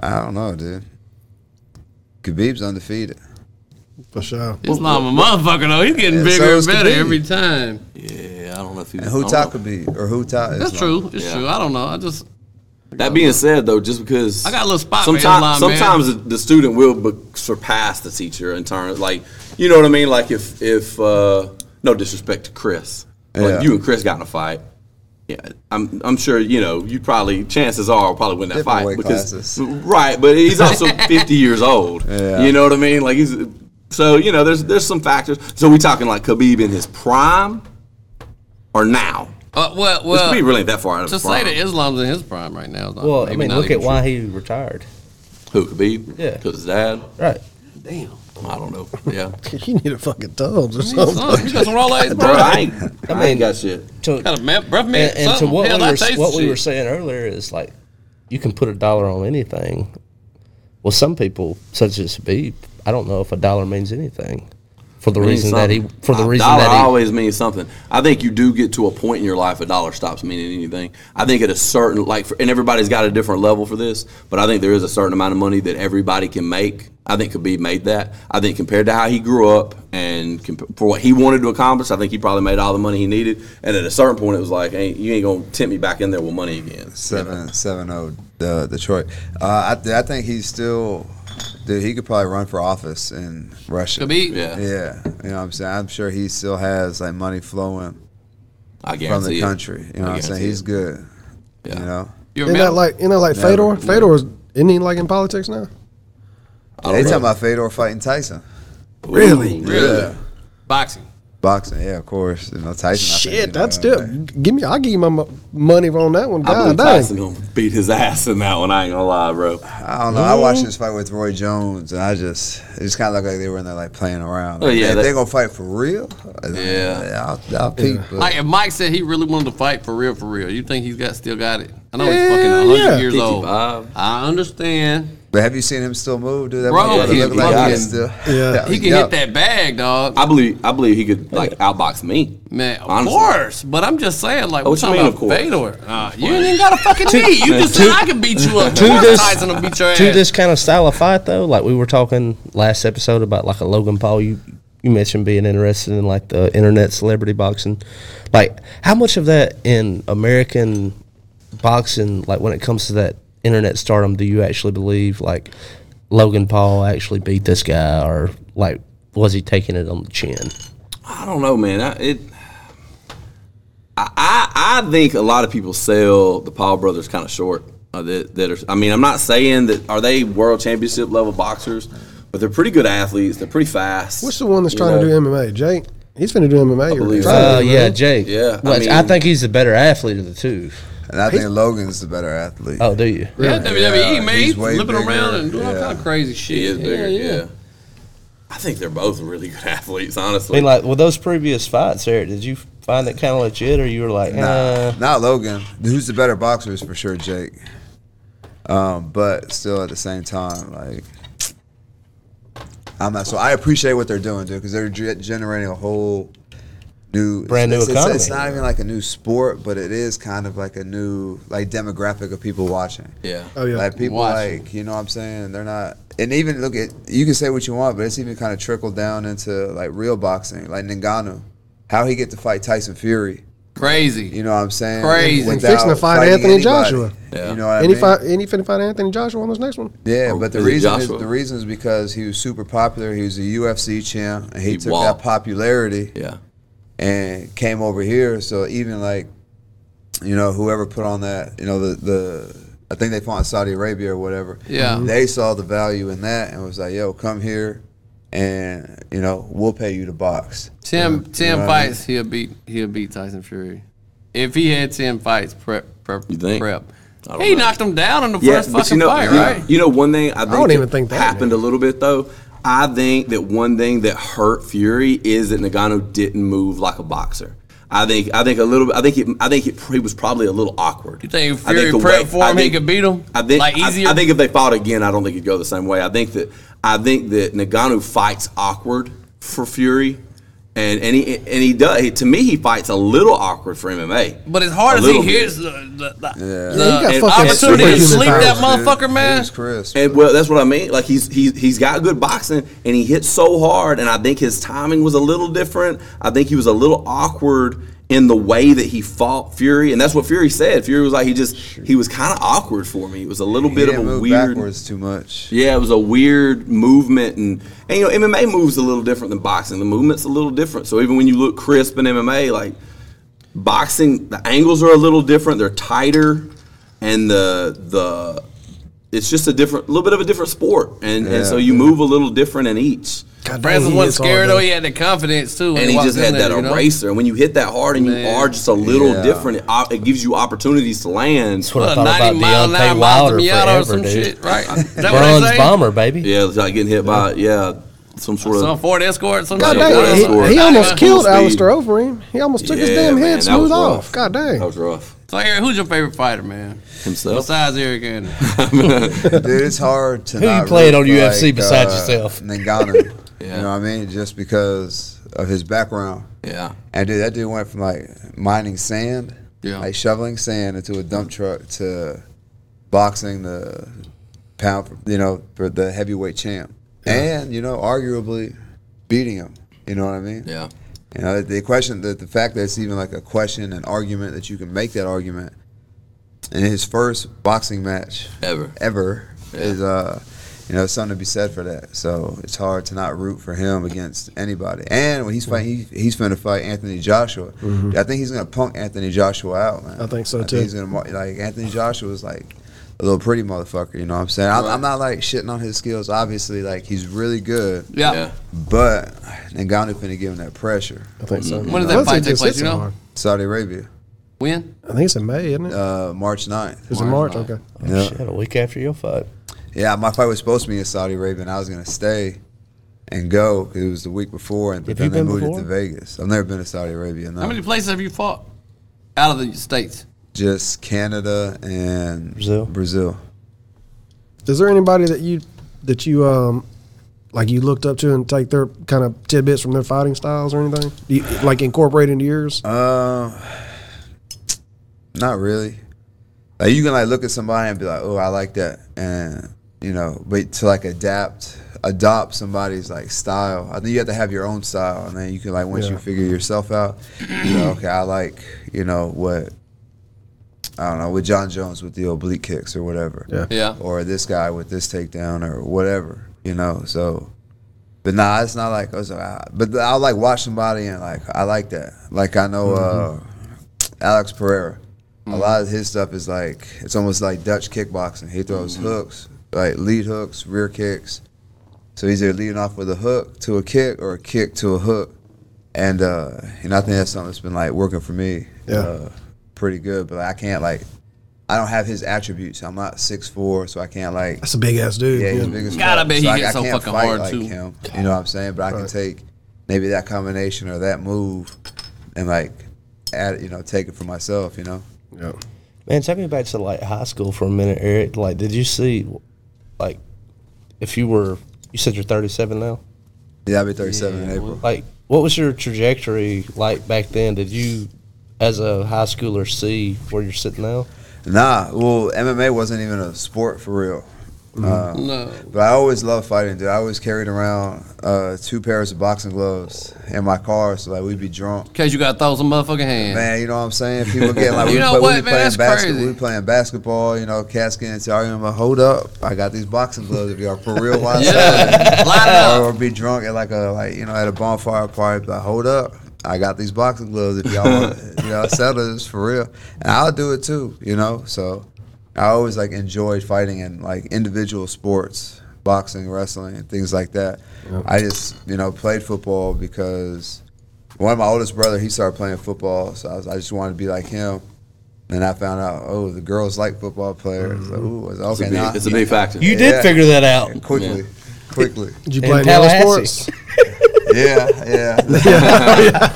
Speaker 4: I don't know, dude. Khabib's undefeated.
Speaker 5: For sure.
Speaker 2: Islam a motherfucker though. He's getting
Speaker 4: Yeah,
Speaker 2: bigger
Speaker 4: so
Speaker 2: and
Speaker 4: is
Speaker 2: better
Speaker 4: Khabib.
Speaker 2: every time.
Speaker 1: yeah, I don't know if he
Speaker 4: And who
Speaker 1: I don't
Speaker 4: taught
Speaker 1: know.
Speaker 4: Khabib or who taught?
Speaker 2: That's
Speaker 4: Islam?
Speaker 2: true. It's
Speaker 1: Yeah.
Speaker 2: true. I don't know. I just
Speaker 1: That being said, though, just because
Speaker 2: I got a little spot for
Speaker 1: sometimes,
Speaker 2: Islam, man.
Speaker 1: sometimes the- the student will be- surpass the teacher in terms, like you know what I mean. Like if if uh, no disrespect to Chris, but
Speaker 4: Yeah.
Speaker 1: you and Chris got in a fight. Yeah, I'm I'm sure you know you probably chances are will probably win that
Speaker 4: Different
Speaker 1: fight
Speaker 4: weight
Speaker 1: because
Speaker 4: classes.
Speaker 1: <laughs> right, but he's
Speaker 4: <laughs>
Speaker 1: also 50 years old.
Speaker 4: Yeah.
Speaker 1: You know what I mean? Like he's so you know there's there's some factors. So we talking like Khabib in his prime or now?
Speaker 2: uh, well,
Speaker 1: Well,
Speaker 2: well,
Speaker 1: Khabib really ain't that far out of
Speaker 2: to
Speaker 1: his
Speaker 2: say
Speaker 1: prime.
Speaker 2: that Islam's in his prime right now. Is not,
Speaker 3: well, I
Speaker 2: maybe
Speaker 3: mean,
Speaker 2: not
Speaker 3: look
Speaker 2: even
Speaker 3: at why he retired.
Speaker 1: Who Khabib?
Speaker 3: Yeah.
Speaker 1: because his dad.
Speaker 3: Right.
Speaker 2: Damn.
Speaker 1: I don't know. Yeah.
Speaker 5: <laughs> You need a fucking tubs or
Speaker 2: Son,
Speaker 5: something.
Speaker 2: you got some raw legs,
Speaker 1: Bro,
Speaker 2: bro.
Speaker 1: I ain't, I
Speaker 3: mean-
Speaker 1: ain't got shit.
Speaker 3: To,
Speaker 2: Got a man, breath mint.
Speaker 3: and, and to
Speaker 2: something.
Speaker 3: what,
Speaker 2: Hell,
Speaker 3: we
Speaker 2: I
Speaker 3: were,
Speaker 2: taste
Speaker 3: what we
Speaker 2: shit.
Speaker 3: were saying earlier is like, you can put a dollar on anything. Well, some people, such as Habib, I don't know if a dollar means anything. For the
Speaker 1: Means
Speaker 3: reason that he,
Speaker 1: something.
Speaker 3: for the
Speaker 1: A
Speaker 3: reason
Speaker 1: dollar
Speaker 3: that he,
Speaker 1: always means something. I think you do get to a point in your life a dollar stops meaning anything. I think at a certain like, for, and everybody's got a different level for this, but I think there is a certain amount of money that everybody can make. I think Khabib made that. I think compared to how he grew up and comp- for what he wanted to accomplish, I think he probably made all the money he needed. And at a certain point, it was like, hey, you ain't gonna tempt me back in there with money again.
Speaker 4: Seven seven oh uh, Detroit. Uh, I th- I think he's still dude. He could probably run for office in Russia.
Speaker 2: Khabib.
Speaker 1: Yeah,
Speaker 4: Yeah, you know what I'm saying. I'm sure he still has like money flowing
Speaker 1: I guarantee
Speaker 4: from the
Speaker 1: it.
Speaker 4: country. You know
Speaker 1: I
Speaker 4: what I'm saying.
Speaker 1: guarantee
Speaker 4: He's
Speaker 1: it.
Speaker 4: good.
Speaker 1: Yeah.
Speaker 4: You know.
Speaker 2: You
Speaker 5: Isn't that
Speaker 2: remember?
Speaker 5: like isn't that like
Speaker 4: Never.
Speaker 5: Fedor? Fedor's isn't he like in politics now?
Speaker 1: I
Speaker 4: they
Speaker 1: don't know.
Speaker 4: talking about Fedor fighting Tyson.
Speaker 1: Really?
Speaker 2: Really?
Speaker 4: Yeah.
Speaker 2: Boxing.
Speaker 4: Boxing. Yeah, of course. You know Tyson. I think, you
Speaker 5: Shit,
Speaker 4: know
Speaker 5: that's
Speaker 4: what I'm
Speaker 5: still give me. I'll give you my mo- money on that one.
Speaker 1: I
Speaker 5: God
Speaker 1: believe
Speaker 5: dang.
Speaker 1: Tyson gonna beat his ass in that one. I ain't gonna lie, bro.
Speaker 4: I don't know. I watched this fight with Roy Jones, and I just it just kind of looked like they were in there like playing around.
Speaker 1: Oh,
Speaker 4: Like,
Speaker 1: yeah,
Speaker 4: if
Speaker 1: that-
Speaker 4: they gonna fight for real.
Speaker 1: Yeah.
Speaker 4: I'll, I'll peep. but-
Speaker 2: Like if Mike said he really wanted to fight for real, for real, you think he's got still got it? I know he's
Speaker 5: Hell
Speaker 2: fucking 100
Speaker 5: yeah.
Speaker 2: years old.
Speaker 1: 55.
Speaker 2: I understand.
Speaker 4: But have you seen him still move, dude? That
Speaker 2: Bro,
Speaker 4: motherfucker
Speaker 2: he
Speaker 4: look like
Speaker 2: fucking-
Speaker 4: he
Speaker 3: <laughs>
Speaker 4: is still.
Speaker 5: Yeah.
Speaker 2: He can hit that bag, dog.
Speaker 1: I believe I believe he could like outbox me.
Speaker 2: Man, of
Speaker 1: Honestly.
Speaker 2: course. But I'm just saying, like,
Speaker 1: Oh,
Speaker 2: we're
Speaker 1: what you
Speaker 2: talking
Speaker 1: mean,
Speaker 2: about
Speaker 1: of course?
Speaker 2: Fedor. Uh, you ain't even got a fucking knee. You just said I can beat you up. Of
Speaker 3: to
Speaker 2: course
Speaker 3: this-
Speaker 2: Tyson will beat your ass.
Speaker 3: to this kind of style of fight though like we were talking last episode about like a logan paul you you mentioned being interested in like the internet celebrity boxing like how much of that in american boxing like when it comes to that internet stardom do you actually believe like logan paul actually beat this guy or like was he taking it on the chin
Speaker 1: I don't know, man. I, it. I, I I think a lot of people sell the Paul brothers kind of short. Uh, that, that are, I mean, I'm not saying that are they world championship level boxers, but they're pretty good athletes. They're pretty fast.
Speaker 5: What's the one that's
Speaker 1: you
Speaker 5: trying to
Speaker 1: know?
Speaker 5: do MMA? Jake. He's finna do MMA. Or
Speaker 1: believe
Speaker 5: trying to
Speaker 3: uh,
Speaker 5: do
Speaker 3: yeah
Speaker 5: MMA.
Speaker 3: jake
Speaker 1: Yeah, I
Speaker 3: Well, I,
Speaker 1: mean-
Speaker 3: think he's the better athlete of the two.
Speaker 4: And I think Logan's the better athlete.
Speaker 3: Oh, do you
Speaker 2: yeah, WWE, man.
Speaker 4: he's
Speaker 2: He's,
Speaker 4: way
Speaker 2: flipping
Speaker 4: bigger.
Speaker 2: around and doing all
Speaker 4: Yeah.
Speaker 2: kind of crazy shit.
Speaker 1: He is bigger.
Speaker 2: Yeah,
Speaker 1: Yeah,
Speaker 2: yeah.
Speaker 1: I think they're both really good <laughs> athletes.
Speaker 3: I
Speaker 1: Honestly,
Speaker 3: mean, like, with those previous fights, Eric, did you find it kind of legit, or you were like,
Speaker 4: Nah,
Speaker 3: nah?
Speaker 4: not Logan. Who's the better boxer is for sure Jake. Um, but still at the same time, like I'm not. So I appreciate what they're doing, dude, because they're ge- generating a whole new
Speaker 3: Brand new
Speaker 4: it's, it's- It's,
Speaker 3: economy.
Speaker 4: not even like a new sport, but it is kind of like a new like demographic of people watching.
Speaker 1: Yeah.
Speaker 5: Oh yeah.
Speaker 4: Like people
Speaker 2: Watching.
Speaker 4: like you know what I'm saying they're not and even look at you can say what you want but it's even kind of trickled down into like real boxing like Ngannou how he get to fight Tyson Fury
Speaker 2: Crazy.
Speaker 4: you know what I'm saying
Speaker 2: Crazy.
Speaker 4: Without
Speaker 5: Fixing to fight
Speaker 4: fighting
Speaker 5: Anthony
Speaker 4: anybody.
Speaker 5: Joshua.
Speaker 1: Yeah.
Speaker 4: you know what I
Speaker 5: any
Speaker 4: mean?
Speaker 5: fight, any finna fight Anthony Joshua on this next one?
Speaker 4: Yeah,
Speaker 1: Or
Speaker 4: but the
Speaker 1: is it
Speaker 4: reason is
Speaker 1: Joshua?
Speaker 4: the reason is because he was super popular. He was a UFC champ, and he,
Speaker 1: He
Speaker 4: took
Speaker 1: walked.
Speaker 4: that popularity
Speaker 1: Yeah.
Speaker 4: and came over here. So even like, you know, whoever put on that, you know, the the I think they fought in Saudi Arabia or whatever.
Speaker 1: Mm-hmm.
Speaker 2: Yeah.
Speaker 4: they saw the value in that and was like, "Yo, come here, and you know, we'll pay you to box."
Speaker 2: Ten, ten
Speaker 4: know what I mean?
Speaker 2: fights, he'll beat he'll beat Tyson Fury. If he had ten fights prep prep
Speaker 1: You think?
Speaker 2: prep,
Speaker 1: I don't
Speaker 2: he
Speaker 1: know.
Speaker 2: knocked him down in the
Speaker 1: Yeah,
Speaker 2: first
Speaker 1: but you
Speaker 2: fucking
Speaker 1: know,
Speaker 2: fight,
Speaker 1: you,
Speaker 2: right?
Speaker 1: you know, one thing I, think
Speaker 5: don't even think that
Speaker 1: happened a little bit though. I think that one thing that hurt Fury is that Nagano didn't move like a boxer. I think I think a little bit. I think it, I think it, he was probably a little awkward.
Speaker 2: You think if
Speaker 1: I
Speaker 2: Fury
Speaker 1: the
Speaker 2: prepped for
Speaker 1: I
Speaker 2: him, he could beat him?
Speaker 1: I think
Speaker 2: Like,
Speaker 1: I-
Speaker 2: easier?
Speaker 1: I, think if they fought again, I don't think it'd go the same way. I think that I think that Nagano fights awkward for Fury, and and he and he does. to me, he fights a little awkward for MMA.
Speaker 2: But as
Speaker 1: A
Speaker 2: hard as
Speaker 1: little
Speaker 2: he
Speaker 1: bit.
Speaker 2: hits, the, the, the,
Speaker 5: Yeah,
Speaker 2: the
Speaker 5: he got fucking
Speaker 2: opportunity to
Speaker 5: superhuman
Speaker 2: sleep that
Speaker 5: powers,
Speaker 2: motherfucker, man.
Speaker 4: He's Chris.
Speaker 1: And well, that's what I mean. Like he's he's he's got good boxing, and he hits so hard. And I think his timing was a little different. I think he was a little awkward in the way that he fought Fury, and that's what Fury said. Fury was like he just he was kind of awkward for me. It was a little
Speaker 4: He
Speaker 1: bit
Speaker 4: didn't
Speaker 1: of a
Speaker 4: move
Speaker 1: weird.
Speaker 4: backwards too much.
Speaker 1: Yeah, it was a weird movement, and and you know MMA moves a little different than boxing. The movement's a little different. So even when you look crisp in MMA, like boxing, the angles are a little different. They're tighter, and the the it's just a different, little bit of a different sport, and and so
Speaker 4: Yeah.
Speaker 1: you move a little different in each.
Speaker 5: God,
Speaker 2: Francis
Speaker 5: dang,
Speaker 2: wasn't
Speaker 5: he hits hard,
Speaker 2: scared
Speaker 5: though.
Speaker 2: though. He had the confidence too. when
Speaker 1: And he
Speaker 2: walked
Speaker 1: just
Speaker 2: in
Speaker 1: had
Speaker 2: there,
Speaker 1: that
Speaker 2: you know?
Speaker 1: eraser. And when you hit that hard and you
Speaker 2: Man.
Speaker 1: are just a little
Speaker 4: Yeah.
Speaker 1: different, it, op- it gives you opportunities to land.
Speaker 3: That's what I
Speaker 2: A
Speaker 3: thought about
Speaker 2: 90 mile an hour
Speaker 3: Deontay
Speaker 2: Mazda
Speaker 3: Wilder
Speaker 2: Miata
Speaker 3: forever,
Speaker 2: or some
Speaker 3: dude.
Speaker 2: shit, right? Is that what they
Speaker 3: Bronze
Speaker 2: say?
Speaker 3: bomber, baby.
Speaker 1: <laughs> Yeah, it's like getting hit by yeah some sort of
Speaker 2: Some Ford Escort, some
Speaker 5: God
Speaker 2: shit.
Speaker 1: Yeah,
Speaker 5: dang,
Speaker 1: that's
Speaker 5: he-
Speaker 1: what-
Speaker 5: he, almost
Speaker 1: that's
Speaker 5: killed
Speaker 1: what speed.
Speaker 5: Alistair over him. He almost took his
Speaker 1: Yeah,
Speaker 5: damn
Speaker 1: man,
Speaker 5: head
Speaker 1: that
Speaker 5: smooth
Speaker 1: was rough.
Speaker 5: off. God
Speaker 1: That
Speaker 5: dang.
Speaker 1: was rough.
Speaker 2: So, Eric, who's your favorite fighter, man?
Speaker 1: Himself.
Speaker 2: Besides Eric Anderson.
Speaker 3: <laughs>
Speaker 4: Dude, it's hard to.
Speaker 3: Who you
Speaker 4: not
Speaker 3: playing
Speaker 4: root
Speaker 3: on
Speaker 4: for,
Speaker 3: UFC
Speaker 4: like,
Speaker 3: besides
Speaker 4: uh,
Speaker 3: yourself?
Speaker 4: Ngannou.
Speaker 1: Yeah.
Speaker 4: You know what I mean? Just because of his background.
Speaker 1: Yeah.
Speaker 4: And dude, that dude went from like mining sand,
Speaker 2: Yeah.
Speaker 4: like shoveling sand into a dump truck to boxing the pound, for, you know, for the heavyweight champ, and you know, arguably beating him. You know what I mean?
Speaker 1: Yeah.
Speaker 4: You know, the question, the, the fact that it's even like a question, an argument that you can make that argument in his first boxing match
Speaker 1: Ever.
Speaker 4: ever is uh you know something to be said for that. So it's hard to not root for him against anybody. And when he's fighting, he, he's going to fight Anthony Joshua. I think he's going to punk Anthony Joshua out, man.
Speaker 5: Mm-hmm. I think so, too.
Speaker 4: he's going to like Anthony Joshua is like a little pretty motherfucker. You know what I'm saying? I, I'm not like shitting on his skills. Obviously, like he's really good,
Speaker 2: Yeah.
Speaker 1: Yeah.
Speaker 4: but Ngannou finna give him that pressure.
Speaker 5: I think so.
Speaker 2: When does that
Speaker 5: Plus, he
Speaker 2: fight take
Speaker 5: just
Speaker 2: place,
Speaker 5: hits
Speaker 2: you
Speaker 5: him
Speaker 2: know?
Speaker 5: hard.
Speaker 4: Saudi Arabia,
Speaker 2: When?
Speaker 5: I think it's in May, isn't it?
Speaker 4: uh, March uh, 9th.
Speaker 5: it's in March. Okay.
Speaker 3: Oh,
Speaker 4: Yeah.
Speaker 3: Shit, a week after your fight.
Speaker 4: Yeah, my fight was supposed to be in Saudi Arabia, and I was gonna stay and go 'cause it was the week before, and but
Speaker 3: Have you
Speaker 4: then they
Speaker 3: been
Speaker 4: moved
Speaker 3: before?
Speaker 4: it to Vegas. I've never been to Saudi Arabia. No,
Speaker 2: How many places have you fought out of the states?
Speaker 4: just Canada and
Speaker 3: Brazil.
Speaker 4: Brazil.
Speaker 5: Is there anybody that you that you um like you looked up to and take their kind of tidbits from their fighting styles or anything? Do you, like incorporate into yours?
Speaker 4: Um, not really. Like you can like look at somebody and be like, "Oh, I like that," and you know, but to like adapt, adopt somebody's like style. I think you have to have your own style, and then you can like once
Speaker 5: Yeah.
Speaker 4: you figure yourself out, you know, okay, I like you know what. I don't know with John Jones with the oblique kicks or whatever,
Speaker 5: Yeah.
Speaker 2: Yeah.
Speaker 4: or this guy with this takedown or whatever, you know. So but nah, it's not like. It's, uh, but I like watch somebody and like I like that. Like I know uh, Alex Pereira. A lot of his stuff is like it's almost like Dutch kickboxing. He throws hooks, like lead hooks, rear kicks. So he's either leading off with a hook to a kick or a kick to a hook. And uh, and I think that's something that's been like working for me.
Speaker 5: Yeah.
Speaker 4: Uh, pretty good, but I can't like. I don't have his attributes. I'm not six four, so I can't like
Speaker 5: That's a big ass dude.
Speaker 4: yeah,
Speaker 5: Yeah.
Speaker 4: he's big as
Speaker 2: God, I
Speaker 4: fuck.
Speaker 2: bet he
Speaker 4: I-
Speaker 2: hits
Speaker 4: I
Speaker 2: so
Speaker 4: can't
Speaker 2: fucking
Speaker 4: fight
Speaker 2: hard,
Speaker 4: like
Speaker 2: too.
Speaker 4: Him, you know what I'm saying? But I can take maybe that combination or that move and like add, you know, take it for myself. You know,
Speaker 5: Yeah.
Speaker 3: Man, take me back to like high school for a minute, Eric. Like, did you see, like, if you were, you said you're 37 now.
Speaker 4: Yeah, I'll be 37 in April.
Speaker 3: Like, what was your trajectory like back then? Did you, as a high schooler, see where you're sitting now?
Speaker 4: Nah, well, MMA wasn't even a sport for real. Uh,
Speaker 2: No.
Speaker 4: But I always loved fighting, dude. I always carried around uh, two pairs of boxing gloves in my car, so like we'd be drunk.
Speaker 2: In case you got a thousand motherfucking hands.
Speaker 4: Man, you know what I'm saying?
Speaker 2: <laughs>
Speaker 4: People get like
Speaker 2: You
Speaker 4: we
Speaker 2: know
Speaker 4: play,
Speaker 2: what, man?
Speaker 4: we playing
Speaker 2: That's
Speaker 4: basketball,
Speaker 2: crazy.
Speaker 4: we playing basketball. You know, cats getting into argument. But hold up, I got these boxing gloves. If y'all for
Speaker 2: <laughs>
Speaker 4: real, why?
Speaker 2: Yeah. Line
Speaker 4: or,
Speaker 2: up.
Speaker 4: or be drunk at like a like you know at a bonfire party. But hold up, I got these boxing gloves. If y'all
Speaker 2: <laughs>
Speaker 4: want, if y'all settle this for real, and I'll do it too. You know, so I always like enjoyed fighting in like individual sports, boxing, wrestling, and things like that. I just you know played football because one of my oldest brother he started playing football, so I, was, I just wanted to be like him. And I found out, oh, the girls like football players.
Speaker 5: Mm-hmm.
Speaker 4: So, ooh, it's
Speaker 1: It's a
Speaker 4: okay, now
Speaker 1: big, it's a big factor.
Speaker 3: You
Speaker 4: Yeah.
Speaker 3: did figure that out.
Speaker 4: quickly, quickly.
Speaker 5: Did you
Speaker 3: In
Speaker 5: play any other
Speaker 3: Tallahassee.
Speaker 5: sports?
Speaker 4: yeah, yeah.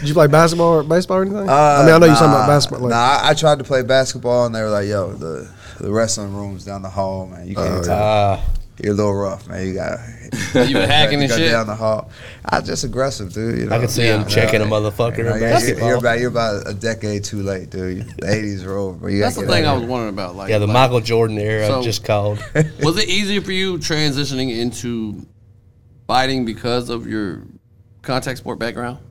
Speaker 5: Did you play basketball or baseball or anything?
Speaker 4: Uh,
Speaker 5: I mean, I know you're talking
Speaker 4: nah,
Speaker 5: about basketball. Like,
Speaker 4: Nah, I, I tried to play basketball, and they were like, "Yo, the the wrestling rooms down the hall, man.
Speaker 5: Oh,
Speaker 4: You can't. talk.
Speaker 3: Ah,
Speaker 4: You're a little rough, man. You got
Speaker 2: You been
Speaker 5: <laughs>
Speaker 2: hacking
Speaker 4: you
Speaker 2: and
Speaker 4: got
Speaker 2: shit.
Speaker 4: down the hall. I was just aggressive, dude. You know?
Speaker 3: I could see
Speaker 2: Yeah.
Speaker 3: him checking a motherfucker
Speaker 4: You know,
Speaker 3: in
Speaker 4: you're, you're,
Speaker 3: basketball.
Speaker 4: you're about you're about a decade too late, dude. The '80s are over. But you
Speaker 2: That's the
Speaker 4: gotta
Speaker 2: thing
Speaker 4: get
Speaker 2: I
Speaker 4: out
Speaker 2: was wondering about. Like,
Speaker 3: yeah, the
Speaker 2: like,
Speaker 3: Michael Jordan era
Speaker 2: So-
Speaker 3: just <laughs> called.
Speaker 2: was it easier for you transitioning into fighting because of your contact sport background?
Speaker 4: of here.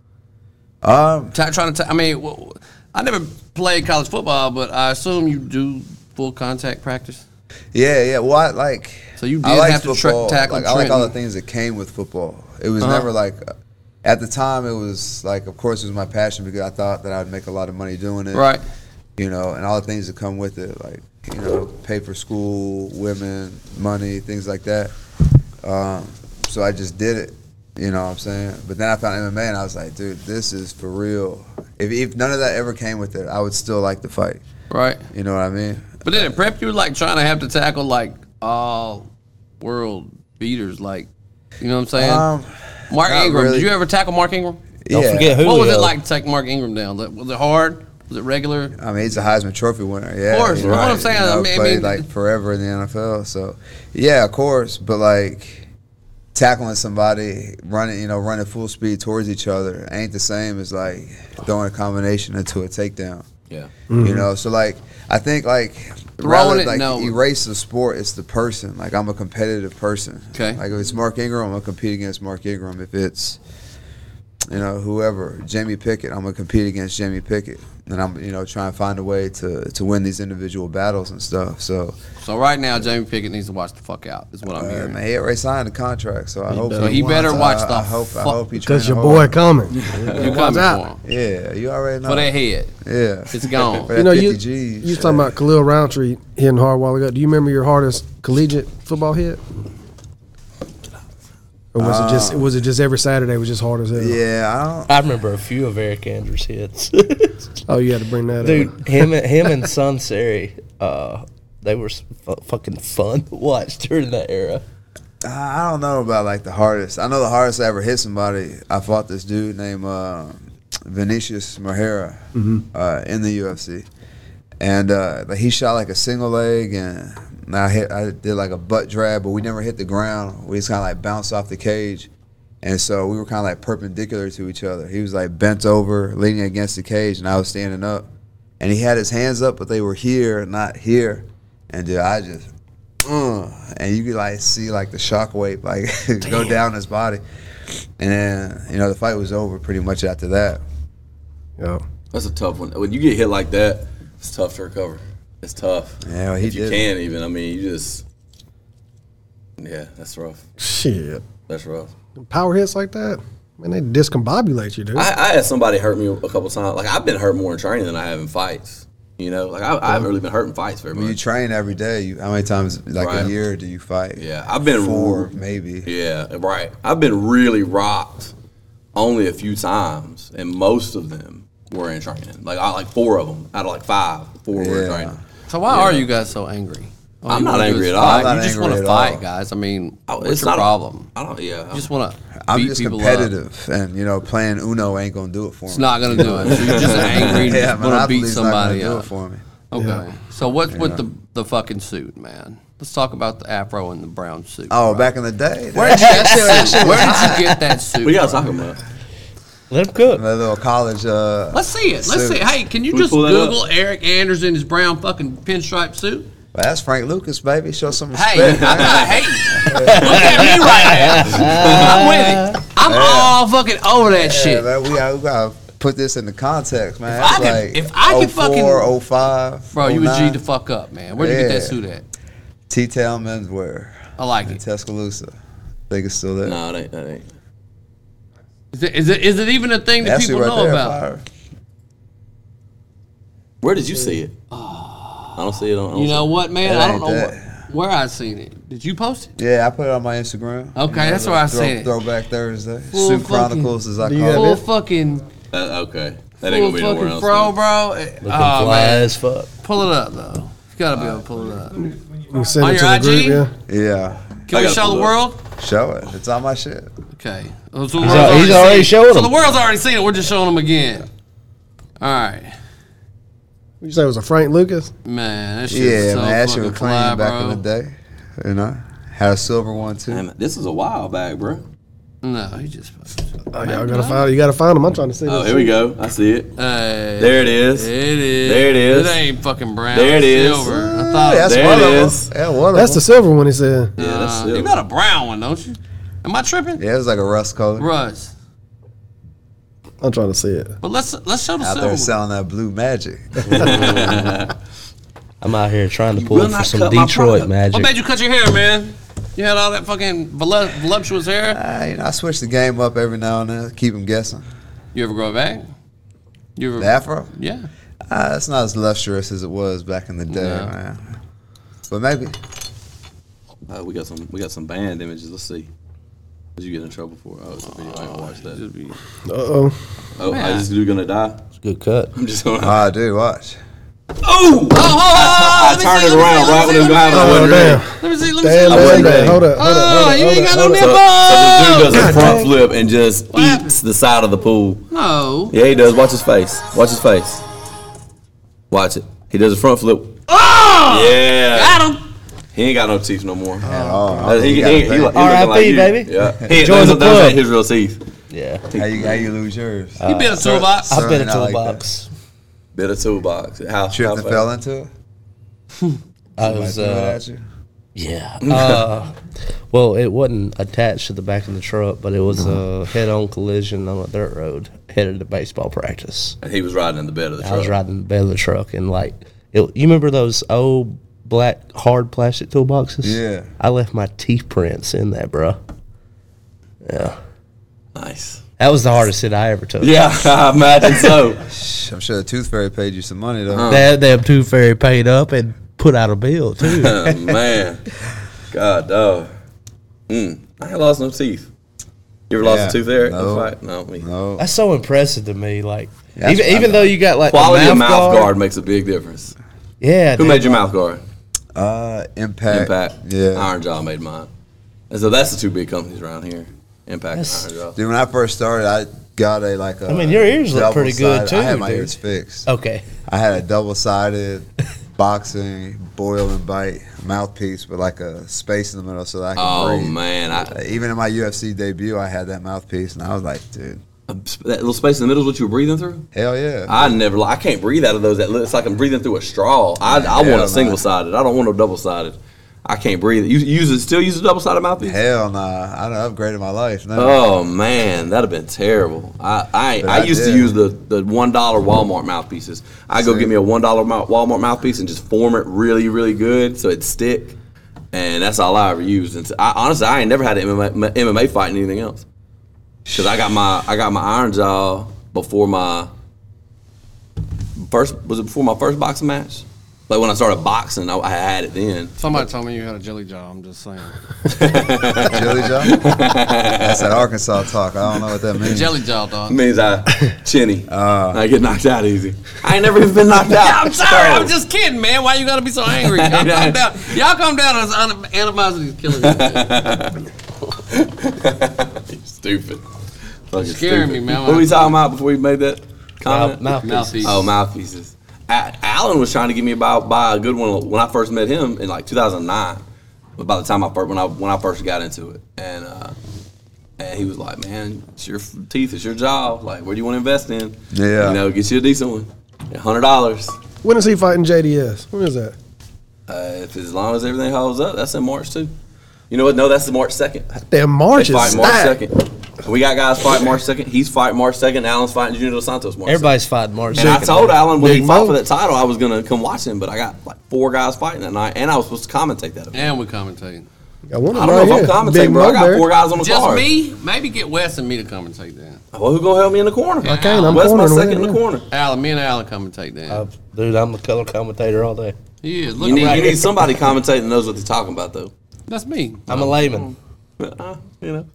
Speaker 4: Um,
Speaker 2: T- trying to, t- I mean, wh- I never played college football, but I assume you do full contact practice.
Speaker 4: Yeah, yeah. Well, I like.
Speaker 2: So you
Speaker 4: I
Speaker 2: did
Speaker 4: liked
Speaker 2: have to tra- tackle
Speaker 4: Like, I like all the
Speaker 2: Trenton.
Speaker 4: things that came with football. It was
Speaker 2: Uh-huh.
Speaker 4: never like. uh, At the time, it was like, of course, it was my passion because I thought that I'd make a lot of money doing it.
Speaker 2: Right.
Speaker 4: You know, and all the things that come with it, like you know, pay for school, women, money, things like that. Um, so I just did it. You know what I'm saying? But then I found MMA, and I was like, dude, this is for real. If, if none of that ever came with it, I would still like to fight.
Speaker 2: Right.
Speaker 4: You know what I mean?
Speaker 2: But then it prep you like trying to have to tackle like all world beaters, like you know what I'm saying?
Speaker 4: Um,
Speaker 2: Mark
Speaker 4: not
Speaker 2: Ingram.
Speaker 4: really.
Speaker 2: Did you ever tackle Mark Ingram?
Speaker 3: Don't forget who.
Speaker 2: What was it like to take Mark Ingram down? Like, Was it hard? Was it regular?
Speaker 4: I mean, he's a Heisman Trophy winner. Yeah,
Speaker 2: Of course,
Speaker 4: you
Speaker 2: that's what I'm saying.
Speaker 4: You
Speaker 2: I
Speaker 4: know,
Speaker 2: mean- I
Speaker 4: played
Speaker 2: mean-
Speaker 4: like forever in the NFL. So, yeah, of course. But like tackling somebody, running, you know, running full speed towards each other ain't the same as like throwing a combination into a takedown.
Speaker 1: Yeah.
Speaker 2: Mm-hmm.
Speaker 4: You know, so like I think like
Speaker 2: Throwing
Speaker 4: rather
Speaker 2: it,
Speaker 4: like
Speaker 2: no.
Speaker 4: erase the sport, it's the person. Like I'm a competitive person.
Speaker 2: Okay.
Speaker 4: Like if it's Mark Ingram, I'm gonna compete against Mark Ingram. If it's you know, whoever, Jamie Pickett, I'm gonna compete against Jamie Pickett. And I'm, you know, try and find a way to, to win these individual battles and stuff. So
Speaker 2: So right now, Jamie Pickett needs to watch the fuck out. Is what I'm
Speaker 4: uh,
Speaker 2: hearing.
Speaker 4: man, he already signed the contract, so I hope
Speaker 2: better- he
Speaker 4: wins.
Speaker 2: better
Speaker 4: I-
Speaker 2: watch
Speaker 4: I,
Speaker 2: the
Speaker 4: hope
Speaker 2: fuck-
Speaker 4: I hope he
Speaker 5: Cause your
Speaker 4: trained
Speaker 5: boy
Speaker 4: hard.
Speaker 5: coming.
Speaker 2: You coming for him?
Speaker 4: Yeah, you already know.
Speaker 2: For that head,
Speaker 4: yeah.
Speaker 2: it's
Speaker 4: <laughs>
Speaker 2: gone.
Speaker 4: For
Speaker 5: You
Speaker 4: that
Speaker 5: know, you,
Speaker 4: 50 G's.
Speaker 5: you was talking about Khalil Roundtree hitting hard a while ago. Do you remember your hardest collegiate football hit? Or was it just was it just every Saturday was just hard as hell?
Speaker 4: Uh, Yeah, I don't.
Speaker 3: I remember a few of Eric Andrews' hits. <laughs>
Speaker 5: Oh, you had to bring that up.
Speaker 3: Dude, him and him and Son Seri, uh, they were s- fu- fucking fun to watch during that era.
Speaker 4: I I don't know about like the hardest. I know the hardest I ever hit somebody. I fought this dude named uh, Vinicius Mejera uh, in the UFC, and uh, like, he shot like a single leg, and I hit. I did like a butt drag, but we never hit the ground. We just kind of like bounced off the cage, and so we were kind of like perpendicular to each other. He was like bent over, leaning against the cage, and I was standing up, and he had his hands up, but they were here, not here, and dude, I just uh, and you could like see like the shockwave like <laughs> go down his body. And then you know the fight was over pretty much after that.
Speaker 5: Yeah.
Speaker 1: That's a tough one. When you get hit like that, it's tough to recover. It's tough.
Speaker 4: Yeah, well, he
Speaker 1: if you
Speaker 4: did.
Speaker 1: can even. I mean, you just. Yeah, that's rough.
Speaker 5: Shit.
Speaker 1: That's rough.
Speaker 5: Power hits like that, man, they discombobulate you, dude.
Speaker 1: I, I had somebody hurt me a couple times. Like I've been hurt more in training than I have in fights. You know, like I, I haven't really been hurt in fights very
Speaker 4: When you
Speaker 1: much.
Speaker 4: train every day, you how many times like
Speaker 1: Right.
Speaker 4: a year do you fight?
Speaker 1: Yeah, I've been
Speaker 4: four maybe.
Speaker 1: Yeah, right. I've been really rocked only a few times, and most of them were in training. Like I like four of them out of like five, four were in
Speaker 4: Yeah.
Speaker 1: training.
Speaker 2: So why are you guys so angry? All
Speaker 1: I'm
Speaker 2: you
Speaker 1: not
Speaker 2: wanna do
Speaker 1: angry
Speaker 2: is
Speaker 1: at all.
Speaker 2: fight.
Speaker 1: I'm
Speaker 4: not
Speaker 2: You just
Speaker 4: angry
Speaker 2: want to
Speaker 4: at
Speaker 2: fight,
Speaker 4: all.
Speaker 2: guys. I mean,
Speaker 1: Oh,
Speaker 2: what's
Speaker 1: it's
Speaker 2: your
Speaker 1: not a-
Speaker 2: problem?
Speaker 1: I don't. Yeah,
Speaker 2: You just want to.
Speaker 4: I'm
Speaker 2: beat
Speaker 4: just
Speaker 2: people Up.
Speaker 4: competitive, and you know playing Uno ain't gonna do it for me.
Speaker 2: It's not gonna
Speaker 4: <laughs>
Speaker 2: do it. So you're just angry. and
Speaker 4: yeah,
Speaker 2: just want to beat
Speaker 4: Monopoly's not gonna
Speaker 2: somebody
Speaker 4: do it
Speaker 2: up.
Speaker 4: for me.
Speaker 2: Okay. So what's with the the fucking suit, man. Let's talk about the afro and the brown suit.
Speaker 4: Oh,
Speaker 2: bro.
Speaker 4: back in the day,
Speaker 2: where did you, that suit- where did you get that
Speaker 4: <laughs>
Speaker 2: suit?
Speaker 1: We gotta
Speaker 2: bro?
Speaker 1: talk about.
Speaker 3: Let him cook.
Speaker 4: that little college. Uh,
Speaker 2: Let's see it. Let's see.
Speaker 4: Suits.
Speaker 2: it. Hey, can you
Speaker 1: Can we
Speaker 2: just
Speaker 1: pull that up?
Speaker 2: Google Eric Anders in his brown fucking pinstripe suit?
Speaker 4: well, that's Frank Lucas, baby. Show some respect.
Speaker 2: Hey, I'm
Speaker 4: <laughs>
Speaker 2: not hating. Look at me right now. I'm with it. I'm all fucking over that
Speaker 4: Yeah,
Speaker 2: shit.
Speaker 4: man, we gotta, we gotta put this into context, man.
Speaker 2: If I
Speaker 4: That's
Speaker 2: could-
Speaker 4: like
Speaker 2: if I could fucking-
Speaker 4: 04, 05,
Speaker 2: Bro, you was
Speaker 4: 09.
Speaker 2: G the fuck up, man. Where'd you get that
Speaker 4: Yeah.
Speaker 2: suit at?
Speaker 4: T-Town Menswear
Speaker 2: I like
Speaker 4: in
Speaker 2: it.
Speaker 4: Tuscaloosa. think it's still there.
Speaker 1: No, it ain't. That ain't.
Speaker 2: Is it, is it, is it even a thing that
Speaker 4: That
Speaker 2: people
Speaker 4: suit right
Speaker 2: know
Speaker 4: there,
Speaker 2: about?
Speaker 4: fire.
Speaker 1: Where did you see it? I don't see it on. I don't
Speaker 2: You
Speaker 1: see
Speaker 2: know
Speaker 1: it.
Speaker 2: what, man?
Speaker 4: It
Speaker 2: I don't
Speaker 4: ain't
Speaker 2: know
Speaker 4: that.
Speaker 2: what, where I seen it. Did you post it?
Speaker 4: Yeah, I put it on my Instagram.
Speaker 2: Okay, that's where I seen it.
Speaker 4: Throwback Thursday.
Speaker 2: Full
Speaker 4: Suit
Speaker 2: fucking-
Speaker 4: Chronicles, as I
Speaker 5: Do
Speaker 4: call
Speaker 5: you
Speaker 4: it.
Speaker 5: have
Speaker 2: Full
Speaker 5: it?
Speaker 2: fucking,
Speaker 1: That, okay. That ain't gonna be
Speaker 2: full
Speaker 1: nowhere
Speaker 2: fucking
Speaker 1: else.
Speaker 2: fro,
Speaker 1: man.
Speaker 2: bro.
Speaker 3: Looking
Speaker 2: Oh,
Speaker 3: fly
Speaker 2: man.
Speaker 3: as fuck.
Speaker 2: Pull it up, though. You gotta be able to pull it up.
Speaker 5: We send
Speaker 2: On
Speaker 5: it to
Speaker 2: your
Speaker 5: the group.
Speaker 2: IG?
Speaker 5: Yeah.
Speaker 4: Yeah,
Speaker 2: Can
Speaker 1: I
Speaker 2: we
Speaker 1: gotta
Speaker 2: show
Speaker 1: pull
Speaker 2: the
Speaker 1: it up.
Speaker 2: world?
Speaker 4: show it. It's on my shit.
Speaker 2: Okay. Oh, So the
Speaker 3: al-
Speaker 2: world's
Speaker 3: he's already
Speaker 2: seen it.
Speaker 3: showing
Speaker 2: So the
Speaker 3: them.
Speaker 2: world's already seen it. We're just showing them again. All right.
Speaker 5: You say it was a Frank Lucas?
Speaker 2: Man, that shit was
Speaker 4: Yeah,
Speaker 2: so
Speaker 4: man, that shit was
Speaker 2: fucking
Speaker 4: clean
Speaker 2: fly,
Speaker 4: back
Speaker 2: bro.
Speaker 4: in the day. You know, had a silver one too.
Speaker 1: Damn it, this is a while back, bro.
Speaker 2: No, he just. fucking-
Speaker 5: Oh, y'all gotta find. You gotta find him. I'm trying to see.
Speaker 1: Oh,
Speaker 5: this
Speaker 1: here we go. I see it.
Speaker 2: Hey,
Speaker 1: There it is.
Speaker 2: It is.
Speaker 1: There it is.
Speaker 2: It ain't fucking brown.
Speaker 1: There it is.
Speaker 2: Silver. I
Speaker 4: Oh,
Speaker 2: thought.
Speaker 4: that's
Speaker 1: There
Speaker 4: one
Speaker 1: it
Speaker 4: of them.
Speaker 1: is.
Speaker 4: Yeah, one
Speaker 5: That's the
Speaker 4: of
Speaker 5: silver one. He said.
Speaker 1: Yeah, that's
Speaker 2: uh,
Speaker 1: it.
Speaker 2: you got a brown one, don't you? Am I tripping?
Speaker 4: them. Yeah, it was like a rust color.
Speaker 2: Russ.
Speaker 5: I'm trying to see it.
Speaker 2: But let's let's show the
Speaker 4: Out
Speaker 2: silver.
Speaker 4: there
Speaker 2: one.
Speaker 4: selling that blue magic.
Speaker 3: I'm out here trying to
Speaker 1: You
Speaker 3: pull
Speaker 1: will
Speaker 3: for
Speaker 1: not
Speaker 3: some
Speaker 1: cut my
Speaker 3: Detroit
Speaker 1: product.
Speaker 3: magic.
Speaker 2: What made you cut your hair, man? You had all that fucking volu- voluptuous hair.
Speaker 4: Ah, you know, I switch the game up every now and then, keep them guessing.
Speaker 2: You ever grow it back? You ever?
Speaker 4: The afro,
Speaker 2: Yeah.
Speaker 4: ah, it's not as lustrous as it was back in the day,
Speaker 2: No.
Speaker 4: man. But maybe
Speaker 1: Uh, we got some. We got some band images. Let's see. Did you get in trouble for? Oh, it's a video. I ain't gonna watch that.
Speaker 2: Just be-
Speaker 5: Uh oh.
Speaker 1: Oh, I
Speaker 2: Man.
Speaker 1: just you gonna die. <laughs>
Speaker 3: Good cut.
Speaker 1: I'm just gonna.
Speaker 4: ah, dude, watch.
Speaker 1: oh!
Speaker 2: Oh, oh, oh,
Speaker 1: I
Speaker 2: let me
Speaker 1: turned
Speaker 2: see,
Speaker 1: it
Speaker 2: let me
Speaker 1: around
Speaker 2: see,
Speaker 1: right when it was
Speaker 2: let me
Speaker 1: going
Speaker 2: see,
Speaker 1: to
Speaker 5: Oh, damn.
Speaker 2: Let me see. Let me see. Let
Speaker 5: Damn,
Speaker 2: me
Speaker 5: damn,
Speaker 2: see.
Speaker 1: wasn't
Speaker 5: damn.
Speaker 1: ready.
Speaker 5: Hold up. Hold up.
Speaker 2: Oh,
Speaker 5: Hold
Speaker 2: you
Speaker 5: up.
Speaker 2: ain't got
Speaker 5: Hold
Speaker 2: no
Speaker 5: up.
Speaker 1: So, so this dude
Speaker 2: nipples.
Speaker 1: does a front flip and just
Speaker 2: happened?
Speaker 1: eats the side of the pool.
Speaker 2: No.
Speaker 1: Yeah, he does. Watch his face. Watch his face. Watch it. He does a front flip.
Speaker 2: Oh!
Speaker 1: Yeah.
Speaker 2: Got him.
Speaker 1: He ain't got no teeth no more.
Speaker 4: Oh,
Speaker 1: Uh, he,
Speaker 4: you
Speaker 1: he,
Speaker 4: got
Speaker 1: he,
Speaker 4: it,
Speaker 1: he,
Speaker 4: baby.
Speaker 1: look- he looking like
Speaker 3: R.I.P.,
Speaker 1: you.
Speaker 3: baby.
Speaker 1: Yeah. He,
Speaker 3: Join
Speaker 1: those,
Speaker 3: the
Speaker 1: those
Speaker 3: club.
Speaker 1: ain't his real teeth.
Speaker 3: Yeah.
Speaker 4: how you how you lose yours?
Speaker 2: You been a toolbox.
Speaker 3: I've been a
Speaker 4: Something I like
Speaker 3: toolbox.
Speaker 1: Bit of toolbox. How, how
Speaker 4: Tripped and
Speaker 1: fast?
Speaker 4: fell into it.
Speaker 3: I was,
Speaker 4: Threw it
Speaker 3: uh,
Speaker 4: at you.
Speaker 3: yeah. <laughs> Uh, well, it wasn't attached to the back of the truck, but it was a head on collision on a dirt road headed to baseball practice.
Speaker 1: He was riding in the bed of the
Speaker 3: I was
Speaker 1: truck.
Speaker 3: riding in the bed of the truck and, like, it, you remember those old black hard plastic toolboxes?
Speaker 4: Yeah.
Speaker 3: I left my teeth prints in that, bruh. Yeah.
Speaker 1: Nice.
Speaker 3: That was the hardest hit I ever took.
Speaker 1: Yeah, <laughs> I imagine so.
Speaker 4: I'm sure the tooth fairy paid you some money though.
Speaker 1: Uh-huh.
Speaker 3: That damn tooth fairy paid up and put out a bill, too.
Speaker 1: Oh, <laughs> man. God, dog. Mm. I ain't lost no teeth. You ever lost
Speaker 4: Yeah.
Speaker 1: a tooth there? in a
Speaker 4: No.
Speaker 1: fight? No, me.
Speaker 4: No,
Speaker 3: That's so impressive to me. Like,
Speaker 4: That's
Speaker 3: even,
Speaker 4: what I
Speaker 3: even though you got like the
Speaker 1: Quality of mouth guard.
Speaker 3: guard.
Speaker 1: makes a big difference.
Speaker 3: Yeah.
Speaker 1: Who
Speaker 3: dude.
Speaker 1: made your mouth guard?
Speaker 4: uh, impact.
Speaker 1: Impact.
Speaker 4: Yeah.
Speaker 1: Iron Jaw made mine. And so that's the two big companies around here. Impact
Speaker 3: That's-
Speaker 1: and Iron Jaw.
Speaker 4: Dude, when I first started, I got a like a.
Speaker 3: I mean, your ears look pretty good,
Speaker 4: double-sided- I had
Speaker 3: too,
Speaker 4: my
Speaker 3: dude.
Speaker 4: ears fixed.
Speaker 3: Okay.
Speaker 4: I had a double sided boxing boil and bite mouthpiece with like a space in the middle so that I could
Speaker 1: Oh
Speaker 4: breathe.
Speaker 1: man, I,
Speaker 4: Like, Even in my UFC debut, I had that mouthpiece, and I was like, dude,
Speaker 1: that little space in the middle is what you were breathing through.
Speaker 4: hell yeah.
Speaker 1: I never, I can't breathe out of those. That looks like I'm breathing through a straw. I, I
Speaker 4: Hell
Speaker 1: want
Speaker 4: no.
Speaker 1: a single sided. I don't want a double sided. I can't breathe. You use it, still use a double sided mouthpiece.
Speaker 4: hell nah. I done upgraded my life. No.
Speaker 1: Oh man, that'd have been terrible. I I,
Speaker 4: But
Speaker 1: I
Speaker 4: I
Speaker 1: used
Speaker 4: did.
Speaker 1: to use the, the one dollar Walmart mouthpieces. I go
Speaker 4: See?
Speaker 1: get me a one dollar Walmart mouthpiece and just form it really really good so it stick, and that's all I ever used. And so I honestly I ain't never had an MMA, MMA fight and anything else, because I got my I got my iron jaw before my first was it before my first boxing match. Like when I started boxing, I, I had it then.
Speaker 2: Somebody told me you had a jelly jaw. I'm just saying.
Speaker 4: Jelly
Speaker 1: <laughs>
Speaker 4: jaw? That's that Arkansas talk. I don't know what that means.
Speaker 2: Jelly jaw, dog.
Speaker 1: means I
Speaker 2: <laughs>
Speaker 1: chinny. I get knocked out easy. I ain't never even been knocked out.
Speaker 2: Ah. <laughs> I'm sorry.
Speaker 1: So-
Speaker 2: I'm just kidding, man. Why you gotta be so <laughs> angry? Y'all come down. Y'all come down as un- animosity is killing <laughs> me.
Speaker 1: Stupid. Fucking
Speaker 2: scaring me, man.
Speaker 1: What were we talking about before we made that comment?
Speaker 3: Mouth- mouthpiece.
Speaker 2: Mouthpiece.
Speaker 1: Oh, mouthpieces. I, I Colin was trying to get me about buy a good one when I first met him in like 2009. But by the time I first when I when I first got into it, and uh, and he was like, "Man, it's your f- teeth, it's your jaw. Like, where do you want to invest in?
Speaker 4: Yeah.
Speaker 1: you know, get you a decent one, hundred dollars.
Speaker 5: When is he fighting JDS? When is that?
Speaker 1: Uh, if as long as everything holds up, that's in March too. You know what? No, that's March second.
Speaker 5: Damn, March
Speaker 1: They
Speaker 5: is
Speaker 1: fight March
Speaker 5: stacked.
Speaker 1: second. We got guys fighting March second. He's fighting March second. Alan's fighting Junior Dos Santos March.
Speaker 3: Everybody's fighting March.
Speaker 1: And I
Speaker 3: 2nd.
Speaker 1: told Alan when he
Speaker 5: Big
Speaker 1: fought
Speaker 5: Mo.
Speaker 1: for that title, I was gonna come watch him, but I got like four guys fighting that night, and I was supposed to commentate that. Event.
Speaker 2: And we commentating.
Speaker 5: I wonder
Speaker 1: I don't know if I'm commentating, bro. I got four guys on the
Speaker 2: Just
Speaker 1: card.
Speaker 2: me? Maybe get Wes and me to commentate that.
Speaker 1: Well, who gonna help me in the corner?
Speaker 2: I can't,
Speaker 5: I'm
Speaker 1: Wes my
Speaker 5: cornering with
Speaker 1: second
Speaker 5: it,
Speaker 1: in the
Speaker 5: yeah.
Speaker 1: corner.
Speaker 2: Alan, me and Alan commentate that.
Speaker 3: Uh, dude, I'm the color commentator all day.
Speaker 2: he is. Look
Speaker 1: You need, you
Speaker 2: right.
Speaker 1: need somebody commentating that knows what they're talking about, though.
Speaker 2: That's me.
Speaker 3: I'm a layman.
Speaker 1: Uh, you know.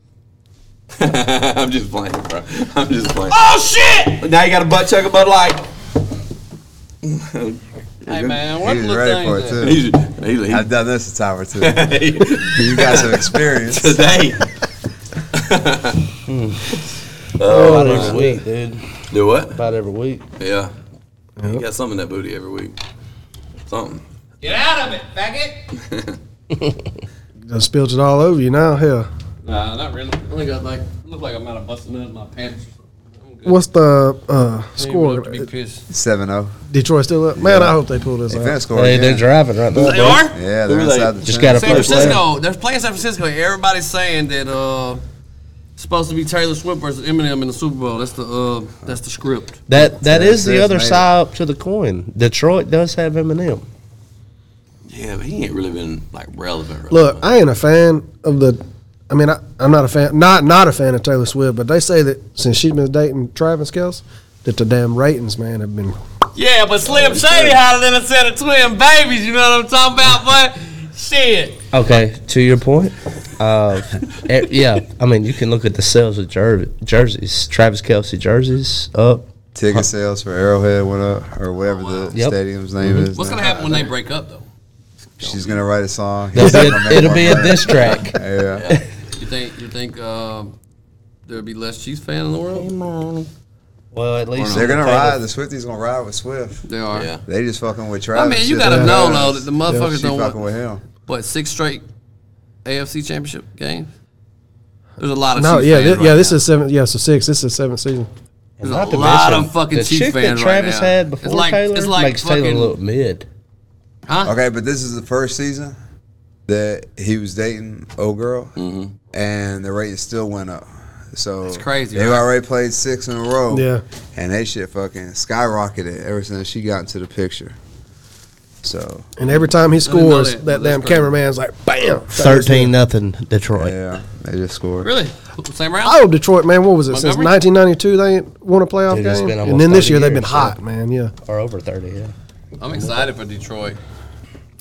Speaker 1: <laughs> I'm just playing, bro. I'm just playing.
Speaker 6: Oh shit!
Speaker 1: Now you got a butt check a Bud Light. <laughs>
Speaker 2: Hey man, what
Speaker 4: He was
Speaker 2: little
Speaker 4: ready for
Speaker 2: thing?
Speaker 4: it too.
Speaker 1: He's, he's, he's, <laughs>
Speaker 4: I've done this a time or two. you got some experience.
Speaker 1: today.
Speaker 5: Oh,
Speaker 3: About every week, dude.
Speaker 1: Do what?
Speaker 3: About every week.
Speaker 1: Yeah. You got something in that booty every week. Something.
Speaker 6: Get out of it, faggot!
Speaker 5: Just spilled it all over you now. Hell,
Speaker 2: Nah, not really. I only got like look like I'm out of busting out of my pants. I'm good.
Speaker 5: what's the uh,
Speaker 2: Ain't
Speaker 5: score?
Speaker 2: look to be pissed.
Speaker 4: 7 0.
Speaker 5: Detroit still up? Man, I hope they pull this
Speaker 4: They
Speaker 5: out.
Speaker 4: finna oh. score.
Speaker 3: Hey, they're
Speaker 4: again.
Speaker 3: driving right now.
Speaker 2: They
Speaker 3: bro.
Speaker 2: are.
Speaker 4: Yeah,
Speaker 1: Who
Speaker 4: they're
Speaker 1: are they?
Speaker 4: inside the
Speaker 3: Just
Speaker 4: fence.
Speaker 3: gotta
Speaker 2: San
Speaker 3: play. player.
Speaker 2: Francisco. They're playing San Francisco. Everybody's saying that uh, it's supposed to be Taylor Swift versus Eminem in the Super Bowl. That's the uh, that's the script.
Speaker 3: That that
Speaker 4: Yes,
Speaker 3: is the
Speaker 4: yes,
Speaker 3: other
Speaker 4: mate.
Speaker 3: side up to the coin. Detroit does have Eminem.
Speaker 1: Yeah, but he ain't really been like relevant. relevant.
Speaker 5: Look, I ain't a fan of the. I mean, I, I'm not a fan, not not a fan of Taylor Swift, but they say that since she's been dating Travis Kelce, that the damn ratings, man, have been.
Speaker 2: Oh, Yeah, but Slim Shady hotter than a set of twin babies. You know what I'm talking about, boy? Shit.
Speaker 3: Okay, to your point. <laughs> Uh, eh, yeah, I mean you can look at the sales of jer- jerseys. Travis Kelsey jerseys up.
Speaker 4: Ticket sales for Arrowhead went up, or whatever the
Speaker 3: Yep. Mm-hmm.
Speaker 4: stadium's name is.
Speaker 2: What's gonna
Speaker 4: now.
Speaker 2: happen when they break up though?
Speaker 4: She's gonna write a song.
Speaker 3: It'll
Speaker 4: He's
Speaker 3: be
Speaker 4: gonna
Speaker 2: <laughs>
Speaker 3: a,
Speaker 4: <laughs> make
Speaker 3: it'll
Speaker 4: more
Speaker 3: be a
Speaker 4: money.
Speaker 3: diss track.
Speaker 4: <laughs> Yeah.
Speaker 2: You think you think um, there'd be less Chiefs fan in the world?
Speaker 3: Well, at least
Speaker 4: They're gonna
Speaker 3: Taylor-
Speaker 4: ride. The Swifties gonna ride with Swift.
Speaker 2: There are.
Speaker 1: Yeah.
Speaker 4: They just fucking with
Speaker 2: I
Speaker 4: Travis.
Speaker 2: mean, you
Speaker 4: just
Speaker 2: gotta
Speaker 4: like
Speaker 2: know
Speaker 4: her.
Speaker 2: though that the motherfuckers
Speaker 4: She
Speaker 2: don't
Speaker 4: fucking
Speaker 2: want
Speaker 4: with him.
Speaker 2: what six straight AFC Championship games. There's a lot of
Speaker 5: No,
Speaker 2: Chiefs
Speaker 5: yeah,
Speaker 2: fans
Speaker 5: thi-
Speaker 2: right
Speaker 5: yeah. This
Speaker 2: now.
Speaker 5: is seven. Yeah, so six. This is seventh season.
Speaker 2: There's
Speaker 3: Not
Speaker 2: a
Speaker 3: to
Speaker 2: lot
Speaker 3: mention,
Speaker 2: of fucking
Speaker 3: the
Speaker 2: Chiefs
Speaker 3: chick
Speaker 2: fans
Speaker 3: that Travis
Speaker 2: right now.
Speaker 3: had before
Speaker 2: it's like,
Speaker 3: Taylor
Speaker 2: it's like
Speaker 3: makes
Speaker 2: fucking,
Speaker 3: Taylor look mid.
Speaker 2: Huh?
Speaker 4: Okay, but this is the first season that he was dating old girl,
Speaker 2: Mm-hmm.
Speaker 4: and the rating still went up. So it's
Speaker 2: crazy,
Speaker 4: They
Speaker 2: right?
Speaker 4: already played six in a row.
Speaker 2: Oh.
Speaker 5: Yeah.
Speaker 4: and they shit fucking skyrocketed ever since she got into the picture. So
Speaker 5: And every time he
Speaker 2: didn't know
Speaker 5: scores,
Speaker 2: that. That's
Speaker 5: that damn
Speaker 2: crazy.
Speaker 5: cameraman's like, bam,
Speaker 3: Thirteen nothing Detroit.
Speaker 4: yeah, they just scored.
Speaker 2: Really? Same round?
Speaker 5: Oh, Detroit, man, what was it? Since
Speaker 2: Montgomery?
Speaker 5: 1992, they ain't won a playoff
Speaker 3: Dude, it's
Speaker 5: game,
Speaker 3: been
Speaker 5: and
Speaker 3: almost
Speaker 5: then this
Speaker 3: 30
Speaker 5: year they've been
Speaker 3: years,
Speaker 5: hot, man. Yeah,
Speaker 3: Or over thirty, yeah.
Speaker 2: I'm excited for Detroit.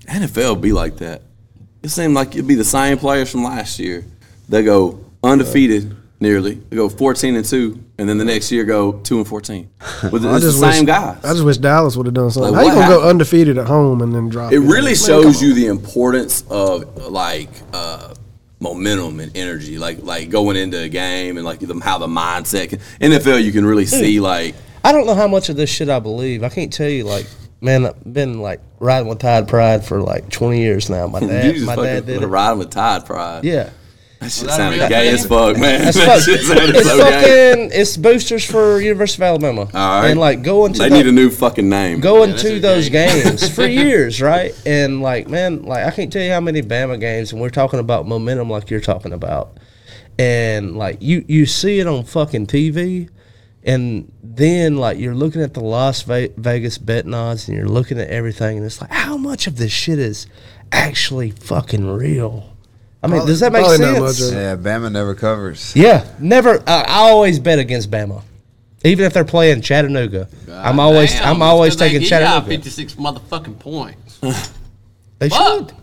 Speaker 1: NFL be like that. It seemed like it'd be the same players from last year. They go undefeated nearly. They go fourteen and two, and then the next year go two and
Speaker 3: <laughs>
Speaker 1: fourteen. But it's the
Speaker 5: wish,
Speaker 1: same guys.
Speaker 5: I just wish Dallas would have done something.
Speaker 1: Like,
Speaker 5: How you
Speaker 1: what
Speaker 5: gonna
Speaker 1: happened?
Speaker 5: go undefeated at home and then drop?
Speaker 1: it really shows you the importance of like uh, momentum and energy, like like going into a game and like the, how the mindset. Can, NFL, you can really
Speaker 3: Mm.
Speaker 1: see like
Speaker 3: I don't know how much of this shit I believe. I can't tell you, like, man, I've been like riding with Tide Pride for like twenty years now.
Speaker 1: <laughs>
Speaker 3: My
Speaker 1: you
Speaker 3: dad,
Speaker 1: just
Speaker 3: my
Speaker 1: fucking
Speaker 3: dad did it.
Speaker 1: riding with Tide Pride. <laughs>
Speaker 3: Yeah,
Speaker 1: that shit
Speaker 2: that a
Speaker 1: sounded
Speaker 2: real
Speaker 1: gay
Speaker 2: thing?
Speaker 1: as fuck, man. <laughs>
Speaker 3: That's
Speaker 1: that
Speaker 3: fuck-
Speaker 1: shit sounded
Speaker 3: it's
Speaker 1: so gay.
Speaker 3: fucking it's boosters for University of Alabama.
Speaker 1: All right.
Speaker 3: and like going to
Speaker 1: They
Speaker 3: the-
Speaker 1: need a new fucking name.
Speaker 3: going
Speaker 2: Yeah, that's
Speaker 3: to
Speaker 2: a
Speaker 3: those
Speaker 2: game.
Speaker 3: games
Speaker 2: <laughs>
Speaker 3: for years, right? And like, man, like I can't tell you how many Bama games, and we're talking about momentum, like you're talking about, and like you you see it on fucking TV, and then like you're looking at the Las Ve- Vegas betting odds, and you're looking at everything, and it's like, how much of this shit is actually fucking real? I mean, does that make
Speaker 5: Probably not much
Speaker 3: sense?
Speaker 5: of it.
Speaker 4: Yeah, Bama never covers.
Speaker 3: Yeah, never. I, I always bet against Bama, even if they're playing Chattanooga. I'm always
Speaker 2: Damn,
Speaker 3: I'm always
Speaker 2: because
Speaker 3: taking
Speaker 2: they give y'all
Speaker 3: Chattanooga.
Speaker 2: 56 motherfucking points.
Speaker 3: They
Speaker 2: Fuck.
Speaker 3: should.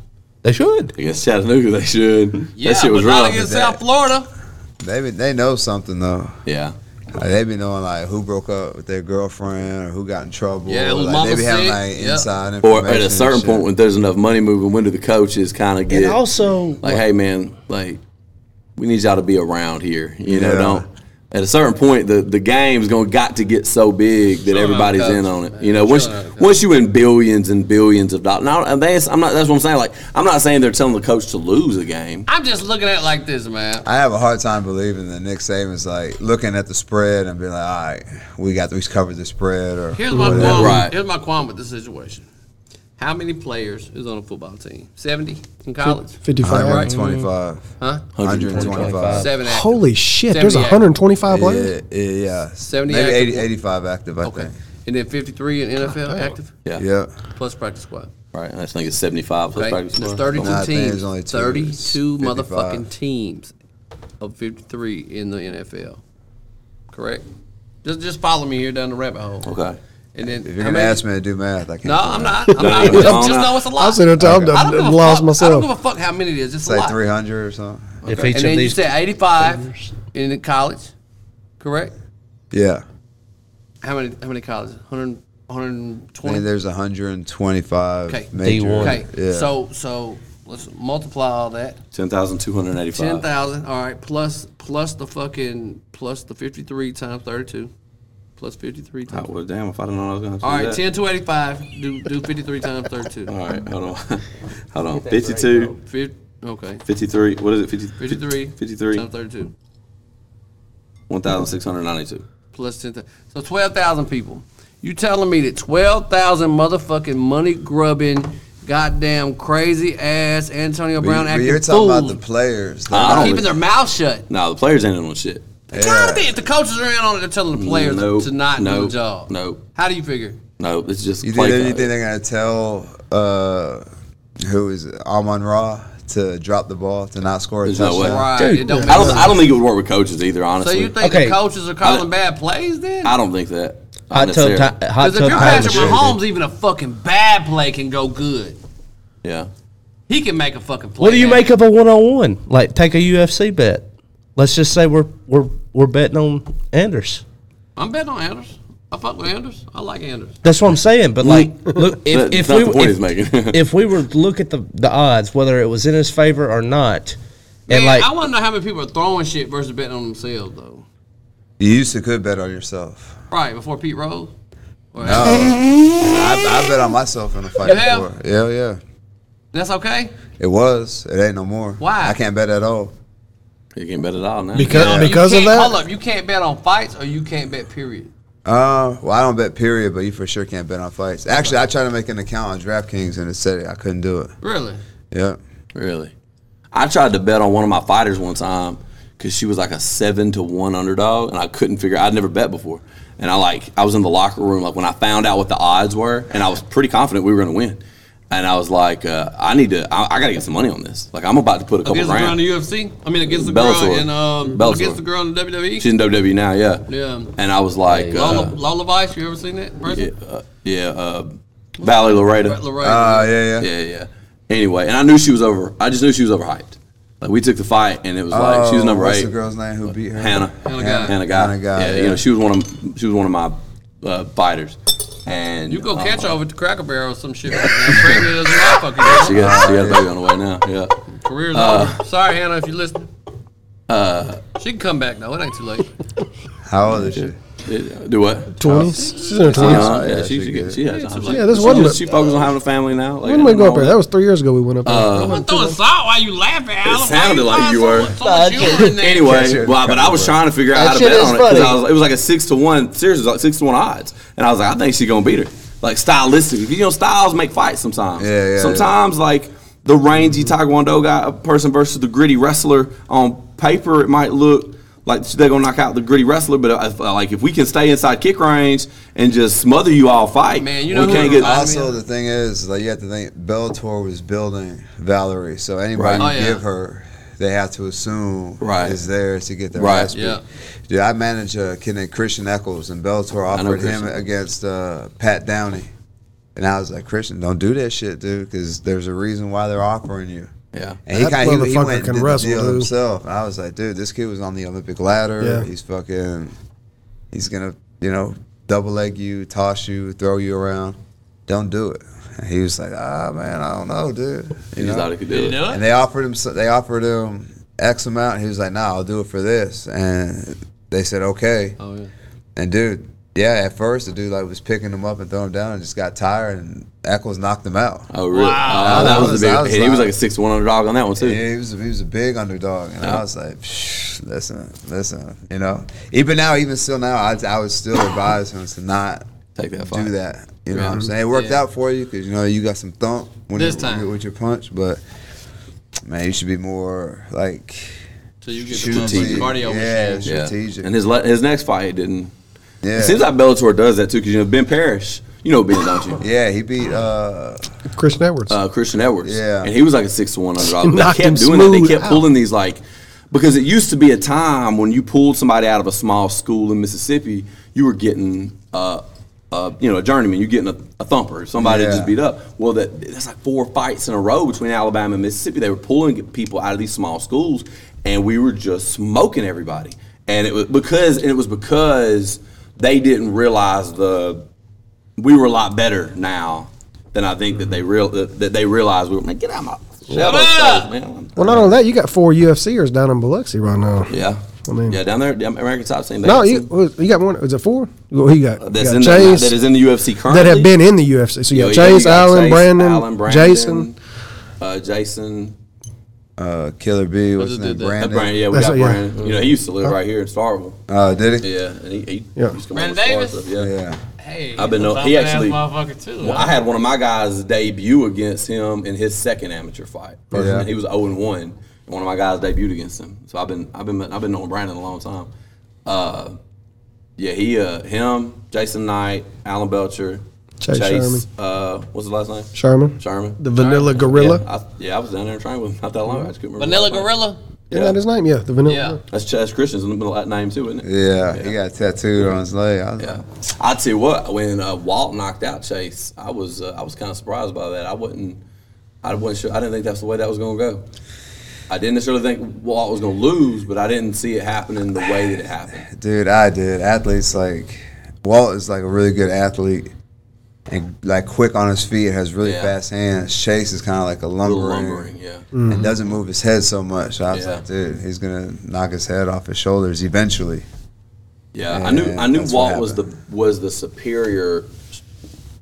Speaker 3: They should.
Speaker 1: Against Chattanooga, they should.
Speaker 2: Yeah,
Speaker 1: that shit was
Speaker 2: but not
Speaker 1: rough.
Speaker 2: against
Speaker 4: That-
Speaker 2: South Florida.
Speaker 4: They be- they know something though.
Speaker 1: Yeah.
Speaker 4: Like, they be knowing like who broke up with their girlfriend or who got in trouble.
Speaker 2: Yeah, who
Speaker 4: like,
Speaker 2: mama
Speaker 4: they be having
Speaker 2: sick.
Speaker 4: like
Speaker 2: Yep.
Speaker 4: inside
Speaker 1: Or
Speaker 4: information.
Speaker 1: at a
Speaker 4: and
Speaker 1: certain
Speaker 4: shit.
Speaker 1: point, when there's enough money moving, when do the coaches kind of get
Speaker 3: And also,
Speaker 1: like, hey man, like we need y'all to be around here. You know,
Speaker 4: Yeah.
Speaker 1: don't at a certain point, the the game's gonna got to get so big that
Speaker 2: Shut up,
Speaker 1: everybody's
Speaker 2: coach,
Speaker 1: in on it.
Speaker 2: man.
Speaker 1: You know, once
Speaker 2: Shut up, coach.
Speaker 1: once you in billions and billions of dollars. Now, and that's I'm not. That's what I'm saying. Like, I'm not saying they're telling the coach to lose a game.
Speaker 2: I'm just looking at it like this, man.
Speaker 4: I have a hard time believing that Nick Saban's like looking at the spread and being like, all right, we got we covered the spread or
Speaker 2: Here's my qualm.
Speaker 1: Right.
Speaker 2: Here's my qualm with the situation. How many players is on a football team? Seventy in
Speaker 5: uh,
Speaker 2: college,
Speaker 5: 55.
Speaker 4: 125.
Speaker 2: huh?
Speaker 4: 125.
Speaker 2: Seven. active.
Speaker 5: Holy shit, there's
Speaker 2: 78.
Speaker 5: 125
Speaker 4: Yeah,
Speaker 5: players?
Speaker 4: yeah, yeah.
Speaker 2: 70
Speaker 4: Maybe
Speaker 2: active.
Speaker 4: 80, 85 active, I
Speaker 2: Okay.
Speaker 4: think.
Speaker 2: And then 53 in NFL active
Speaker 1: Yeah.
Speaker 4: Yeah.
Speaker 2: plus practice squad.
Speaker 1: Right. I think it's 75 plus
Speaker 2: Right?
Speaker 1: practice
Speaker 2: There's
Speaker 1: squad.
Speaker 2: 32
Speaker 4: Nah, I think
Speaker 2: teams.
Speaker 4: it's only two.
Speaker 2: 32
Speaker 4: It's 55.
Speaker 2: motherfucking teams of 53 in the NFL. Correct? Just just follow me here down the rabbit hole.
Speaker 1: Okay.
Speaker 2: And then
Speaker 4: If you're going to ask me to do math, I can't.
Speaker 2: No,
Speaker 4: do
Speaker 2: I'm
Speaker 4: math.
Speaker 2: not. I'm not.
Speaker 1: No,
Speaker 2: Just,
Speaker 1: no,
Speaker 2: just
Speaker 1: no.
Speaker 2: know it's a lot.
Speaker 5: I said it, I'm,
Speaker 2: I don't give
Speaker 5: I'm
Speaker 2: a
Speaker 5: lost
Speaker 2: fuck. I don't give a
Speaker 5: myself.
Speaker 2: fuck how many it is. It's a
Speaker 4: Say
Speaker 2: lot.
Speaker 4: 300 or something.
Speaker 3: If
Speaker 2: And
Speaker 3: each of
Speaker 2: then you
Speaker 3: these,
Speaker 2: said 85 in the college. Correct?
Speaker 4: Yeah.
Speaker 2: How many how many colleges? 100,
Speaker 4: I
Speaker 2: 120?
Speaker 4: mean, there's 125
Speaker 2: Okay.
Speaker 4: major.
Speaker 3: D1.
Speaker 2: Okay.
Speaker 4: Yeah.
Speaker 2: So so let's multiply all that.
Speaker 1: 10,285.
Speaker 2: Ten thousand. All right. Plus plus the fucking plus the fifty three times thirty two, plus fifty three
Speaker 1: Oh,
Speaker 2: times.
Speaker 1: well, damn, if I didn't know I was going to do
Speaker 2: All right.
Speaker 1: that.
Speaker 2: Ten to eighty five.
Speaker 1: <laughs>
Speaker 2: Do do fifty three times thirty two.
Speaker 1: All right, hold on. <laughs> hold on. 52,
Speaker 2: Fifty. Okay.
Speaker 1: 53, what is it? 50,
Speaker 2: Fifty three.
Speaker 1: 53,
Speaker 2: times thirty two.
Speaker 1: 1,692.
Speaker 2: Plus ten. thou- So twelve thousand people. You telling me that twelve thousand motherfucking money grubbing, goddamn crazy ass Antonio
Speaker 4: But you-
Speaker 2: Brown
Speaker 4: but
Speaker 2: acting
Speaker 4: you're
Speaker 2: fool,
Speaker 4: talking about the players.
Speaker 1: I
Speaker 4: They're
Speaker 1: don't
Speaker 4: not-
Speaker 2: keeping their mouth shut.
Speaker 1: Nah, the players ain't in on shit.
Speaker 2: Gotta be. If the coaches are in on it, they're telling the players
Speaker 1: Nope.
Speaker 2: to not do
Speaker 1: Nope.
Speaker 2: the job.
Speaker 1: Nope.
Speaker 2: How do you figure?
Speaker 1: No, it's just
Speaker 4: You think,
Speaker 1: play
Speaker 4: they, you
Speaker 1: code.
Speaker 4: think they're gonna tell uh, who is it, Amon Ra to drop the ball to not score a
Speaker 1: There's no
Speaker 4: touchdown?
Speaker 1: way.
Speaker 2: Right.
Speaker 3: Dude,
Speaker 2: it don't
Speaker 1: I
Speaker 2: make
Speaker 1: don't.
Speaker 2: sense.
Speaker 1: I don't think it would work with coaches either.
Speaker 2: So
Speaker 1: Honestly,
Speaker 2: you think
Speaker 3: Okay.
Speaker 2: the coaches are
Speaker 1: I don't-
Speaker 2: calling bad plays then?
Speaker 1: I don't think that.
Speaker 3: hot tub,
Speaker 1: necessarily.
Speaker 3: time, hot
Speaker 2: Because if
Speaker 3: tub
Speaker 2: you're
Speaker 3: time
Speaker 2: Patrick
Speaker 3: machine.
Speaker 2: Mahomes, even a fucking bad play can go good.
Speaker 1: Yeah.
Speaker 2: He can make a fucking play.
Speaker 3: What do you
Speaker 2: man.
Speaker 3: make of a one on one? Like take a UFC bet. Let's just say we're we're we're betting on Anders.
Speaker 2: I'm betting on Anders. I fuck with Anders. I like Anders.
Speaker 3: That's what I'm saying. But <laughs> like, look, if,
Speaker 1: That's
Speaker 3: if
Speaker 1: not
Speaker 3: we
Speaker 1: the point
Speaker 3: if,
Speaker 1: he's
Speaker 3: <laughs>
Speaker 1: making.
Speaker 3: if we were to look at the the odds, whether it was in his favor or not,
Speaker 2: Man,
Speaker 3: and like
Speaker 2: I want to know how many people are throwing shit versus betting on themselves though.
Speaker 4: You used to could bet on yourself.
Speaker 2: Right before Pete Rose. Or-
Speaker 4: No, I, I bet on myself in a fight
Speaker 2: You have?
Speaker 4: before. Yeah, yeah.
Speaker 2: That's okay.
Speaker 4: It was. It ain't no more.
Speaker 2: Why?
Speaker 4: I can't bet at all.
Speaker 1: you can bet it all now.
Speaker 5: Because,
Speaker 2: You
Speaker 5: because of
Speaker 2: can't-
Speaker 5: that?
Speaker 2: Hold up. You can't bet on fights, or you can't bet. Period.
Speaker 4: Uh, well, I don't bet period, but you for sure can't bet on fights. Actually, I tried to make an account on DraftKings and it said I couldn't do it.
Speaker 2: Really.
Speaker 4: Yeah.
Speaker 1: really, I tried to bet on one of my fighters one time because she was like a seven to one underdog, and I couldn't figure. I'd never bet before, and I like I was in the locker room like when I found out what the odds were, and I was pretty confident we were going to win. And I was like, uh, I need to, I, I got to get some money on this. Like, I'm about to put a couple
Speaker 2: Against the girl in
Speaker 1: rounds.
Speaker 2: the UFC? I mean, against the girl
Speaker 1: Bellator.
Speaker 2: in um,
Speaker 1: Bellator.
Speaker 2: against the girl in the WWE.
Speaker 1: She's in WWE now, yeah.
Speaker 2: Yeah.
Speaker 1: And I was like,
Speaker 2: Lola,
Speaker 1: uh,
Speaker 2: Lola Vice. You ever seen that
Speaker 1: yeah,
Speaker 2: person?
Speaker 1: uh, yeah, uh, Valley Laredo.
Speaker 2: Brett Lorraine.
Speaker 4: Uh, yeah, yeah.
Speaker 1: Yeah, yeah. Anyway, and I knew she was over. I just knew she was overhyped. Like we took the fight, and it was like she was
Speaker 4: Oh,
Speaker 1: number
Speaker 4: what's
Speaker 1: eight.
Speaker 4: the girl's name who beat her?
Speaker 1: Hannah.
Speaker 2: Hannah Guy.
Speaker 1: Hannah Guy.
Speaker 4: Hannah Guy,
Speaker 1: Yeah, you
Speaker 4: yeah.
Speaker 1: know she was one of she was one of my uh, fighters. And
Speaker 2: you go
Speaker 1: uh,
Speaker 2: catch her with the Cracker Barrel or some shit. right now. Pregnant as a motherfucker.
Speaker 1: She got she got a baby on the way now. Yeah.
Speaker 2: Career's over. Sorry, Hannah, if you listen. Uh, she can come back though. It ain't
Speaker 1: <laughs>
Speaker 2: too late.
Speaker 4: How old is she?
Speaker 1: It- Do what?
Speaker 5: 20s? She's in her 20s.
Speaker 1: Uh, yeah,
Speaker 4: yeah,
Speaker 1: she,
Speaker 4: she
Speaker 1: she,
Speaker 4: good.
Speaker 1: she has. time.
Speaker 5: Yeah, this
Speaker 1: she,
Speaker 5: wasn't
Speaker 1: just-
Speaker 5: a-
Speaker 1: she focused on having a family now. Like,
Speaker 5: When did we
Speaker 1: and
Speaker 5: go up
Speaker 1: all
Speaker 5: there? That was three years ago we went up there. That
Speaker 2: I'm
Speaker 5: wasn't too
Speaker 2: throwing
Speaker 5: long.
Speaker 2: salt while you laughing, Alan. Why
Speaker 1: sounded
Speaker 2: you
Speaker 1: like
Speaker 2: find
Speaker 1: you
Speaker 2: so
Speaker 1: were.
Speaker 2: much- so much humor in there?
Speaker 1: Anyway, well, but I was trying to figure out how to
Speaker 3: shit
Speaker 1: bet
Speaker 3: is
Speaker 1: on it because
Speaker 3: funny.
Speaker 1: I was, it was like a six to one. Seriously, it was like six to one odds, and I was like, I think she's gonna beat her. Like stylistically, 'cause, you know, styles make fights sometimes.
Speaker 4: Yeah, yeah,
Speaker 1: Sometimes like the rangy taekwondo guy person versus the gritty wrestler on paper, it might look like they're gonna knock out the gritty wrestler, but if, uh, like if we can stay inside kick range and just smother you all fight,
Speaker 2: Man,
Speaker 1: we
Speaker 2: you know who
Speaker 1: can't
Speaker 2: it
Speaker 1: get.
Speaker 2: reminds me
Speaker 4: Also, the thing is, like you have to think, Bellator was building Valerie, so anybody
Speaker 1: Right.
Speaker 2: Oh,
Speaker 4: you
Speaker 2: yeah.
Speaker 4: give her, they have to assume
Speaker 1: Right.
Speaker 4: is theirs to get their
Speaker 1: Right.
Speaker 4: ass beat.
Speaker 2: Yeah.
Speaker 4: Dude, I manage a kid named Christian Eccles, and Bellator
Speaker 1: know
Speaker 4: offered him
Speaker 1: Christian.
Speaker 4: against uh, Pat Downey, and I was like, Christian, don't do that shit, dude, because there's a reason why they're offering you.
Speaker 1: Yeah.
Speaker 4: And he
Speaker 5: That
Speaker 4: kind of he,
Speaker 5: motherfucker
Speaker 4: went and
Speaker 5: can
Speaker 4: did
Speaker 5: wrestle,
Speaker 4: the deal
Speaker 5: dude.
Speaker 4: himself. And I was like, dude, this kid was on the Olympic ladder.
Speaker 5: Yeah.
Speaker 4: He's fucking. He's gonna, you know, double leg you, toss you, throw you around. Don't do it. And he was like, ah, man, I don't know, dude.
Speaker 1: He
Speaker 4: You
Speaker 1: just
Speaker 4: know?
Speaker 1: thought he could
Speaker 2: You
Speaker 1: do it.
Speaker 2: know
Speaker 4: And
Speaker 2: it?
Speaker 4: they offered him. so- They offered him X amount. He was like, nah, I'll do it for this. And They said okay.
Speaker 2: Oh yeah.
Speaker 4: And dude, yeah, at first the dude like was picking him up and throwing him down, and just got tired, and Eccles knocked him out.
Speaker 1: Oh, really?
Speaker 2: Wow.
Speaker 1: Oh, that,
Speaker 4: That
Speaker 1: was,
Speaker 4: was-
Speaker 1: a big.
Speaker 4: that was
Speaker 1: and he was
Speaker 4: loud.
Speaker 1: like a six one underdog on that one too.
Speaker 4: Yeah, he was he was a big underdog, and I was like, "Psh, listen, listen, you know. Even now, even still now, I, I would still advise him to not
Speaker 1: Take that fight.
Speaker 4: do that. You know what I'm
Speaker 2: Yeah.
Speaker 4: saying? It worked
Speaker 2: Yeah.
Speaker 4: out for you because you know you got some thump when
Speaker 2: This
Speaker 4: you,
Speaker 2: time.
Speaker 4: with your punch, but man, you should be more like
Speaker 6: So you get the
Speaker 4: strategic.
Speaker 6: motherfucking cardio
Speaker 4: yeah,
Speaker 6: machine.
Speaker 1: Yeah.
Speaker 4: strategic.
Speaker 1: And his le- his next fight it didn't.
Speaker 4: yeah.
Speaker 1: It seems like Bellator does that too because you know Ben Parrish. You know Ben, don't
Speaker 4: <laughs>
Speaker 1: you?
Speaker 4: yeah, he beat uh
Speaker 5: Christian Edwards.
Speaker 1: uh, Christian Edwards.
Speaker 4: Yeah.
Speaker 1: And he was like a six to one underdog. But
Speaker 5: Knocked
Speaker 1: they
Speaker 5: him
Speaker 1: kept doing that. They
Speaker 5: smooth
Speaker 1: kept
Speaker 5: out.
Speaker 1: pulling these like because it used to be a time when you pulled somebody out of a small school in Mississippi, you were getting uh, uh, you know, a journeyman, you're getting a, a thumper, somebody
Speaker 4: Yeah.
Speaker 1: just beat up. Well, that that's like four fights in a row between Alabama and Mississippi. They were pulling people out of these small schools, and we were just smoking everybody. And it was because and it was because they didn't realize the we were a lot better now than I think that they real that, that they realized we were. Man, get out of my shut
Speaker 6: up!
Speaker 1: man.
Speaker 5: well, not only that, you got four UFCers down in Biloxi right now.
Speaker 1: Yeah,
Speaker 5: I mean-
Speaker 1: yeah, down there, down American Top Team. they
Speaker 5: No,
Speaker 1: had
Speaker 5: you
Speaker 1: some-
Speaker 5: was- you got more. Is it four? Well, he got,
Speaker 1: Uh, that's
Speaker 5: you
Speaker 1: in
Speaker 5: got
Speaker 1: the,
Speaker 5: Chase
Speaker 1: that is in the UFC currently
Speaker 5: that have been in the UFC. So you
Speaker 1: Yeah,
Speaker 5: got
Speaker 1: yeah, you
Speaker 5: Chase,
Speaker 1: got
Speaker 5: Allen,
Speaker 1: Chase,
Speaker 5: Brandon,
Speaker 1: Allen,
Speaker 5: Jason.
Speaker 1: uh, Jason,
Speaker 4: uh Killer B, what's his
Speaker 6: Who did
Speaker 4: name?
Speaker 6: that?
Speaker 1: uh,
Speaker 4: Brandon.
Speaker 1: Brandon. Yeah, we
Speaker 5: That's
Speaker 1: got
Speaker 5: it, yeah.
Speaker 1: Brandon. You know, he used to live right here in Starville.
Speaker 4: Uh, did he?
Speaker 1: Yeah, and he, he
Speaker 5: Yeah.
Speaker 1: used to come
Speaker 6: Brandon
Speaker 1: over to Starville,
Speaker 6: Davis?
Speaker 1: Yeah.
Speaker 4: yeah.
Speaker 6: Hey,
Speaker 1: I've been
Speaker 6: he's a
Speaker 1: know- he
Speaker 6: thumping-ass
Speaker 1: actually-
Speaker 6: motherfucker too.
Speaker 1: Well, I had one of my guys debut against him in his second amateur fight. First,
Speaker 4: Yeah.
Speaker 1: and He was 0 and 1. and One of my guys debuted against him. So I've been I've been I've been knowing Brandon a long time. Uh, yeah, he uh, him, Jason Knight, Alan Belcher,
Speaker 5: Chase Sherman.
Speaker 1: uh, what's his last name?
Speaker 5: Sherman,
Speaker 1: Sherman.
Speaker 5: the Vanilla Gorilla.
Speaker 1: Yeah, I, yeah, I was down there training with him not that long. ago. I just couldn't remember.
Speaker 6: Vanilla
Speaker 1: his last name.
Speaker 6: Gorilla.
Speaker 5: Isn't that his name? Yeah, the Vanilla.
Speaker 6: Yeah.
Speaker 1: That's, that's Christian's in the middle of that name too, isn't it?
Speaker 4: Yeah, he got tattooed on his leg. I was
Speaker 1: Yeah,
Speaker 4: like,
Speaker 1: I tell you what, when uh, Walt knocked out Chase, I was uh, I was kind of surprised by that. I wasn't, I wasn't sure. I didn't think that's the way that was going to go. I didn't necessarily think Walt was going to lose, but I didn't see it happening the way that it happened.
Speaker 4: Dude, I did. Athletes like Walt is like a really good athlete and like quick on his feet, has really
Speaker 1: Yeah.
Speaker 4: fast hands. Chase is kind of like
Speaker 1: A
Speaker 4: a
Speaker 1: little
Speaker 4: lumbering,
Speaker 1: lumbering, yeah.
Speaker 4: and doesn't move his head so much. So I was
Speaker 1: Yeah.
Speaker 4: like, dude, he's gonna knock his head off his shoulders eventually.
Speaker 1: Yeah, I knew I knew
Speaker 4: That's what
Speaker 1: Walt was the was the superior s-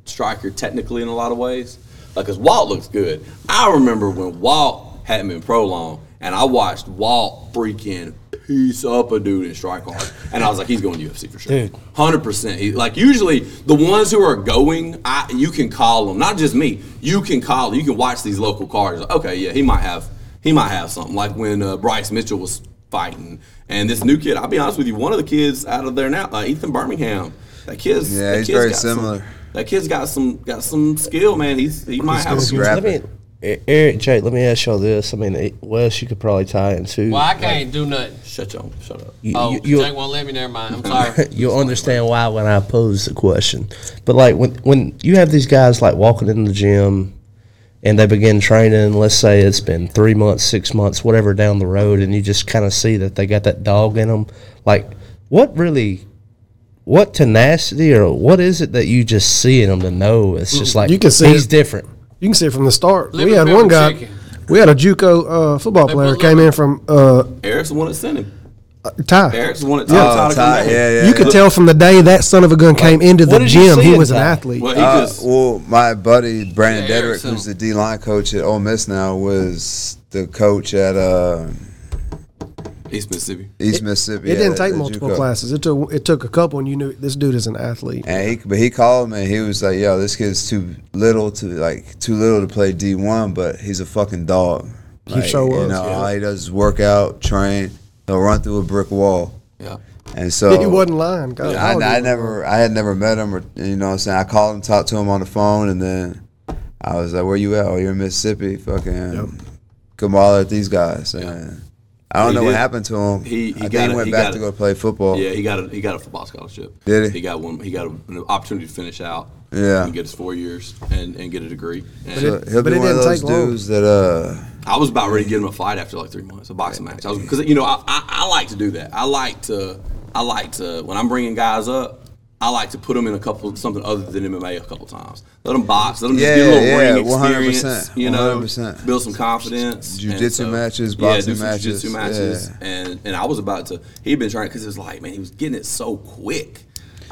Speaker 1: striker technically in a lot of ways. Like, cause Walt looks good. I remember when Walt hadn't been pro long, and I watched Walt freaking piece up a dude in strike hard, and I was like, he's going to UFC for sure,
Speaker 5: Dude.
Speaker 1: hundred percent. Like usually the ones who are going, I you can call them. Not just me. You can call. You can watch these local cards. Like, okay, yeah, he might have he might have something. Like when uh, Bryce Mitchell was fighting, and this new kid. I'll be honest with you. One of the kids out of there now, uh, Ethan Birmingham. That kid's
Speaker 4: Yeah,
Speaker 1: that
Speaker 4: he's
Speaker 1: kid's
Speaker 4: very
Speaker 1: got some-
Speaker 4: similar.
Speaker 1: that kid's got some got some skill, man. He's he might have. Some,
Speaker 4: still scrappy.
Speaker 3: Let me, E- Eric, Jake, let me ask y'all this. I mean, it- Wes, you could probably tie into.
Speaker 6: Well, I can't do nothing.
Speaker 1: shut your shut up.
Speaker 3: You,
Speaker 6: Oh,
Speaker 3: you, you'll-
Speaker 6: Jake won't let me. Never mind. I'm
Speaker 1: <laughs>
Speaker 6: sorry.
Speaker 3: You'll understand why when I pose the question. But like when when you have these guys like walking in the gym and they begin training, let's say it's been three months, six months, whatever down the road, and you just kind of see that they got that dog in them. Like, what really, what tenacity or what is it that you just see in them to know it's just like
Speaker 5: You can see
Speaker 3: he's
Speaker 5: it.
Speaker 3: different.
Speaker 5: You can see it from the start.
Speaker 6: Let
Speaker 5: we
Speaker 6: me
Speaker 5: had
Speaker 6: pepper
Speaker 5: one guy.
Speaker 6: chicken.
Speaker 5: We had a JUCO uh, football
Speaker 6: They
Speaker 5: player
Speaker 6: put
Speaker 5: came in from uh,
Speaker 1: Eric's the one that sent him.
Speaker 5: Ty.
Speaker 1: Eric's the one that
Speaker 4: Yeah.
Speaker 1: taught Tyler
Speaker 4: Oh, Ty,
Speaker 1: Creed.
Speaker 4: yeah, yeah.
Speaker 5: you could tell from the day that son of a gun came into the
Speaker 3: what did you
Speaker 5: gym,
Speaker 3: see
Speaker 5: he
Speaker 3: in
Speaker 5: was an
Speaker 3: Ty?
Speaker 5: athlete.
Speaker 1: Well, he
Speaker 4: Uh,
Speaker 1: just
Speaker 4: well, my buddy Brandon
Speaker 6: Yeah,
Speaker 4: Dedrick,
Speaker 6: Erickson.
Speaker 4: who's the D line coach at Ole Miss now, was the coach at uh,
Speaker 1: East Mississippi.
Speaker 4: East Mississippi.
Speaker 5: It
Speaker 4: at
Speaker 5: didn't
Speaker 4: the-
Speaker 5: take
Speaker 4: the
Speaker 5: multiple
Speaker 4: JUCO.
Speaker 5: classes. It took it took a couple, and you knew this dude is an athlete.
Speaker 4: And he, but he called me. and He was like, "Yo, this kid's too little to like too little to play D one, but he's a fucking dog.
Speaker 5: He
Speaker 4: Like,
Speaker 5: sure
Speaker 4: you
Speaker 5: was,
Speaker 4: know,
Speaker 5: yeah.
Speaker 4: all he does is work out, train. He'll run through a brick wall,
Speaker 1: Yeah.
Speaker 4: and so
Speaker 5: <laughs> he wasn't lying. God,
Speaker 4: I,
Speaker 5: all
Speaker 4: I
Speaker 5: dudes-
Speaker 4: never, I had never met him, or you know, what I'm saying I called him, talked to him on the phone, and then I was like, "Where you at? Oh, you're in Mississippi. Fucking come holler at these guys." And I don't
Speaker 1: He
Speaker 4: know
Speaker 1: did.
Speaker 4: what happened to him.
Speaker 1: He- he
Speaker 4: I think
Speaker 1: got
Speaker 4: he
Speaker 1: it-
Speaker 4: went
Speaker 1: he
Speaker 4: back
Speaker 1: got
Speaker 4: to
Speaker 1: it.
Speaker 4: go play football.
Speaker 1: Yeah, he got a he got a football scholarship.
Speaker 4: Did he?
Speaker 1: He got one. He got a, an opportunity to finish out.
Speaker 4: Yeah.
Speaker 1: and get his four years and, and get a degree. And
Speaker 4: So he'll
Speaker 5: but
Speaker 4: be
Speaker 5: it
Speaker 4: one of
Speaker 5: didn't
Speaker 4: those
Speaker 5: take long.
Speaker 4: dudes that uh.
Speaker 1: I was about ready to get him a fight after like three months, a boxing match. I was because you know I, I, I like to do that. I like to I like to when I'm bringing guys up. I like to put them in a couple something other than MMA a couple times. Let them box. Let them
Speaker 4: Yeah,
Speaker 1: just get a little
Speaker 4: yeah,
Speaker 1: ring
Speaker 4: 100%,
Speaker 1: experience. You know,
Speaker 4: 100%.
Speaker 1: build some confidence. and
Speaker 4: Jiu-jitsu matches,
Speaker 1: yeah,
Speaker 4: boxing
Speaker 1: do some Jiu-jitsu
Speaker 4: matches,
Speaker 1: matches,
Speaker 4: yeah.
Speaker 1: and and I was about to. He'd been trying because it was like, man, he was getting it so quick.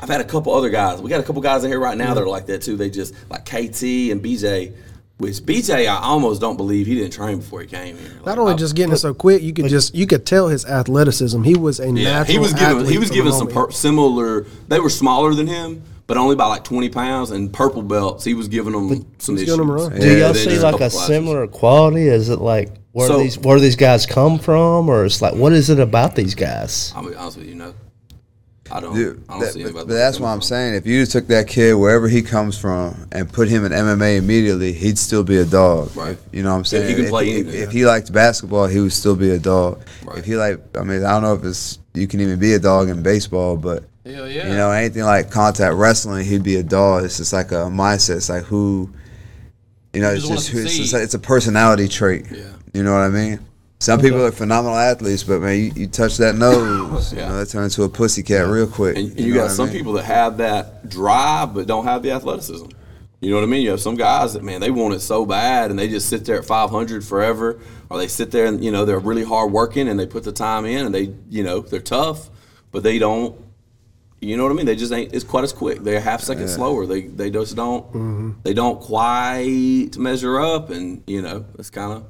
Speaker 1: I've had a couple other guys. We got a couple guys in here right now that are like that too. They just like KT and BJ. Which BJ, I almost don't believe he didn't train before he came here. Like,
Speaker 5: Not only
Speaker 1: I-
Speaker 5: just getting it so quick, you could just you could tell his athleticism. He was a
Speaker 1: yeah,
Speaker 5: natural.
Speaker 1: he was giving
Speaker 5: athlete
Speaker 1: he was
Speaker 5: from
Speaker 1: giving
Speaker 5: the
Speaker 1: some
Speaker 5: moment.
Speaker 1: per- similar. They were smaller than him, but only by like twenty pounds. And purple belts, he was giving them some
Speaker 5: he's
Speaker 1: issues.
Speaker 5: giving 'em a run.
Speaker 3: Do
Speaker 1: Yeah,
Speaker 3: y'all
Speaker 1: they
Speaker 3: see
Speaker 1: just
Speaker 3: like
Speaker 1: couple
Speaker 3: a
Speaker 1: classes.
Speaker 3: similar quality? Is it like where
Speaker 1: So-
Speaker 3: these where these guys come from, or it's like what is it about these guys?
Speaker 1: I'll be honest with you, no, I don't.
Speaker 4: Dude,
Speaker 1: I don't
Speaker 4: that-
Speaker 1: see
Speaker 4: but,
Speaker 1: anybody.
Speaker 4: but that's what I'm saying. If you took that kid wherever he comes from and put him in MMA immediately, he'd still be a dog.
Speaker 1: Right.
Speaker 4: If- you know what I'm saying?
Speaker 1: he could
Speaker 4: if,
Speaker 1: play
Speaker 4: if,
Speaker 1: anything.
Speaker 4: if he liked basketball, he would still be a dog.
Speaker 1: Right.
Speaker 4: If he like, I mean, I don't know if it's you can even be a dog in baseball, but
Speaker 6: Hell yeah.
Speaker 4: you know anything like contact wrestling, he'd be a dog. It's just like a mindset. It's like who, you know,
Speaker 6: You
Speaker 4: it's
Speaker 6: just wanna
Speaker 4: just who, it's, just
Speaker 6: succeed.
Speaker 4: like- it's a personality trait.
Speaker 1: Yeah.
Speaker 4: You know what I mean? Some people are phenomenal athletes, but man, you, you touch
Speaker 6: <laughs>
Speaker 4: that nose,
Speaker 1: Yeah.
Speaker 4: you know, they turn into a pussycat real quick.
Speaker 1: And, and you,
Speaker 4: know
Speaker 1: got
Speaker 4: what I
Speaker 1: some
Speaker 4: mean?
Speaker 1: people that have that drive but don't have the athleticism. You know what I mean? You have some guys that man they want it so bad and they just sit there at 500 forever, or they sit there and you know they're really hard working and they put the time in and they you know they're tough, but they don't. You know what I mean? They just ain't. It's quite as quick. They're a half second slower. They they just don't.
Speaker 4: Mm-hmm.
Speaker 1: They don't quite measure up, and you know it's kind of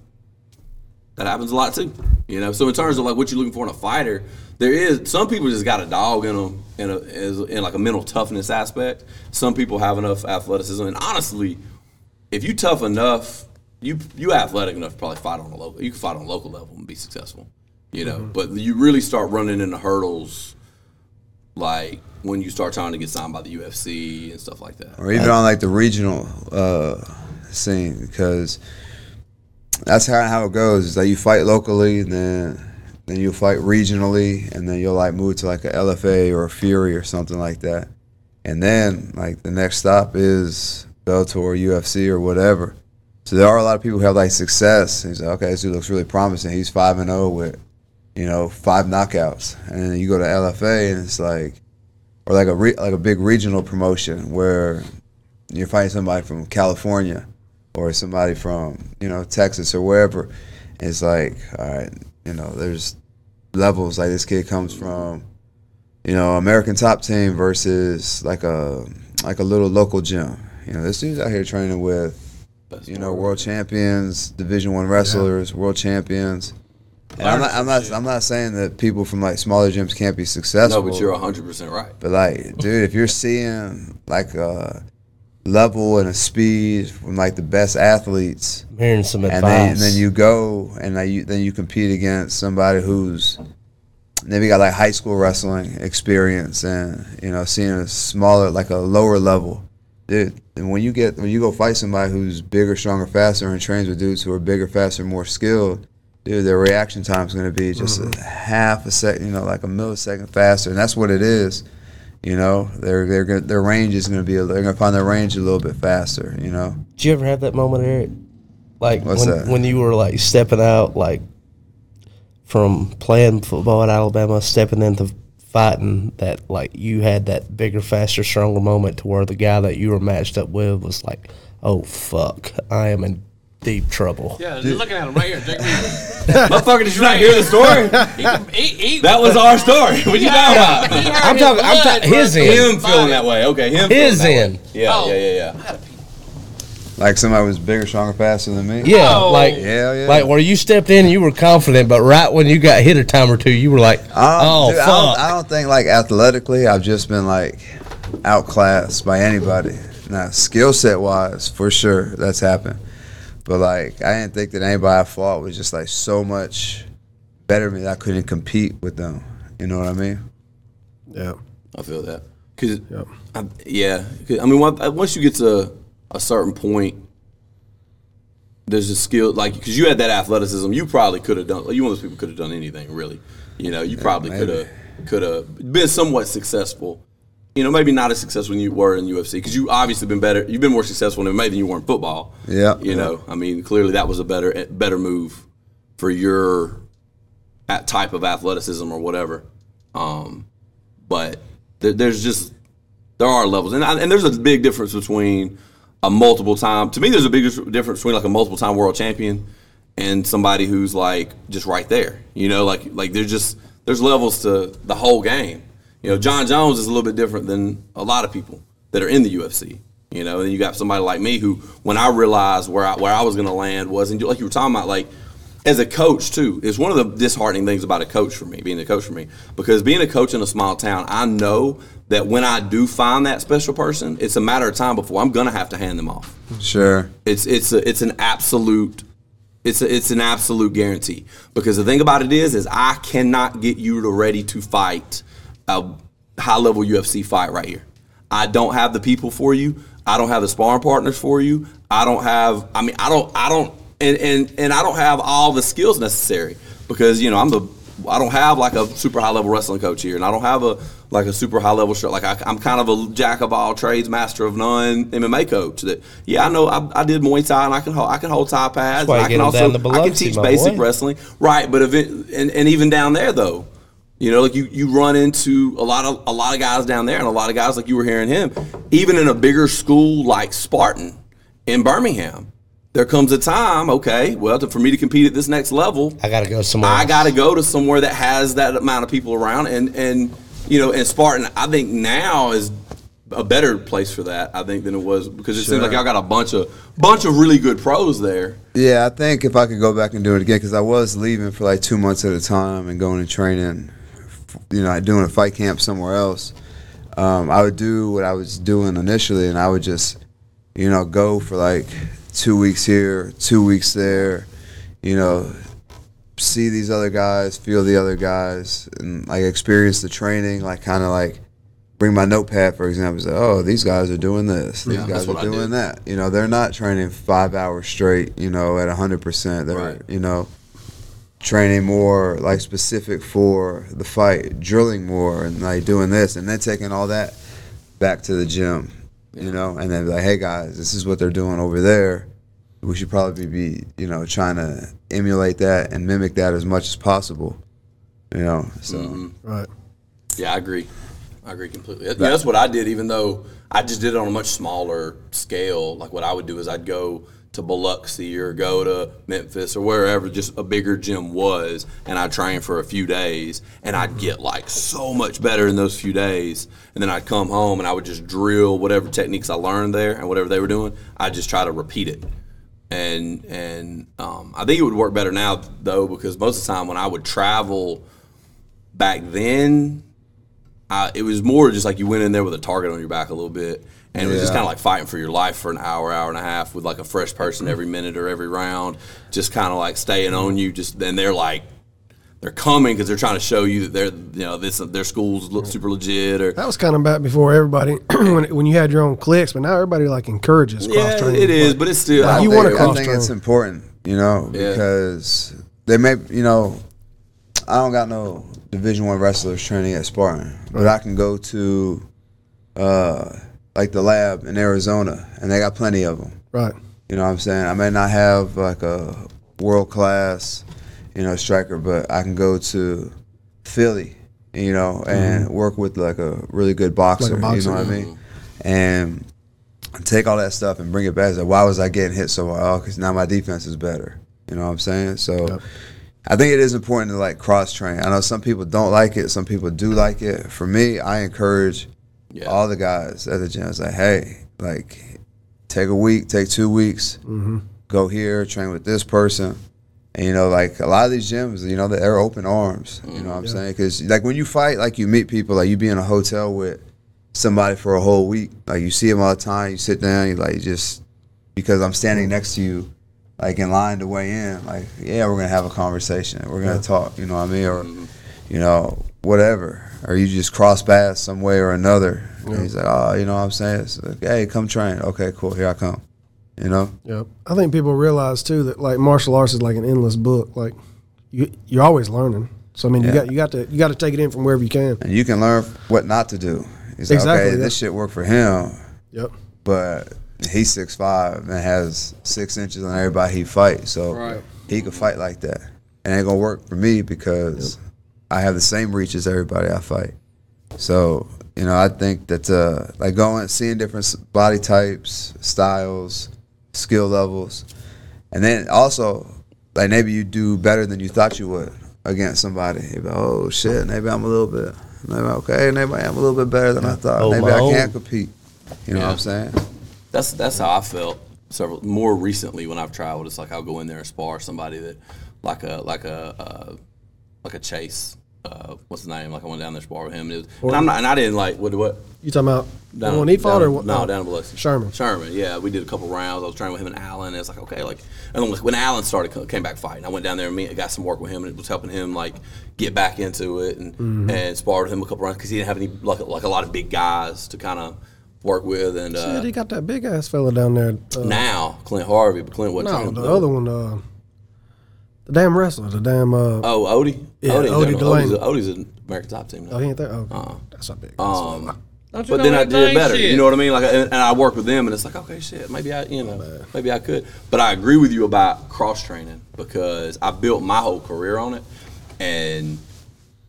Speaker 1: that happens a lot too. You know, so in terms of like what you're looking for in a fighter, there is some people just got a dog in them in a as- in like a mental toughness aspect. Some people have enough athleticism, and honestly, if you tough enough, you you athletic enough to probably fight on a local. You can fight on a local level and be successful. You know, but you really start running into hurdles like when you start trying to get signed by the UFC and stuff like that.
Speaker 4: or even on like the regional uh, scene because that's how how it goes. Is that you fight locally, and then then you'll fight regionally, and then you'll like move to like a LFA or a Fury or something like that, and then like the next stop is Bellator, UFC, or whatever. So there are a lot of people who have like success. And he's like, okay, this dude looks really promising. He's five and zero with you know five knockouts, and then you go to LFA, and it's like or like a re- like a big regional promotion where you're fighting somebody from California or somebody from you know Texas or wherever. It's like all right, you know, there's levels. Like this kid comes from you know American top team versus like a like a little local gym. You know, this dude's out here training with you know world champions, Division One wrestlers, world champions. And I'm not, I'm not. I'm not saying that people from like smaller gyms can't be
Speaker 1: No,
Speaker 4: successful.
Speaker 1: but you're 100 percent right.
Speaker 4: But like, dude, if you're seeing like a level and a speed from like the best athletes,
Speaker 3: I'm hearing some advice.
Speaker 4: and then, and then you go and then you, then you compete against somebody who's maybe got like high school wrestling experience and you know seeing a smaller like a lower level dude and when you get when you go fight somebody who's bigger stronger faster and trains with dudes who are bigger faster more skilled dude their reaction time's going to be just a half a second you know like a millisecond faster and that's what it is you know their their their range is going to be a, they're going to find their range a little bit faster you know
Speaker 3: Did you ever have that moment, Eric? Like
Speaker 4: What's
Speaker 3: when
Speaker 4: that?
Speaker 3: when you were like stepping out, like from playing football at Alabama, stepping into fighting, that like you had that bigger, faster, stronger moment to where the guy that you were matched up with was like, "Oh fuck, I am in deep trouble."
Speaker 6: Yeah, just looking at him right here. Jake Reed.
Speaker 1: Motherfucker, did you not hear the story?
Speaker 6: He, he, he,
Speaker 1: <laughs> That was our story. <laughs> What you talking about?
Speaker 6: he heard
Speaker 3: I'm
Speaker 6: his
Speaker 3: talking- I'm
Speaker 6: blood
Speaker 3: talking- his
Speaker 6: run
Speaker 3: end.
Speaker 6: through
Speaker 1: Him
Speaker 6: his
Speaker 1: feeling
Speaker 6: body.
Speaker 1: that way. Okay, him. feeling
Speaker 3: His
Speaker 1: that way.
Speaker 3: end,
Speaker 1: Yeah,
Speaker 6: Oh.
Speaker 1: yeah, yeah, yeah.
Speaker 4: Like somebody was bigger, stronger, faster than me.
Speaker 3: yeah,
Speaker 6: Oh.
Speaker 3: like
Speaker 4: Hell yeah.
Speaker 3: like where you stepped in, you were confident, but right when you got hit a time or two, you were like,
Speaker 4: I don't,
Speaker 3: "Oh
Speaker 4: dude,
Speaker 3: fuck."
Speaker 4: I don't, I don't think like athletically, I've just been like outclassed by anybody. Now, skill set wise, for sure, that's happened. But like, I didn't think that anybody I fought was just like so much better than me that I couldn't compete with them. You know what I mean?
Speaker 5: Yeah.
Speaker 1: I feel that. Cause
Speaker 5: Yep.
Speaker 1: I, yeah, 'Cause, I mean, once- uh, once you get to a certain point, there's a skill like because you had that athleticism, you probably could have done. You one of those people could have done anything really. You know, you probably could
Speaker 4: maybe.
Speaker 1: have could have been somewhat successful. You know, maybe not as successful as you were in UFC because you obviously been better. You've been more successful in MMA than you were in football.
Speaker 4: Yeah,
Speaker 1: You
Speaker 4: yeah.
Speaker 1: know, I mean, clearly that was a better better move for your at type of athleticism or whatever. Um, but there, there's just There are levels, and I, and there's a big difference between a multiple time. To me, there's a big difference between like a multiple time world champion and somebody who's like just right there. You know, like like there's just there's levels to the whole game. You know, John Jones is a little bit different than a lot of people that are in the UFC. You know, and then you got somebody like me who, when I realized where I, where I was going to land was, and like you were talking about, like as a coach too, it's one of the disheartening things about a coach for me, being a coach for me, because being a coach in a small town, I know that when I do find that special person, it's a matter of time before I'm going to have to hand them off.
Speaker 4: Sure.
Speaker 1: It's it's a, it's an absolute it's a, it's an absolute guarantee because the thing about it is is I cannot get you to ready to fight a high level UFC fight right here. I don't have the people for you. I don't have the sparring partners for you. I don't have I mean I don't I don't and and and I don't have all the skills necessary because you know I'm the I don't have like a super high level wrestling coach here, and I don't have a like a super high level show. Like I, I'm kind of a jack of all trades, master of none MMA coach. That yeah, I know I, I did Muay Thai and I can hold, I can hold tie pads.
Speaker 3: why
Speaker 1: and
Speaker 3: you
Speaker 1: I can
Speaker 3: get 'em down
Speaker 1: also
Speaker 3: to
Speaker 1: I can
Speaker 3: Biloxi,
Speaker 1: teach
Speaker 3: my
Speaker 1: basic
Speaker 3: boy.
Speaker 1: wrestling, right? But event, and and even down there though, you know, like you you run into a lot of a lot of guys down there, and a lot of guys like you were hearing him, even in a bigger school like Spartan in Birmingham. There comes a time, okay, well, to, for me to compete at this next level,
Speaker 3: I gotta go somewhere.
Speaker 1: I
Speaker 3: else.
Speaker 1: got to go to somewhere that has that amount of people around, and and you know, and Spartan, I think now is a better place for that. I think than it was because it seems like y'all got a bunch of bunch of really good pros there.
Speaker 4: Yeah, I think if I could go back and do it again, because I was leaving for like two months at a time and going and training, f- you know, like doing a fight camp somewhere else, um, I would do what I was doing initially, and I would just, you know, go for like two weeks here, two weeks there, you know, see these other guys, feel the other guys, and like experience the training, like kind of like bring my notepad for example. and Say, oh, these guys are doing this. These guys
Speaker 1: what
Speaker 4: are
Speaker 1: I did.
Speaker 4: doing that. You know, they're not training five hours straight. You know, at hundred percent. They're
Speaker 1: Right.
Speaker 4: you know training more like specific for the fight, drilling more, and like doing this, and then taking all that back to the gym. You know, and then be like, hey guys, this is what they're doing over there we should probably be you know trying to emulate that and mimic that as much as possible you know so
Speaker 1: Mm-hmm.
Speaker 5: Right.
Speaker 1: Yeah, I agree. I agree completely. That- that's what I did, even though I just did it on a much smaller scale. Like what I would do is I'd go to Biloxi or go to Memphis or wherever just a bigger gym was, and I'd train for a few days, and I'd get like so much better in those few days, and then I'd come home and I would just drill whatever techniques I learned there and whatever they were doing. I'd just try to repeat it and and um, I think it would work better now though because most of the time when I would travel back then, I, it was more just like you went in there with a target on your back a little bit, and it was just
Speaker 4: Yeah.
Speaker 1: kind of like fighting for your life for an hour, hour and a half with like a fresh person every minute or every round, just kind of like staying on you. Just then they're like. They're coming because they're trying to show you that they're, you know, this their schools look super legit or
Speaker 5: That was kind of back before everybody <clears throat> when when you had your own cliques, but now everybody like encourages cross
Speaker 1: yeah,
Speaker 5: training.
Speaker 1: it is, but it's still
Speaker 5: Like,
Speaker 1: out
Speaker 5: you
Speaker 1: there.
Speaker 5: wanna
Speaker 4: I
Speaker 5: cross
Speaker 4: think
Speaker 5: train.
Speaker 4: it's important you know
Speaker 1: Yeah.
Speaker 4: because they may you know i don't got no division one wrestlers training at spartan but i can go to uh like the lab in arizona and they got plenty of them
Speaker 5: Right.
Speaker 4: You know what I'm saying? I may not have like a world class, you know, striker, but I can go to Philly, you know, and work with like a really good boxer, you
Speaker 5: boxer,
Speaker 4: know what I mean? And take all that stuff and bring it back. It's like, why was I getting hit so hard? Oh, because now my defense is better. You know what I'm saying? So I think it is important to like cross train. I know some people don't like it, some people do like it. For me, I encourage
Speaker 1: Yeah.
Speaker 4: all the guys at the gym. It's like, hey, like take a week, take two weeks, go here, train with this person. And, you know, like a lot of these gyms, you know, they're open arms. You know what I'm saying? Because, like, when you fight, like, you meet people, like, you be in a hotel with somebody for a whole week. Like, you see them all the time. You sit down, you, like, just because I'm standing next to you, like, in line to weigh in, like, yeah, we're going to have a conversation. We're going to talk, you know what I mean? Or, you know, whatever. Or you just cross paths some way or another. And he's like, oh, you know what I'm saying? It's like, hey, come train. Okay, cool. Here I come. You know?
Speaker 5: Yep. I think people realize too that like martial arts is like an endless book. Like you you're always learning. So I mean, you
Speaker 4: Yeah.
Speaker 5: got you got to you got to take it in from wherever you can.
Speaker 4: and you can learn what not to do. He's
Speaker 5: Exactly,
Speaker 4: like, okay,
Speaker 5: yeah.
Speaker 4: this shit worked for him,
Speaker 5: Yep.
Speaker 4: but he's six five and has six inches on everybody he fights, so
Speaker 2: Right.
Speaker 4: he could fight like that. And it ain't gonna work for me because I have the same reach as everybody I fight. So You know, I think that uh, like going seeing different s- body types, styles, skill levels, and then also like maybe you do better than you thought you would against somebody. You're like, oh shit, maybe I'm a little bit, maybe okay, maybe I'm a little bit better than I thought.
Speaker 3: Oh,
Speaker 4: maybe
Speaker 3: my
Speaker 4: I
Speaker 3: own.
Speaker 4: can't compete. You know what I'm saying?
Speaker 1: That's that's how I felt several more recently when I've traveled. It's like I'll go in there and spar somebody that like a like a uh, like a chase. Uh, what's his name? Like I went down there to spar with him. And, it was, and I'm not and I didn't like what what
Speaker 5: You talking about
Speaker 1: down,
Speaker 5: when he fought
Speaker 1: down,
Speaker 5: or what?
Speaker 1: no down in Biloxi.
Speaker 5: Sherman.
Speaker 1: Sherman. Yeah, we did a couple rounds. I was training with him and Allen. And it's like okay, like and then when Allen started co- came back fighting, I went down there and me got some work with him and it was helping him like get back into it and
Speaker 5: Mm-hmm.
Speaker 1: and sparred with him a couple rounds because he didn't have any like like a lot of big guys to kind of work with and uh,
Speaker 5: Shit, he got that big ass fella down there. Uh,
Speaker 1: now Clint Harvey, but Clint wasn't.
Speaker 5: no,
Speaker 1: training
Speaker 5: the
Speaker 1: before.
Speaker 5: other one, uh, the damn wrestler, the damn. Uh, oh,
Speaker 1: Oh, Odie.
Speaker 5: Yeah,
Speaker 1: Odie,
Speaker 5: Odie
Speaker 1: Odie
Speaker 5: Delaney.
Speaker 1: Odie's, a, Odie's an American top team. Now.
Speaker 5: he ain't there. Oh,
Speaker 1: Uh-uh.
Speaker 5: that's not big.
Speaker 1: um,
Speaker 6: Don't you
Speaker 1: but
Speaker 6: know
Speaker 1: then I
Speaker 6: that
Speaker 1: did
Speaker 6: dang
Speaker 1: better.
Speaker 6: shit?
Speaker 1: You know what I mean? Like, and, and I work with them, and it's like, okay, shit, maybe I,
Speaker 5: Oh,
Speaker 1: you know, maybe I could. But I agree with you about cross training because I built my whole career on it, and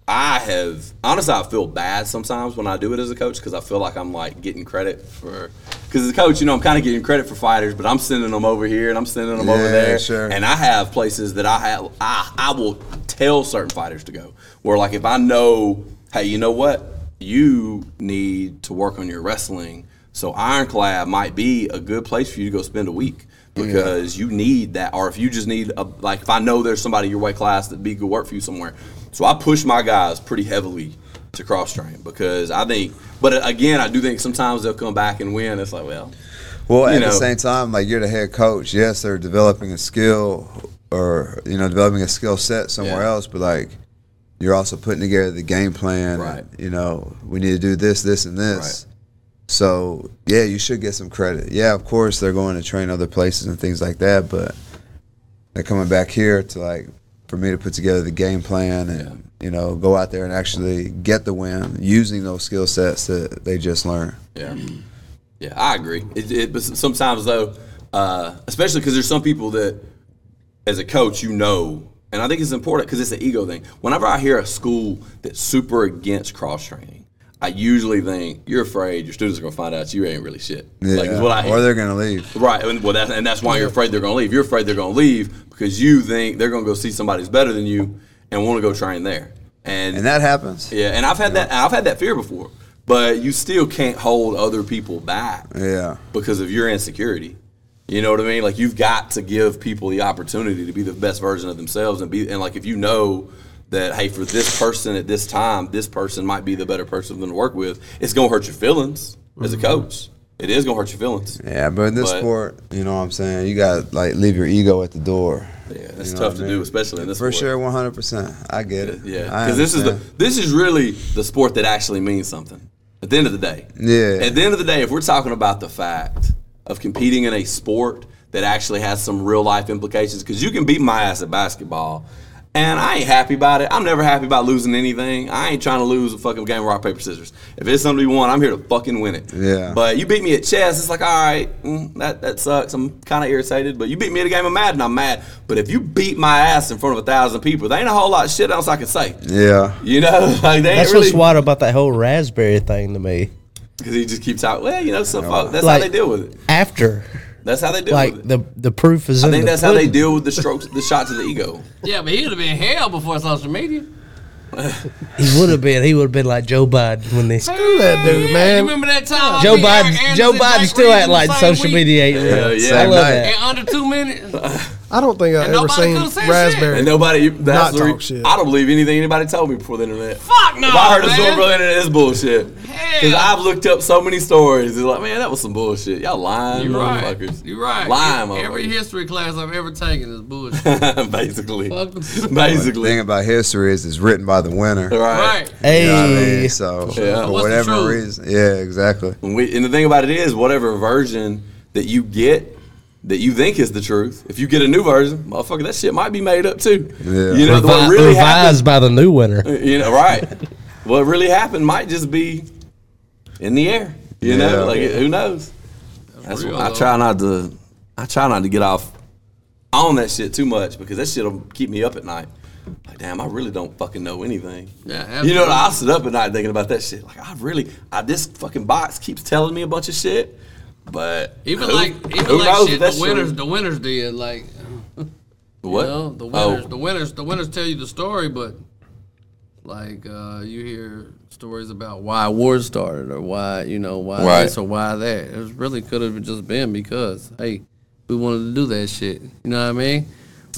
Speaker 1: I have honestly, I feel bad sometimes when I do it as a coach because I feel like I'm like getting credit for because as a coach, you know, I'm kind of getting credit for fighters, but I'm sending them over here and I'm sending them over
Speaker 4: Yeah,
Speaker 1: there,
Speaker 4: sure.
Speaker 1: and I have places that I have I I will tell certain fighters to go where like if I know, hey, you know what, you need to work on your wrestling, so Ironclad might be a good place for you to go spend a week. Because you need that, or if you just need a like, if I know there's somebody in your weight class that'd be good work for you somewhere, so I push my guys pretty heavily to cross train because I think, but again, I do think sometimes they'll come back and win. It's like, well,
Speaker 4: Well,
Speaker 1: you
Speaker 4: at the
Speaker 1: know.
Speaker 4: same time, like you're the head coach. Yes, they're developing a skill or you know developing a skill set somewhere
Speaker 1: Yeah.
Speaker 4: else, but like you're also putting together the game plan. and,
Speaker 1: Right.
Speaker 4: you know, we need to do this, this, and this. So yeah, you should get some credit. Yeah, of course they're going to train other places and things like that, but they're coming back here to like for me to put together the game plan and you know go out there and actually get the win using those skill sets that they just learned.
Speaker 1: yeah,
Speaker 4: Hmm.
Speaker 1: yeah, I agree. It, it, but sometimes though, uh, especially because there's some people that, as a coach, you know, and I think it's important because it's an ego thing. Whenever I hear a school that's super against cross training, I usually think you're afraid your students are gonna find out you ain't really shit. Like is what I hear.
Speaker 4: or they're gonna leave.
Speaker 1: Right, and well, that's, and that's why you're afraid they're going to leave. You're afraid they're going to leave because you think they're going to go see somebody's better than you and want to go train there. And,
Speaker 4: And that happens.
Speaker 1: yeah, and I've had that I've had that fear before, but you still can't hold other people back
Speaker 4: Yeah.
Speaker 1: because of your insecurity. You know what I mean? Like you've got to give people the opportunity to be the best version of themselves and be and like if you know that hey for this person at this time this person might be the better person than to work with, it's going to hurt your feelings as a coach. It is going to hurt your feelings.
Speaker 4: Mm-hmm. Yeah, but in this
Speaker 1: But-
Speaker 4: sport, you know what I'm saying? You got like leave your ego at the door.
Speaker 1: Yeah, that's
Speaker 4: You know
Speaker 1: tough
Speaker 4: what
Speaker 1: to
Speaker 4: I
Speaker 1: do,
Speaker 4: mean?
Speaker 1: especially in this
Speaker 4: For
Speaker 1: sport.
Speaker 4: sure, 100%. I get it.
Speaker 1: Yeah,
Speaker 4: I
Speaker 1: because this is the
Speaker 4: understand.
Speaker 1: this is really the sport that actually means something. At the end of the day,
Speaker 4: Yeah.
Speaker 1: At the end of the day, if we're talking about the fact of competing in a sport that actually has some real life implications, because you can beat my ass at basketball, and I ain't happy about it. I'm never happy about losing anything. I ain't trying to lose a fucking game of rock paper scissors. If it's something we want, I'm here to fucking win it.
Speaker 4: Yeah.
Speaker 1: But you beat me at chess, it's like all right, mm, that that sucks. I'm kind of irritated. But you beat me at a game of Madden, I'm mad. But if you beat my ass in front of a thousand people, there ain't a whole lot of shit else I can say.
Speaker 4: Yeah.
Speaker 1: You know, <laughs> like they ain't
Speaker 3: That's
Speaker 1: really
Speaker 3: what's wild about that whole raspberry thing to me.
Speaker 1: because he just keeps out. Well, you know, some folk. That's
Speaker 3: Like-
Speaker 1: how they deal with it.
Speaker 3: After,
Speaker 1: That's how they deal
Speaker 3: like
Speaker 1: with it.
Speaker 3: the the proof is in.
Speaker 1: I think
Speaker 3: the
Speaker 1: that's how they
Speaker 3: pudding.
Speaker 1: deal with the strokes, the shots of the ego.
Speaker 2: Yeah, but he would have been hell before social media.
Speaker 3: He would have been. He would have been like Joe Biden when they.
Speaker 5: Screw that dude, man.
Speaker 2: You remember that time?
Speaker 3: Joe
Speaker 2: me, Eric
Speaker 3: Biden.
Speaker 2: Anderson,
Speaker 3: Joe Biden
Speaker 2: Jake
Speaker 3: still
Speaker 2: Reed
Speaker 3: act
Speaker 2: the
Speaker 3: like
Speaker 2: same
Speaker 3: social
Speaker 2: week
Speaker 3: media. ain't
Speaker 1: Yeah,
Speaker 3: real.
Speaker 1: yeah.
Speaker 3: I love
Speaker 4: Same
Speaker 2: In
Speaker 3: that.
Speaker 2: under two minutes.
Speaker 5: I don't think I've
Speaker 2: And
Speaker 5: ever
Speaker 2: nobody
Speaker 5: seen
Speaker 2: could've said
Speaker 5: raspberry.
Speaker 1: And nobody, that's
Speaker 5: Not
Speaker 1: the re-
Speaker 5: talk shit.
Speaker 1: I don't believe anything anybody told me before the internet.
Speaker 2: Fuck no,
Speaker 1: If <laughs> I heard a
Speaker 2: man.
Speaker 1: story before the internet, it's bullshit. Because
Speaker 2: Hell.
Speaker 1: I've looked up so many stories. It's like, man, that was some bullshit. Y'all lying,
Speaker 2: You're right.
Speaker 1: motherfuckers.
Speaker 2: You're right.
Speaker 1: Lying, motherfuckers.
Speaker 2: Every history class I've ever taken is
Speaker 1: <laughs>
Speaker 2: bullshit.
Speaker 1: basically,
Speaker 2: Fuck.
Speaker 4: The thing
Speaker 1: basically,
Speaker 4: about history is it's written by the winner.
Speaker 1: right.
Speaker 2: right.
Speaker 4: You know what I mean?
Speaker 3: Hey,
Speaker 4: So,
Speaker 1: Yeah.
Speaker 4: for
Speaker 2: What's the
Speaker 4: whatever
Speaker 2: truth?
Speaker 4: reason. Yeah, exactly.
Speaker 1: And, we, and the thing about it is, whatever version that you get that you think is the truth, if you get a new version, motherfucker, that shit might be made up too.
Speaker 4: Yeah.
Speaker 1: You know,
Speaker 3: revi-
Speaker 1: what really happened,
Speaker 3: revised uh, by the new winner.
Speaker 1: you know, right? what really happened might just be in the air. You know,
Speaker 4: Yeah.
Speaker 1: like who knows? That's
Speaker 2: real,
Speaker 1: why I
Speaker 2: though.
Speaker 1: try not to. I try not to get off on that shit too much because that shit'll keep me up at night. Like, damn, I really don't fucking know anything.
Speaker 2: Yeah,
Speaker 1: You know,
Speaker 2: absolutely.
Speaker 1: I sit up at night thinking about that shit. Like, I really, I, this fucking box keeps telling me a bunch of shit, but
Speaker 2: Even
Speaker 1: who-
Speaker 2: like
Speaker 1: who
Speaker 2: even
Speaker 1: knows
Speaker 2: like shit,
Speaker 1: if that's
Speaker 2: the winners
Speaker 1: true?
Speaker 2: the winners did like
Speaker 1: what?
Speaker 2: You know, the
Speaker 1: <laughs>
Speaker 2: winners
Speaker 1: Oh.
Speaker 2: the winners the winners tell you the story, but like uh, you hear stories about why wars started or why you know why
Speaker 1: Right.
Speaker 2: this or why that. It was really could have just been because hey, we wanted to do that shit. You know what I mean?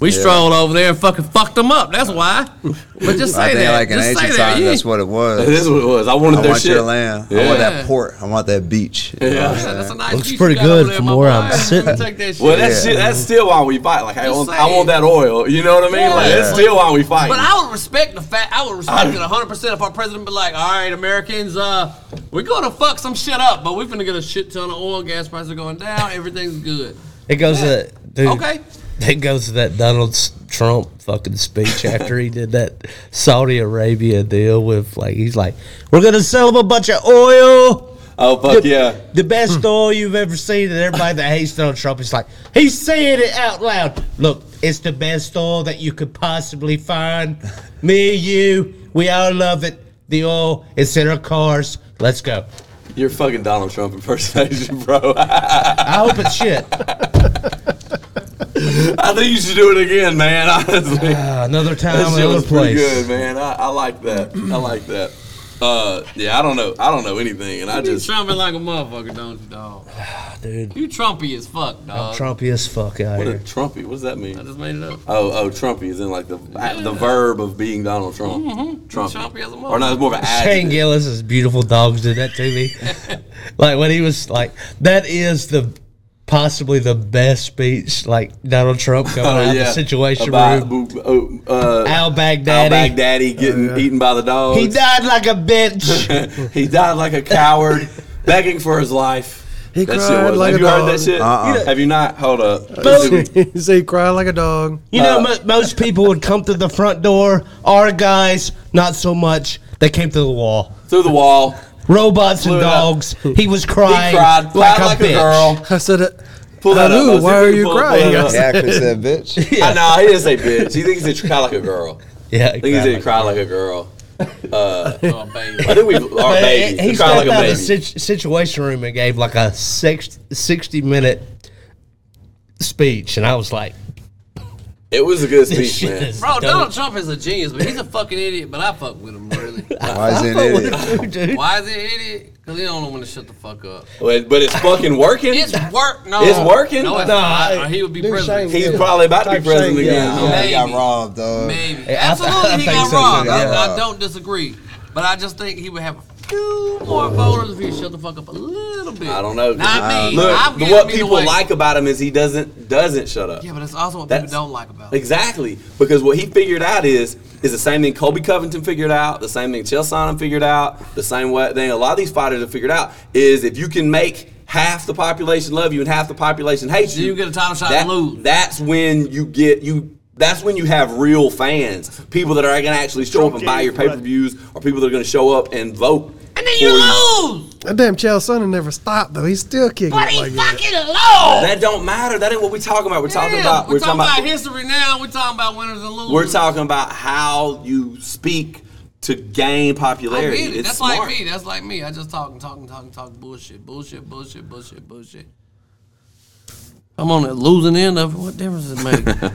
Speaker 2: We strolled over there and fucking fucked them up. That's why. But just
Speaker 4: I
Speaker 2: say
Speaker 4: think
Speaker 2: that.
Speaker 4: like in
Speaker 2: just say
Speaker 4: ancient
Speaker 2: that.
Speaker 4: times,
Speaker 2: Yeah.
Speaker 4: that's what
Speaker 1: <laughs>
Speaker 4: it
Speaker 1: This
Speaker 4: was.
Speaker 1: is what it was. I wanted
Speaker 4: I
Speaker 1: their
Speaker 4: want
Speaker 1: shit.
Speaker 4: your land. I want that port. I want that
Speaker 1: <laughs>
Speaker 4: beach. You
Speaker 1: Yeah.
Speaker 4: know what I'm
Speaker 2: Yeah,
Speaker 4: saying?
Speaker 2: that's a nice
Speaker 3: Looks
Speaker 2: piece you
Speaker 3: pretty
Speaker 2: got
Speaker 3: good
Speaker 2: over there,
Speaker 3: from
Speaker 2: my
Speaker 3: where
Speaker 2: boy.
Speaker 3: I'm
Speaker 2: Let me
Speaker 3: sitting.
Speaker 2: Take that shit.
Speaker 1: Well, that
Speaker 4: Yeah.
Speaker 1: shit, that's still why we fight. Like, I want, I
Speaker 2: saying.
Speaker 1: want that oil. <laughs> You know what I mean? Like,
Speaker 2: Yeah.
Speaker 1: that's still why we fight.
Speaker 2: But I would respect the fact. I would respect it 100 percent if our president be like, "All right, Americans, uh, we're gonna fuck some shit up, but we're gonna get a shit ton of oil. Gas prices are going down. Everything's good."
Speaker 3: It goes to that, dude,
Speaker 2: Okay.
Speaker 3: It goes to that Donald S- Trump fucking speech after he did that Saudi Arabia deal with like he's like, we're gonna sell them a bunch of oil,
Speaker 1: oh, fuck yeah.
Speaker 3: the
Speaker 1: Hmm.
Speaker 3: best oil you've ever seen, and everybody that hates Donald Trump is like, he's saying it out loud. Look, it's the best oil that you could
Speaker 1: <laughs>
Speaker 3: possibly find. Me, you, we all love it. The oil, it's in our cars. Let's go.
Speaker 1: You're fucking Donald Trump impersonation, <laughs> bro.
Speaker 3: I hope
Speaker 1: <laughs>
Speaker 3: it's shit.
Speaker 1: I think you should do it again, man. <laughs> Honestly,
Speaker 3: Another
Speaker 1: that
Speaker 3: time,
Speaker 1: shit
Speaker 3: another
Speaker 1: was pretty
Speaker 3: place.
Speaker 1: good, man. I, I like that. I like that. Uh, yeah, I don't know. I don't know anything, and I
Speaker 2: You
Speaker 1: just Ah,
Speaker 2: trumping like a motherfucker, don't you,
Speaker 1: <sighs>
Speaker 2: dog?
Speaker 3: Dude,
Speaker 2: You Trumpy as fuck, dog.
Speaker 3: Trumpy as fuck out
Speaker 1: what a
Speaker 3: here.
Speaker 1: Trumpy. What does that
Speaker 2: I
Speaker 1: mean?
Speaker 2: just made
Speaker 1: <laughs>
Speaker 2: it up.
Speaker 1: Oh, oh, Trumpy is in like the the verb of being Donald Trump. Trumpy.
Speaker 2: Mm-hmm. Trumpy as a
Speaker 1: or no, it's more of an
Speaker 3: Shane
Speaker 1: adjective.
Speaker 3: Gillis' beautiful dogs did that
Speaker 1: <laughs>
Speaker 3: to me. like when he was like, that is the possibly the best speech. Like Donald Trump coming out
Speaker 1: Oh,
Speaker 3: of
Speaker 1: yeah.
Speaker 3: the situation
Speaker 1: About,
Speaker 3: room.
Speaker 1: oh, uh,
Speaker 3: Al
Speaker 1: Al
Speaker 3: Baghdadi.
Speaker 1: Baghdadi getting eaten by the dogs.
Speaker 3: He died like
Speaker 1: <laughs>
Speaker 3: a bitch.
Speaker 1: he died like a coward, begging for his life.
Speaker 5: He
Speaker 1: that shit
Speaker 5: cried
Speaker 1: was.
Speaker 5: like
Speaker 1: Have
Speaker 5: a
Speaker 1: you heard
Speaker 5: dog.
Speaker 1: that shit?
Speaker 4: Uh-uh.
Speaker 1: Have you not? Hold up.
Speaker 5: <laughs> he said he cried like a dog.
Speaker 3: You know,
Speaker 1: Uh.
Speaker 3: mo- most people would come to the front door. Our guys, not so much. They came to the wall.
Speaker 1: Through the wall.
Speaker 3: Robots
Speaker 1: Blew
Speaker 3: and
Speaker 1: it up.
Speaker 3: dogs. He was
Speaker 1: He
Speaker 3: crying
Speaker 1: cried, cried
Speaker 3: like,
Speaker 1: like
Speaker 3: a, bitch.
Speaker 1: girl.
Speaker 5: I said, it.
Speaker 1: Pull that
Speaker 5: Hello,
Speaker 1: up. I was
Speaker 5: why
Speaker 1: thinking
Speaker 5: are
Speaker 1: you
Speaker 5: you
Speaker 1: pull- pull
Speaker 5: crying?
Speaker 1: that up.
Speaker 4: He actually said,
Speaker 1: <laughs>
Speaker 2: <laughs>
Speaker 4: bitch.
Speaker 1: I know, he didn't say bitch. He thinks he said cry like a girl.
Speaker 3: Yeah,
Speaker 1: I think he
Speaker 3: exactly.
Speaker 1: said cry like a girl.
Speaker 2: Oh, baby.
Speaker 1: I think we our
Speaker 3: But
Speaker 1: baby.
Speaker 3: He
Speaker 1: He
Speaker 3: stepped
Speaker 1: cried like a
Speaker 3: out of
Speaker 1: baby.
Speaker 3: the situ- situation room and gave like a six, 60 minute speech, and I was like,
Speaker 1: it was a good
Speaker 3: "This
Speaker 1: speech,
Speaker 3: shit
Speaker 1: man.
Speaker 3: is
Speaker 2: Bro,
Speaker 3: dope."
Speaker 2: Donald Trump is a genius, but he's a fucking idiot. But I fuck with him,
Speaker 1: <laughs>
Speaker 2: really.
Speaker 4: Why is he an idiot?
Speaker 3: "Oh, Dude,
Speaker 2: Why is he an idiot? Because he don't want to shut the
Speaker 1: <laughs>
Speaker 2: fuck up.
Speaker 1: But, but it's fucking working.
Speaker 2: It's work. No,
Speaker 1: It's working?
Speaker 2: No, it's
Speaker 1: No,
Speaker 2: not. or he would be
Speaker 5: Dude,
Speaker 2: president.
Speaker 5: Shane-
Speaker 1: He's probably about to be
Speaker 5: Type
Speaker 1: president
Speaker 5: shit,
Speaker 1: again.
Speaker 4: Yeah, he got
Speaker 2: Maybe.
Speaker 4: robbed, dog.
Speaker 2: Maybe.
Speaker 3: Yeah, I-
Speaker 2: Absolutely, he
Speaker 3: I think
Speaker 2: got
Speaker 3: so,
Speaker 2: robbed.
Speaker 3: too,
Speaker 2: I,
Speaker 4: yeah.
Speaker 2: I don't disagree. But I just think he would have a few more voters if he shut the fuck up a little bit.
Speaker 1: I don't know. Uh,
Speaker 2: Not me.
Speaker 1: Look,
Speaker 2: I'm
Speaker 1: but
Speaker 2: giving
Speaker 1: what
Speaker 2: me the
Speaker 1: people
Speaker 2: way.
Speaker 1: like about him is he doesn't doesn't shut up.
Speaker 2: Yeah, but it's also what
Speaker 1: That's-
Speaker 2: people don't like about him.
Speaker 1: Exactly, because what he figured out is is the same thing Kobe Covington figured out, the same thing Chelsea figured out, the same way thing a lot of these fighters have figured out is if you can make half the population love you and half the population hate
Speaker 2: Then
Speaker 1: you,
Speaker 2: you get a title shot
Speaker 1: that-
Speaker 2: and lose.
Speaker 1: That's when you get you. That's when you have real fans, people that are going to actually show up and buy your pay per views, or people that are going to show up and vote.
Speaker 2: And then you
Speaker 1: for
Speaker 2: lose.
Speaker 5: That damn Chael Sonnen never stopped though. He's still kicking
Speaker 2: But
Speaker 5: it
Speaker 2: he
Speaker 5: like that.
Speaker 2: fucking lost.
Speaker 1: That don't matter. That ain't what we're talking about. We're talking
Speaker 2: Yeah,
Speaker 1: about.
Speaker 2: we're, talking about, history now. We're talking about winners and losers.
Speaker 1: We're talking about how you speak to gain
Speaker 2: I get
Speaker 1: popularity.
Speaker 2: it.
Speaker 1: It's
Speaker 2: That's
Speaker 1: smart.
Speaker 2: like me. That's like me. I just talk and talk and talk and talk bullshit, bullshit, bullshit, bullshit, bullshit. I'm on the losing end of it. What difference does it make?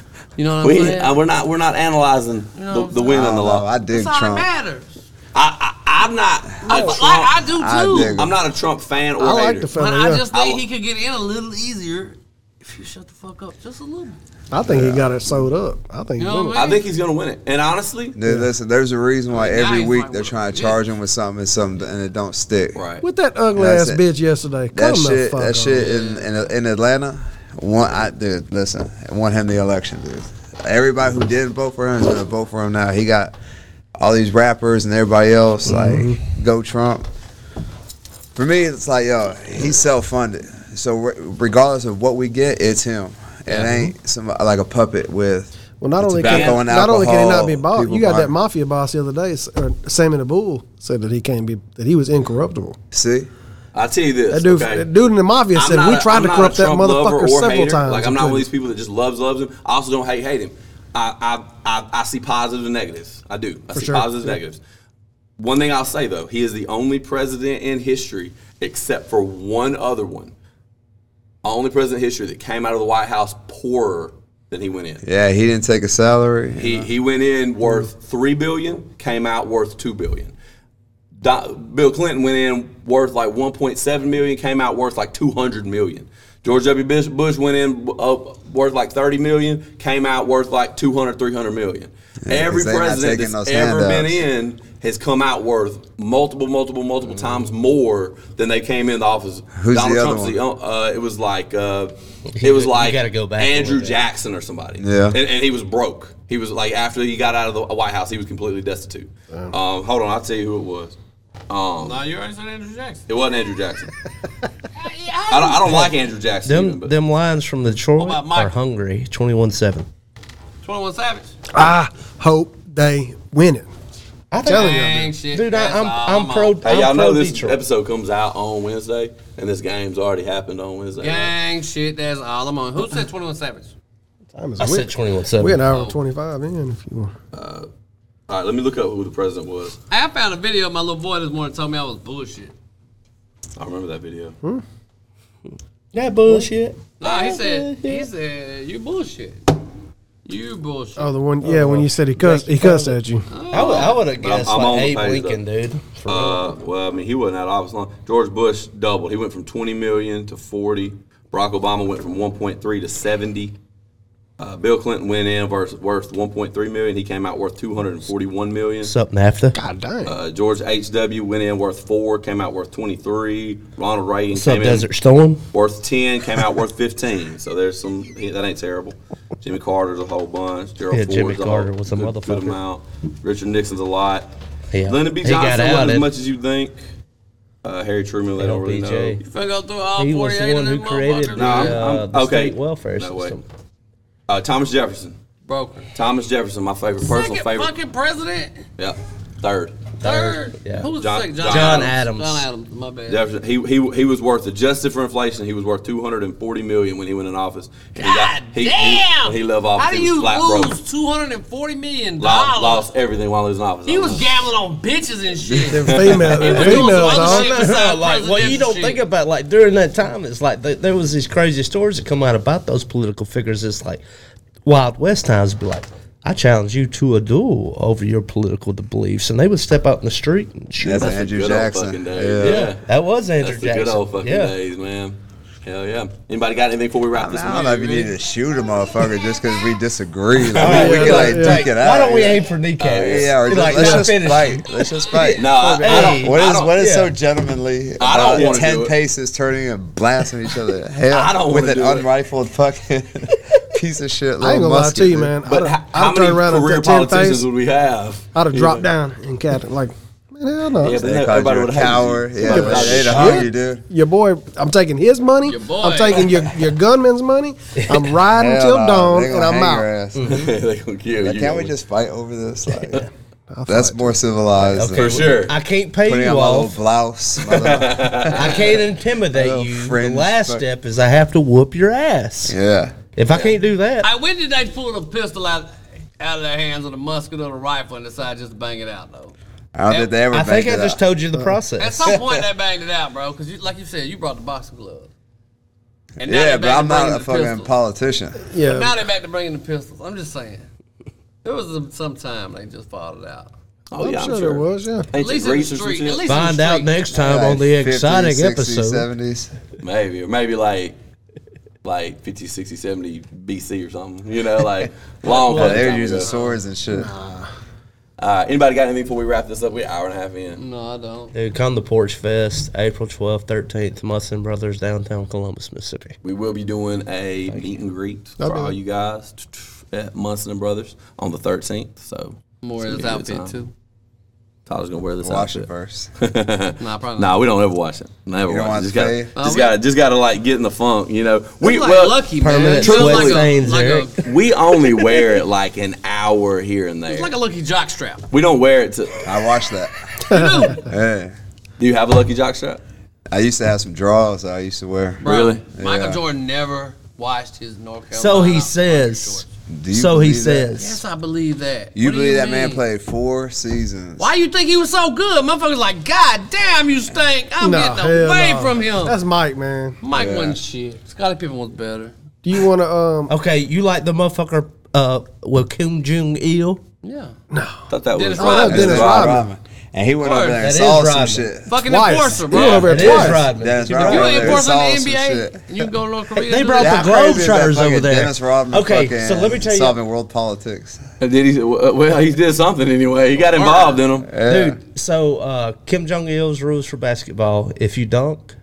Speaker 1: <laughs>
Speaker 2: you know what I'm
Speaker 1: We,
Speaker 2: saying?
Speaker 1: uh, we're not we're not analyzing
Speaker 2: know,
Speaker 1: the, the win
Speaker 4: I
Speaker 1: and the
Speaker 4: don't know. I
Speaker 1: loss.
Speaker 4: dig
Speaker 2: That's all that
Speaker 4: Trump.
Speaker 2: matters.
Speaker 1: I, I, I'm not
Speaker 3: Oh,
Speaker 2: Like,
Speaker 1: a
Speaker 2: like
Speaker 1: Trump.
Speaker 2: I do
Speaker 4: I
Speaker 2: too.
Speaker 4: dig
Speaker 1: I'm not a Trump fan or
Speaker 5: I
Speaker 1: hater.
Speaker 5: like the
Speaker 2: but
Speaker 5: fella.
Speaker 2: I
Speaker 5: yeah.
Speaker 2: just think
Speaker 1: I-
Speaker 2: he could get in a little easier if you shut the fuck up just a little bit.
Speaker 5: I think he got it sewed up. I think
Speaker 2: You know
Speaker 5: he
Speaker 2: what
Speaker 5: did
Speaker 2: I
Speaker 1: I
Speaker 2: mean?
Speaker 1: think he's gonna win it. And honestly,
Speaker 4: Dude, listen, there's a reason why
Speaker 2: I mean, now
Speaker 4: every
Speaker 2: he's
Speaker 4: week
Speaker 2: like,
Speaker 4: they're
Speaker 2: what
Speaker 4: trying
Speaker 2: the
Speaker 4: to charge him with something and something and it don't stick.
Speaker 1: right.
Speaker 5: it. With that ugly ass
Speaker 4: That's it.
Speaker 5: bitch yesterday.
Speaker 4: That
Speaker 5: Come the
Speaker 4: shit,
Speaker 5: fuck
Speaker 4: that
Speaker 5: on.
Speaker 4: shit in, in in Atlanta, want I dude, listen, I want him the election, dude. Everybody who didn't vote for him is gonna vote for him now. He got all these rappers and everybody else
Speaker 5: Mm-hmm.
Speaker 4: like go Trump. For me, it's like yo, he's self funded. So re- regardless of what we get, it's him. It ain't some like a puppet with.
Speaker 5: Well, not only can
Speaker 4: tobacco and
Speaker 5: not only can he not be
Speaker 4: alcohol,
Speaker 5: bought,
Speaker 4: people
Speaker 5: you got that
Speaker 4: buying-
Speaker 5: mafia boss the other day, S- uh, Sammy the Bull, said that he can't be that he was incorruptible.
Speaker 4: See,
Speaker 1: I'll tell you this.
Speaker 5: That dude,
Speaker 1: okay?
Speaker 5: that dude in the mafia
Speaker 1: I'm
Speaker 5: said
Speaker 1: not
Speaker 5: we
Speaker 1: a-
Speaker 5: tried
Speaker 1: I'm
Speaker 5: to
Speaker 1: not a
Speaker 5: corrupt that
Speaker 1: Trump lover
Speaker 5: motherfucker
Speaker 1: or
Speaker 5: several
Speaker 1: hater.
Speaker 5: times.
Speaker 1: Like I'm
Speaker 5: We
Speaker 1: not one of
Speaker 5: couldn't.
Speaker 1: these people that just loves loves him. I also don't hate hate him. I, I, I, I see positives and negatives. I do. I see
Speaker 5: sure.
Speaker 1: positives and
Speaker 5: Yeah.
Speaker 1: negatives. One thing I'll say though, he is the only president in history, except for one other one, only president in history that came out of the White House poorer than he went in.
Speaker 4: Yeah, he didn't take a salary.
Speaker 1: He, he went in worth three billion, came out worth two billion. Do- Bill Clinton went in worth like 1.7 million, came out worth like 200 million. George W. Bush- Bush went in uh, worth like 30 million, came out worth like 200, 300 million. Every
Speaker 4: 'cause they not
Speaker 1: president
Speaker 4: taking
Speaker 1: that's
Speaker 4: those
Speaker 1: ever been
Speaker 4: handouts.
Speaker 1: in has come out worth multiple, multiple, multiple times more than they came in the office.
Speaker 4: Mm-hmm. Who's
Speaker 1: Donald
Speaker 4: the other
Speaker 1: Trump's
Speaker 4: one?
Speaker 1: the on- uh, it was like uh, it was
Speaker 3: You
Speaker 1: like
Speaker 3: gotta go back a little
Speaker 1: Andrew
Speaker 3: bit.
Speaker 1: Jackson or somebody.
Speaker 4: Yeah.
Speaker 1: And- and he was broke. He was like after he got out of the White House, he was completely destitute. Um, hold on, I'll tell you who it was. Um,
Speaker 2: Nah, you already said Andrew Jackson.
Speaker 1: it wasn't Andrew Jackson. I don't, I don't like Andrew Jackson. even,
Speaker 3: Them
Speaker 1: but
Speaker 3: them lines from
Speaker 1: Oh,
Speaker 3: Detroit
Speaker 2: about Michael?
Speaker 3: are hungry. Twenty one seven.
Speaker 2: 21 Savage.
Speaker 5: I hope they win it.
Speaker 3: I'm
Speaker 5: telling you.
Speaker 2: Dang shit.
Speaker 3: dude.
Speaker 2: that's
Speaker 3: I,
Speaker 2: all
Speaker 3: I'm I'm pro.
Speaker 1: hey,
Speaker 3: I'm
Speaker 1: y'all know
Speaker 3: pro
Speaker 1: this
Speaker 3: Detroit.
Speaker 1: episode comes out on Wednesday, and this game's already happened on Wednesday. right?
Speaker 2: Gang shit, that's all I'm on. Who said 21 Savage?
Speaker 5: Time is
Speaker 3: I
Speaker 5: we-
Speaker 3: said twenty one seven.
Speaker 5: We're an hour and 25 in if you want.
Speaker 1: All right, let me look up who the president was.
Speaker 2: I found a video of my little boy this morning told me I was bullshit.
Speaker 1: I remember that video.
Speaker 3: That bullshit.
Speaker 2: Nah, he said, he said, you bullshit. You bullshit.
Speaker 3: Uh,
Speaker 5: Oh, the one, yeah, when you said he cussed, he cussed at you.
Speaker 3: I would, I would have guessed
Speaker 1: I'm on
Speaker 3: like
Speaker 1: the
Speaker 3: Abe
Speaker 1: page,
Speaker 3: Lincoln,
Speaker 1: though.
Speaker 3: dude. For
Speaker 1: Uh, well, I mean, he wasn't out of office long. George Bush doubled. He went from 20 million to 40. Barack Obama went from 1.3 to 70. Uh, Bill Clinton went in versus, worth 1.3 million. He came out worth 241 million.
Speaker 3: something after.
Speaker 5: God dang.
Speaker 1: Uh, George H.W. went in worth four, came out worth 23. Ronald Reagan
Speaker 3: What's up,
Speaker 1: came
Speaker 3: Desert
Speaker 1: in
Speaker 3: Storm?
Speaker 1: worth 10, came out worth 15. So there's some, he- that ain't terrible. Jimmy Carter's a whole bunch. Gerald
Speaker 3: Yeah,
Speaker 1: Ford's
Speaker 3: Jimmy
Speaker 1: a
Speaker 3: Carter
Speaker 1: whole,
Speaker 3: was a
Speaker 1: good- good
Speaker 3: motherfucker.
Speaker 1: amount. Richard Nixon's a lot.
Speaker 3: Yeah.
Speaker 1: Lyndon B.
Speaker 3: He got
Speaker 1: Johnson wasn't
Speaker 3: outed.
Speaker 1: as much as you think. Uh, Harry Truman, they don't really know.
Speaker 3: LBJ. <laughs>
Speaker 2: You finna go through all
Speaker 3: He
Speaker 2: 48
Speaker 3: was the
Speaker 2: of
Speaker 3: one who
Speaker 2: them
Speaker 3: created
Speaker 2: motherfuckers?
Speaker 3: the,
Speaker 1: Nah, I'm-
Speaker 3: uh,
Speaker 1: I'm-
Speaker 3: the
Speaker 1: okay.
Speaker 3: state welfare
Speaker 1: No way.
Speaker 3: system.
Speaker 1: Uh, Thomas Jefferson.
Speaker 2: Broker.
Speaker 1: Thomas Jefferson, my favorite personal
Speaker 2: Second
Speaker 1: favorite.
Speaker 2: fucking president.
Speaker 1: yeah, third.
Speaker 2: Third.
Speaker 3: yeah.
Speaker 2: Who was
Speaker 1: John-
Speaker 2: the second? John,
Speaker 3: John Adams.
Speaker 2: John Adams. My bad.
Speaker 1: Jefferson. He, he he was worth adjusted for inflation. He was worth two hundred and forty million when he went in office. And he
Speaker 2: God
Speaker 1: he,
Speaker 2: damn!
Speaker 1: He, when he left office.
Speaker 2: How do
Speaker 1: he was
Speaker 2: you
Speaker 1: flat broke.
Speaker 2: lose two hundred and forty million
Speaker 1: Lost,
Speaker 2: dollars?
Speaker 1: lost everything while he was in office.
Speaker 2: He was gambling on bitches and shit. was
Speaker 5: Female, <laughs>
Speaker 2: doing some
Speaker 5: females,
Speaker 2: other
Speaker 5: dog.
Speaker 2: shit.
Speaker 3: No,
Speaker 2: besides
Speaker 3: like well, you
Speaker 2: presidential
Speaker 3: don't
Speaker 2: shit.
Speaker 3: think about like during that time. It's like th- there was these crazy stories that come out about those political figures. It's like Wild West times. Be like, I challenge you to a duel over your political beliefs, and they would step out in the street and shoot.
Speaker 4: That's
Speaker 3: them.
Speaker 1: That's the
Speaker 4: Andrew
Speaker 1: good old
Speaker 4: Jackson.
Speaker 1: fucking
Speaker 4: Yeah.
Speaker 1: days. Yeah.
Speaker 3: That was Andrew
Speaker 1: That's the
Speaker 3: Jackson.
Speaker 1: good old fucking
Speaker 3: yeah.
Speaker 1: days, man. Hell yeah. Anybody got anything before we wrap
Speaker 4: I,
Speaker 1: this one?
Speaker 4: mean, I don't
Speaker 1: up?
Speaker 4: know if you need to shoot a motherfucker just because we disagree.
Speaker 5: <laughs>
Speaker 4: Like, we
Speaker 5: yeah,
Speaker 4: can like
Speaker 5: yeah.
Speaker 4: duke it out.
Speaker 3: Why don't we
Speaker 4: yeah.
Speaker 3: aim for kneecaps?
Speaker 4: Yeah, or
Speaker 3: Be
Speaker 4: just,
Speaker 3: like,
Speaker 4: let's
Speaker 3: "Nah,
Speaker 4: just
Speaker 3: finish."
Speaker 4: fight. Let's just fight.
Speaker 5: <laughs>
Speaker 1: No, I, I
Speaker 3: Hey.
Speaker 1: don't.
Speaker 4: What
Speaker 1: I
Speaker 4: is
Speaker 1: don't-
Speaker 4: what is so
Speaker 3: yeah.
Speaker 4: gentlemanly?
Speaker 1: I don't
Speaker 4: about
Speaker 1: wanna
Speaker 4: ten
Speaker 1: do it.
Speaker 4: paces turning and blasting each other. Hell,
Speaker 1: I don't
Speaker 4: with
Speaker 1: wanna
Speaker 4: an
Speaker 1: do it.
Speaker 4: unrifled fucking <laughs> piece of shit. Little
Speaker 5: I ain't gonna lie
Speaker 4: musket,
Speaker 5: to you,
Speaker 4: dude.
Speaker 5: man.
Speaker 1: But
Speaker 5: I'd
Speaker 1: how,
Speaker 5: have, I'd
Speaker 1: how
Speaker 5: have turned around
Speaker 1: many
Speaker 5: and
Speaker 1: career
Speaker 5: took 10
Speaker 1: politicians
Speaker 5: face.
Speaker 1: would we have?
Speaker 5: I'd have
Speaker 1: You
Speaker 5: dropped
Speaker 1: know?
Speaker 5: down and cat like, man, hell no.
Speaker 1: Yeah, but
Speaker 4: They
Speaker 1: then
Speaker 4: called
Speaker 1: everybody
Speaker 4: you
Speaker 1: would
Speaker 4: a
Speaker 1: hate you.
Speaker 4: coward. Yeah,
Speaker 1: Everybody
Speaker 4: but
Speaker 1: would
Speaker 4: they
Speaker 1: hate
Speaker 4: don't
Speaker 1: you.
Speaker 4: hug you, dude.
Speaker 5: Your boy, I'm taking his money.
Speaker 2: Your boy.
Speaker 5: I'm taking your, your gunman's money. I'm <laughs> riding till
Speaker 4: no,
Speaker 5: dawn
Speaker 4: they
Speaker 5: and
Speaker 4: gonna
Speaker 5: I'm
Speaker 4: hang
Speaker 5: out.
Speaker 4: your ass.
Speaker 1: they gonna kill
Speaker 4: Like,
Speaker 1: you. <laughs>
Speaker 4: can't we just fight over this?
Speaker 5: <laughs>
Speaker 4: Like, that's more civilized.
Speaker 1: for
Speaker 4: than
Speaker 1: sure?
Speaker 3: I can't pay
Speaker 4: Putting on
Speaker 3: you
Speaker 4: my
Speaker 3: off.
Speaker 1: <laughs>
Speaker 4: little blouse. my little-
Speaker 3: I can't intimidate
Speaker 4: Little
Speaker 3: you. The
Speaker 4: fringe
Speaker 3: last
Speaker 4: fuck.
Speaker 3: step is I have to whoop your ass.
Speaker 4: yeah.
Speaker 3: If I can't do that,
Speaker 2: I, when did they pull the pistol out out of their hands or the musket or the rifle and decide just to bang it out though?
Speaker 4: I don't think they ever.
Speaker 3: I think I
Speaker 4: banked it Uh,
Speaker 3: just
Speaker 4: out.
Speaker 3: told you the
Speaker 2: At
Speaker 3: process.
Speaker 2: some point they banged it out, bro, because you, like you said, you brought the boxing glove. And now
Speaker 4: Yeah,
Speaker 2: they
Speaker 4: but
Speaker 2: back
Speaker 4: I'm
Speaker 2: to
Speaker 4: not
Speaker 2: bringing
Speaker 4: a
Speaker 2: the
Speaker 4: fucking
Speaker 2: pistols.
Speaker 4: politician.
Speaker 5: Yeah,
Speaker 2: Now they're back to bringing the pistols. I'm just saying. There was some- some time they just fought it out.
Speaker 1: Oh
Speaker 5: I'm
Speaker 1: yeah,
Speaker 5: sure there was. Yeah,
Speaker 2: At least in the street. At least in
Speaker 3: Find
Speaker 2: the
Speaker 3: out
Speaker 2: street.
Speaker 3: next time
Speaker 4: Like
Speaker 3: on the
Speaker 4: 50s,
Speaker 3: exciting
Speaker 4: 60s,
Speaker 3: episode.
Speaker 4: 70s.
Speaker 1: Maybe, or maybe like like 50, 60, 70 BC or something. You know, like
Speaker 5: <laughs>
Speaker 1: long.
Speaker 4: Yeah,
Speaker 1: fucking
Speaker 4: they were
Speaker 1: time
Speaker 4: using
Speaker 1: ago.
Speaker 4: swords and shit.
Speaker 1: Uh, anybody got anything before we wrap this up? We're an hour and a half in.
Speaker 2: No, I don't.
Speaker 3: Dude, come to Porch Fest, April 12th, 13th, Musson Brothers, downtown Columbus, Mississippi.
Speaker 1: We will be doing a meet and greet for
Speaker 5: be
Speaker 1: all
Speaker 5: there.
Speaker 1: you guys t- t- at Munson and Brothers on the 13th. So
Speaker 2: More of
Speaker 1: it's
Speaker 2: this
Speaker 1: gonna be a good
Speaker 2: outfit
Speaker 1: time.
Speaker 2: too.
Speaker 1: Tyler's gonna wear this
Speaker 4: Wash
Speaker 1: outfit.
Speaker 4: it first.
Speaker 2: Nah, probably
Speaker 1: Nah, we don't ever watch it. Never
Speaker 4: You
Speaker 1: watch it.
Speaker 4: don't watch
Speaker 1: Just gotta,
Speaker 4: Faye?
Speaker 1: just
Speaker 2: Oh,
Speaker 1: gotta, just gotta like get in the funk. You know, we
Speaker 2: We like
Speaker 1: well,
Speaker 2: lucky man.
Speaker 3: Permanent
Speaker 2: Feels
Speaker 1: sweat
Speaker 2: like a-
Speaker 3: stains,
Speaker 2: like a-
Speaker 3: Eric.
Speaker 1: we only wear it like an hour here and there.
Speaker 2: It's like a lucky jock strap.
Speaker 1: we don't wear it to.
Speaker 4: I
Speaker 3: <laughs>
Speaker 4: watched that. Hey,
Speaker 1: Do you have a lucky jock strap?
Speaker 4: I used to have some draws that I used to wear.
Speaker 1: Really?
Speaker 2: Michael
Speaker 4: Yeah.
Speaker 2: Jordan never washed his North Carolina.
Speaker 3: So he
Speaker 2: hockey
Speaker 3: says.
Speaker 2: shorts.
Speaker 4: Do you
Speaker 3: so he
Speaker 4: believe that?
Speaker 3: says.
Speaker 2: Yes, I believe that.
Speaker 4: You
Speaker 2: What do
Speaker 4: believe that man
Speaker 2: mean?
Speaker 4: played four seasons?
Speaker 2: Why you think he was so good? Motherfuckers like, God damn, you stink. I'm
Speaker 5: Nah,
Speaker 2: getting
Speaker 5: hell
Speaker 2: away
Speaker 5: nah.
Speaker 2: from him.
Speaker 5: That's Mike, man.
Speaker 2: Mike
Speaker 4: Yeah.
Speaker 2: wasn't shit. Scottie Pippen was better.
Speaker 5: Do you want to? Um,
Speaker 3: Okay, you like the motherfucker uh, with Kim Jong Il?
Speaker 5: <laughs>
Speaker 2: Yeah.
Speaker 1: I thought that was.
Speaker 2: Dennis Rodman.
Speaker 4: That's
Speaker 5: Dennis
Speaker 4: Rod
Speaker 5: Rodman.
Speaker 4: Rodman. And he went
Speaker 2: Word,
Speaker 4: over there
Speaker 3: that
Speaker 4: and
Speaker 3: is
Speaker 4: saw some
Speaker 3: Rodman.
Speaker 4: shit.
Speaker 2: Fucking
Speaker 5: Twice.
Speaker 2: enforcer,
Speaker 5: He
Speaker 2: bro.
Speaker 5: over
Speaker 2: If
Speaker 5: there
Speaker 3: It is
Speaker 5: twice.
Speaker 3: Rodman.
Speaker 4: Dennis
Speaker 3: You
Speaker 4: Rodman.
Speaker 2: you ain't
Speaker 4: They
Speaker 2: enforcer
Speaker 4: saw
Speaker 2: in
Speaker 4: some
Speaker 2: the NBA,
Speaker 4: shit.
Speaker 2: and you can go to North Korea.
Speaker 3: They
Speaker 2: and do
Speaker 3: brought
Speaker 2: that.
Speaker 4: How
Speaker 3: the
Speaker 4: crazy is that
Speaker 3: Globetrotters
Speaker 4: fucking
Speaker 3: over there.
Speaker 4: Dennis Rodman.
Speaker 3: Okay,
Speaker 4: fucking
Speaker 3: so let me tell you-
Speaker 4: solving world politics.
Speaker 1: Did he? Well, he did something anyway. He got involved in him.
Speaker 3: Dude, so uh, Kim Jong Il's rules for basketball if you dunk,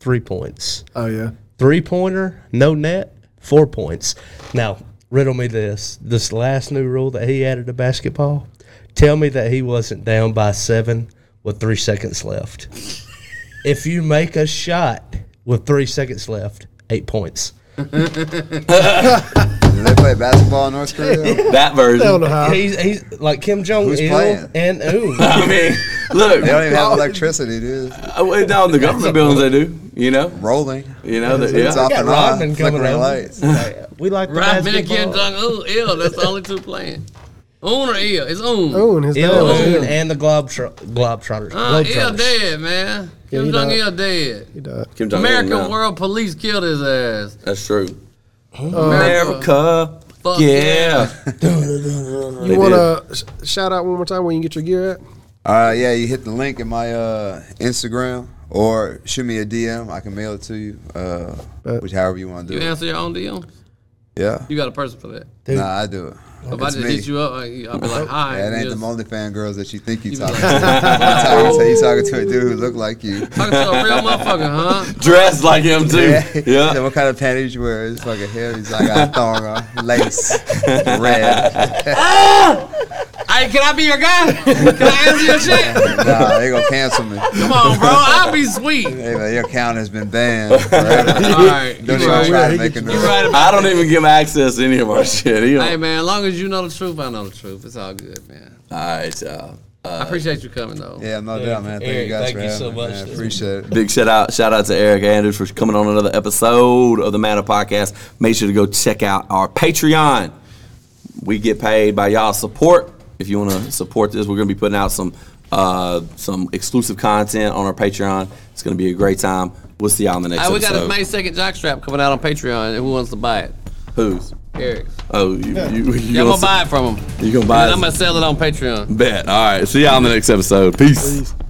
Speaker 3: three points.
Speaker 5: oh yeah.
Speaker 3: Three pointer, no net, four points. Now, riddle me this. This last new rule that he added to basketball, tell me that he wasn't down by seven with three seconds left. if you make a shot with three seconds left, eight points.
Speaker 4: Do they play basketball in North
Speaker 3: <laughs>
Speaker 4: Korea?
Speaker 1: That
Speaker 5: I don't know
Speaker 1: version.
Speaker 5: how.
Speaker 3: He's, he's like Kim Jong
Speaker 4: Uh-huh. Who's
Speaker 3: Il
Speaker 4: playing?
Speaker 3: and Ooh.
Speaker 1: <laughs> I mean, look. uh,
Speaker 4: they don't even have electricity, dude.
Speaker 1: Well, down in the government buildings, they do. You know,
Speaker 4: Rolling.
Speaker 1: you know, that-
Speaker 4: It's
Speaker 1: yeah.
Speaker 4: off
Speaker 3: got
Speaker 4: and on.
Speaker 3: Rodman coming
Speaker 4: Flickering
Speaker 3: over.
Speaker 4: lights.
Speaker 3: We like the
Speaker 2: Rod Minnick
Speaker 3: basketball.
Speaker 2: and Dung Ooh, ill. That's the only two playing. Oon or ill? It's Oon.
Speaker 5: Oh, and his dad.
Speaker 3: Il
Speaker 5: was
Speaker 3: and,
Speaker 5: ill.
Speaker 3: and the Globetro- Globetrotters.
Speaker 2: Uh, ill
Speaker 3: Globetrotters.
Speaker 2: dead, man.
Speaker 5: Yeah,
Speaker 2: Kim
Speaker 5: he
Speaker 2: Jong
Speaker 5: died.
Speaker 2: Il dead.
Speaker 5: He died.
Speaker 1: Kim Jong-un,
Speaker 2: American
Speaker 1: no.
Speaker 2: World Police killed his ass.
Speaker 1: That's true.
Speaker 2: Uh,
Speaker 1: America.
Speaker 2: Fuck
Speaker 1: yeah.
Speaker 5: You want to sh- shout out one more time where you can get your gear at?
Speaker 4: Uh, yeah, you hit the link in my uh, Instagram or shoot me a DM. I can mail it to you, uh,
Speaker 5: Bet.
Speaker 4: which however you want to
Speaker 2: You
Speaker 4: do it.
Speaker 2: answer your own DMs?
Speaker 4: Yeah.
Speaker 2: You got a person for that.
Speaker 4: Nah, I do it.
Speaker 2: If I
Speaker 4: It's
Speaker 2: just
Speaker 4: me.
Speaker 2: hit you up, I- I'll be like, hi.
Speaker 4: That ain't
Speaker 2: yes.
Speaker 4: the only fan girls that you think you
Speaker 2: be like-
Speaker 4: talking to. One time you say you talking to a dude who look like
Speaker 2: <laughs>
Speaker 4: you.
Speaker 2: Talking to a real motherfucker, huh?
Speaker 1: Dressed like him too.
Speaker 4: He said,
Speaker 1: Yeah.
Speaker 4: <laughs> what kind of panties you wear? It's fucking him. He's like, I got a thong
Speaker 2: <laughs>
Speaker 4: on, lace, red.
Speaker 2: <laughs> Hey, can I be your guy? <laughs> Can I answer your shit?
Speaker 4: Nah, they gonna cancel me.
Speaker 2: Come on, bro. I'll be
Speaker 4: <laughs>
Speaker 2: sweet. All
Speaker 4: Hey, man, your account has been
Speaker 2: <laughs>
Speaker 4: banned forever.
Speaker 2: right. You
Speaker 4: Don't even try
Speaker 2: right.
Speaker 4: to make a
Speaker 2: You right <laughs> about
Speaker 1: I don't even give him access to any of our shit. He don't-
Speaker 2: Hey, man, as long as you know the truth, I know the truth. It's all good, man.
Speaker 1: All right, y'all.
Speaker 2: I appreciate you coming, though.
Speaker 4: Yeah, no doubt, man. Thank
Speaker 3: Eric,
Speaker 4: you guys
Speaker 3: thank
Speaker 4: for
Speaker 3: you
Speaker 4: having
Speaker 3: so
Speaker 4: me,
Speaker 3: much.
Speaker 4: man. Appreciate it.
Speaker 1: Big shout out, shout out to Eric Andrews for coming on another episode of the Matter Podcast. Make sure to go check out our Patreon. We get paid by y'all support. If you want to support this, we're going to be putting out some uh, some exclusive content on our Patreon. It's going to be a great time. We'll see y'all in the next
Speaker 2: Hey, we got
Speaker 1: episode.
Speaker 2: a May 2nd jockstrap coming out on Patreon. Who wants to buy it?
Speaker 1: Who's?
Speaker 2: Eric.
Speaker 1: Oh, you you you
Speaker 2: Yeah, I'm
Speaker 1: gonna
Speaker 2: going to buy it from him.
Speaker 1: You gonna
Speaker 2: And
Speaker 1: buy
Speaker 2: I'm
Speaker 1: it?
Speaker 2: going to sell it on Patreon.
Speaker 1: Bet. All right. See y'all in the next episode. Peace.
Speaker 5: Please.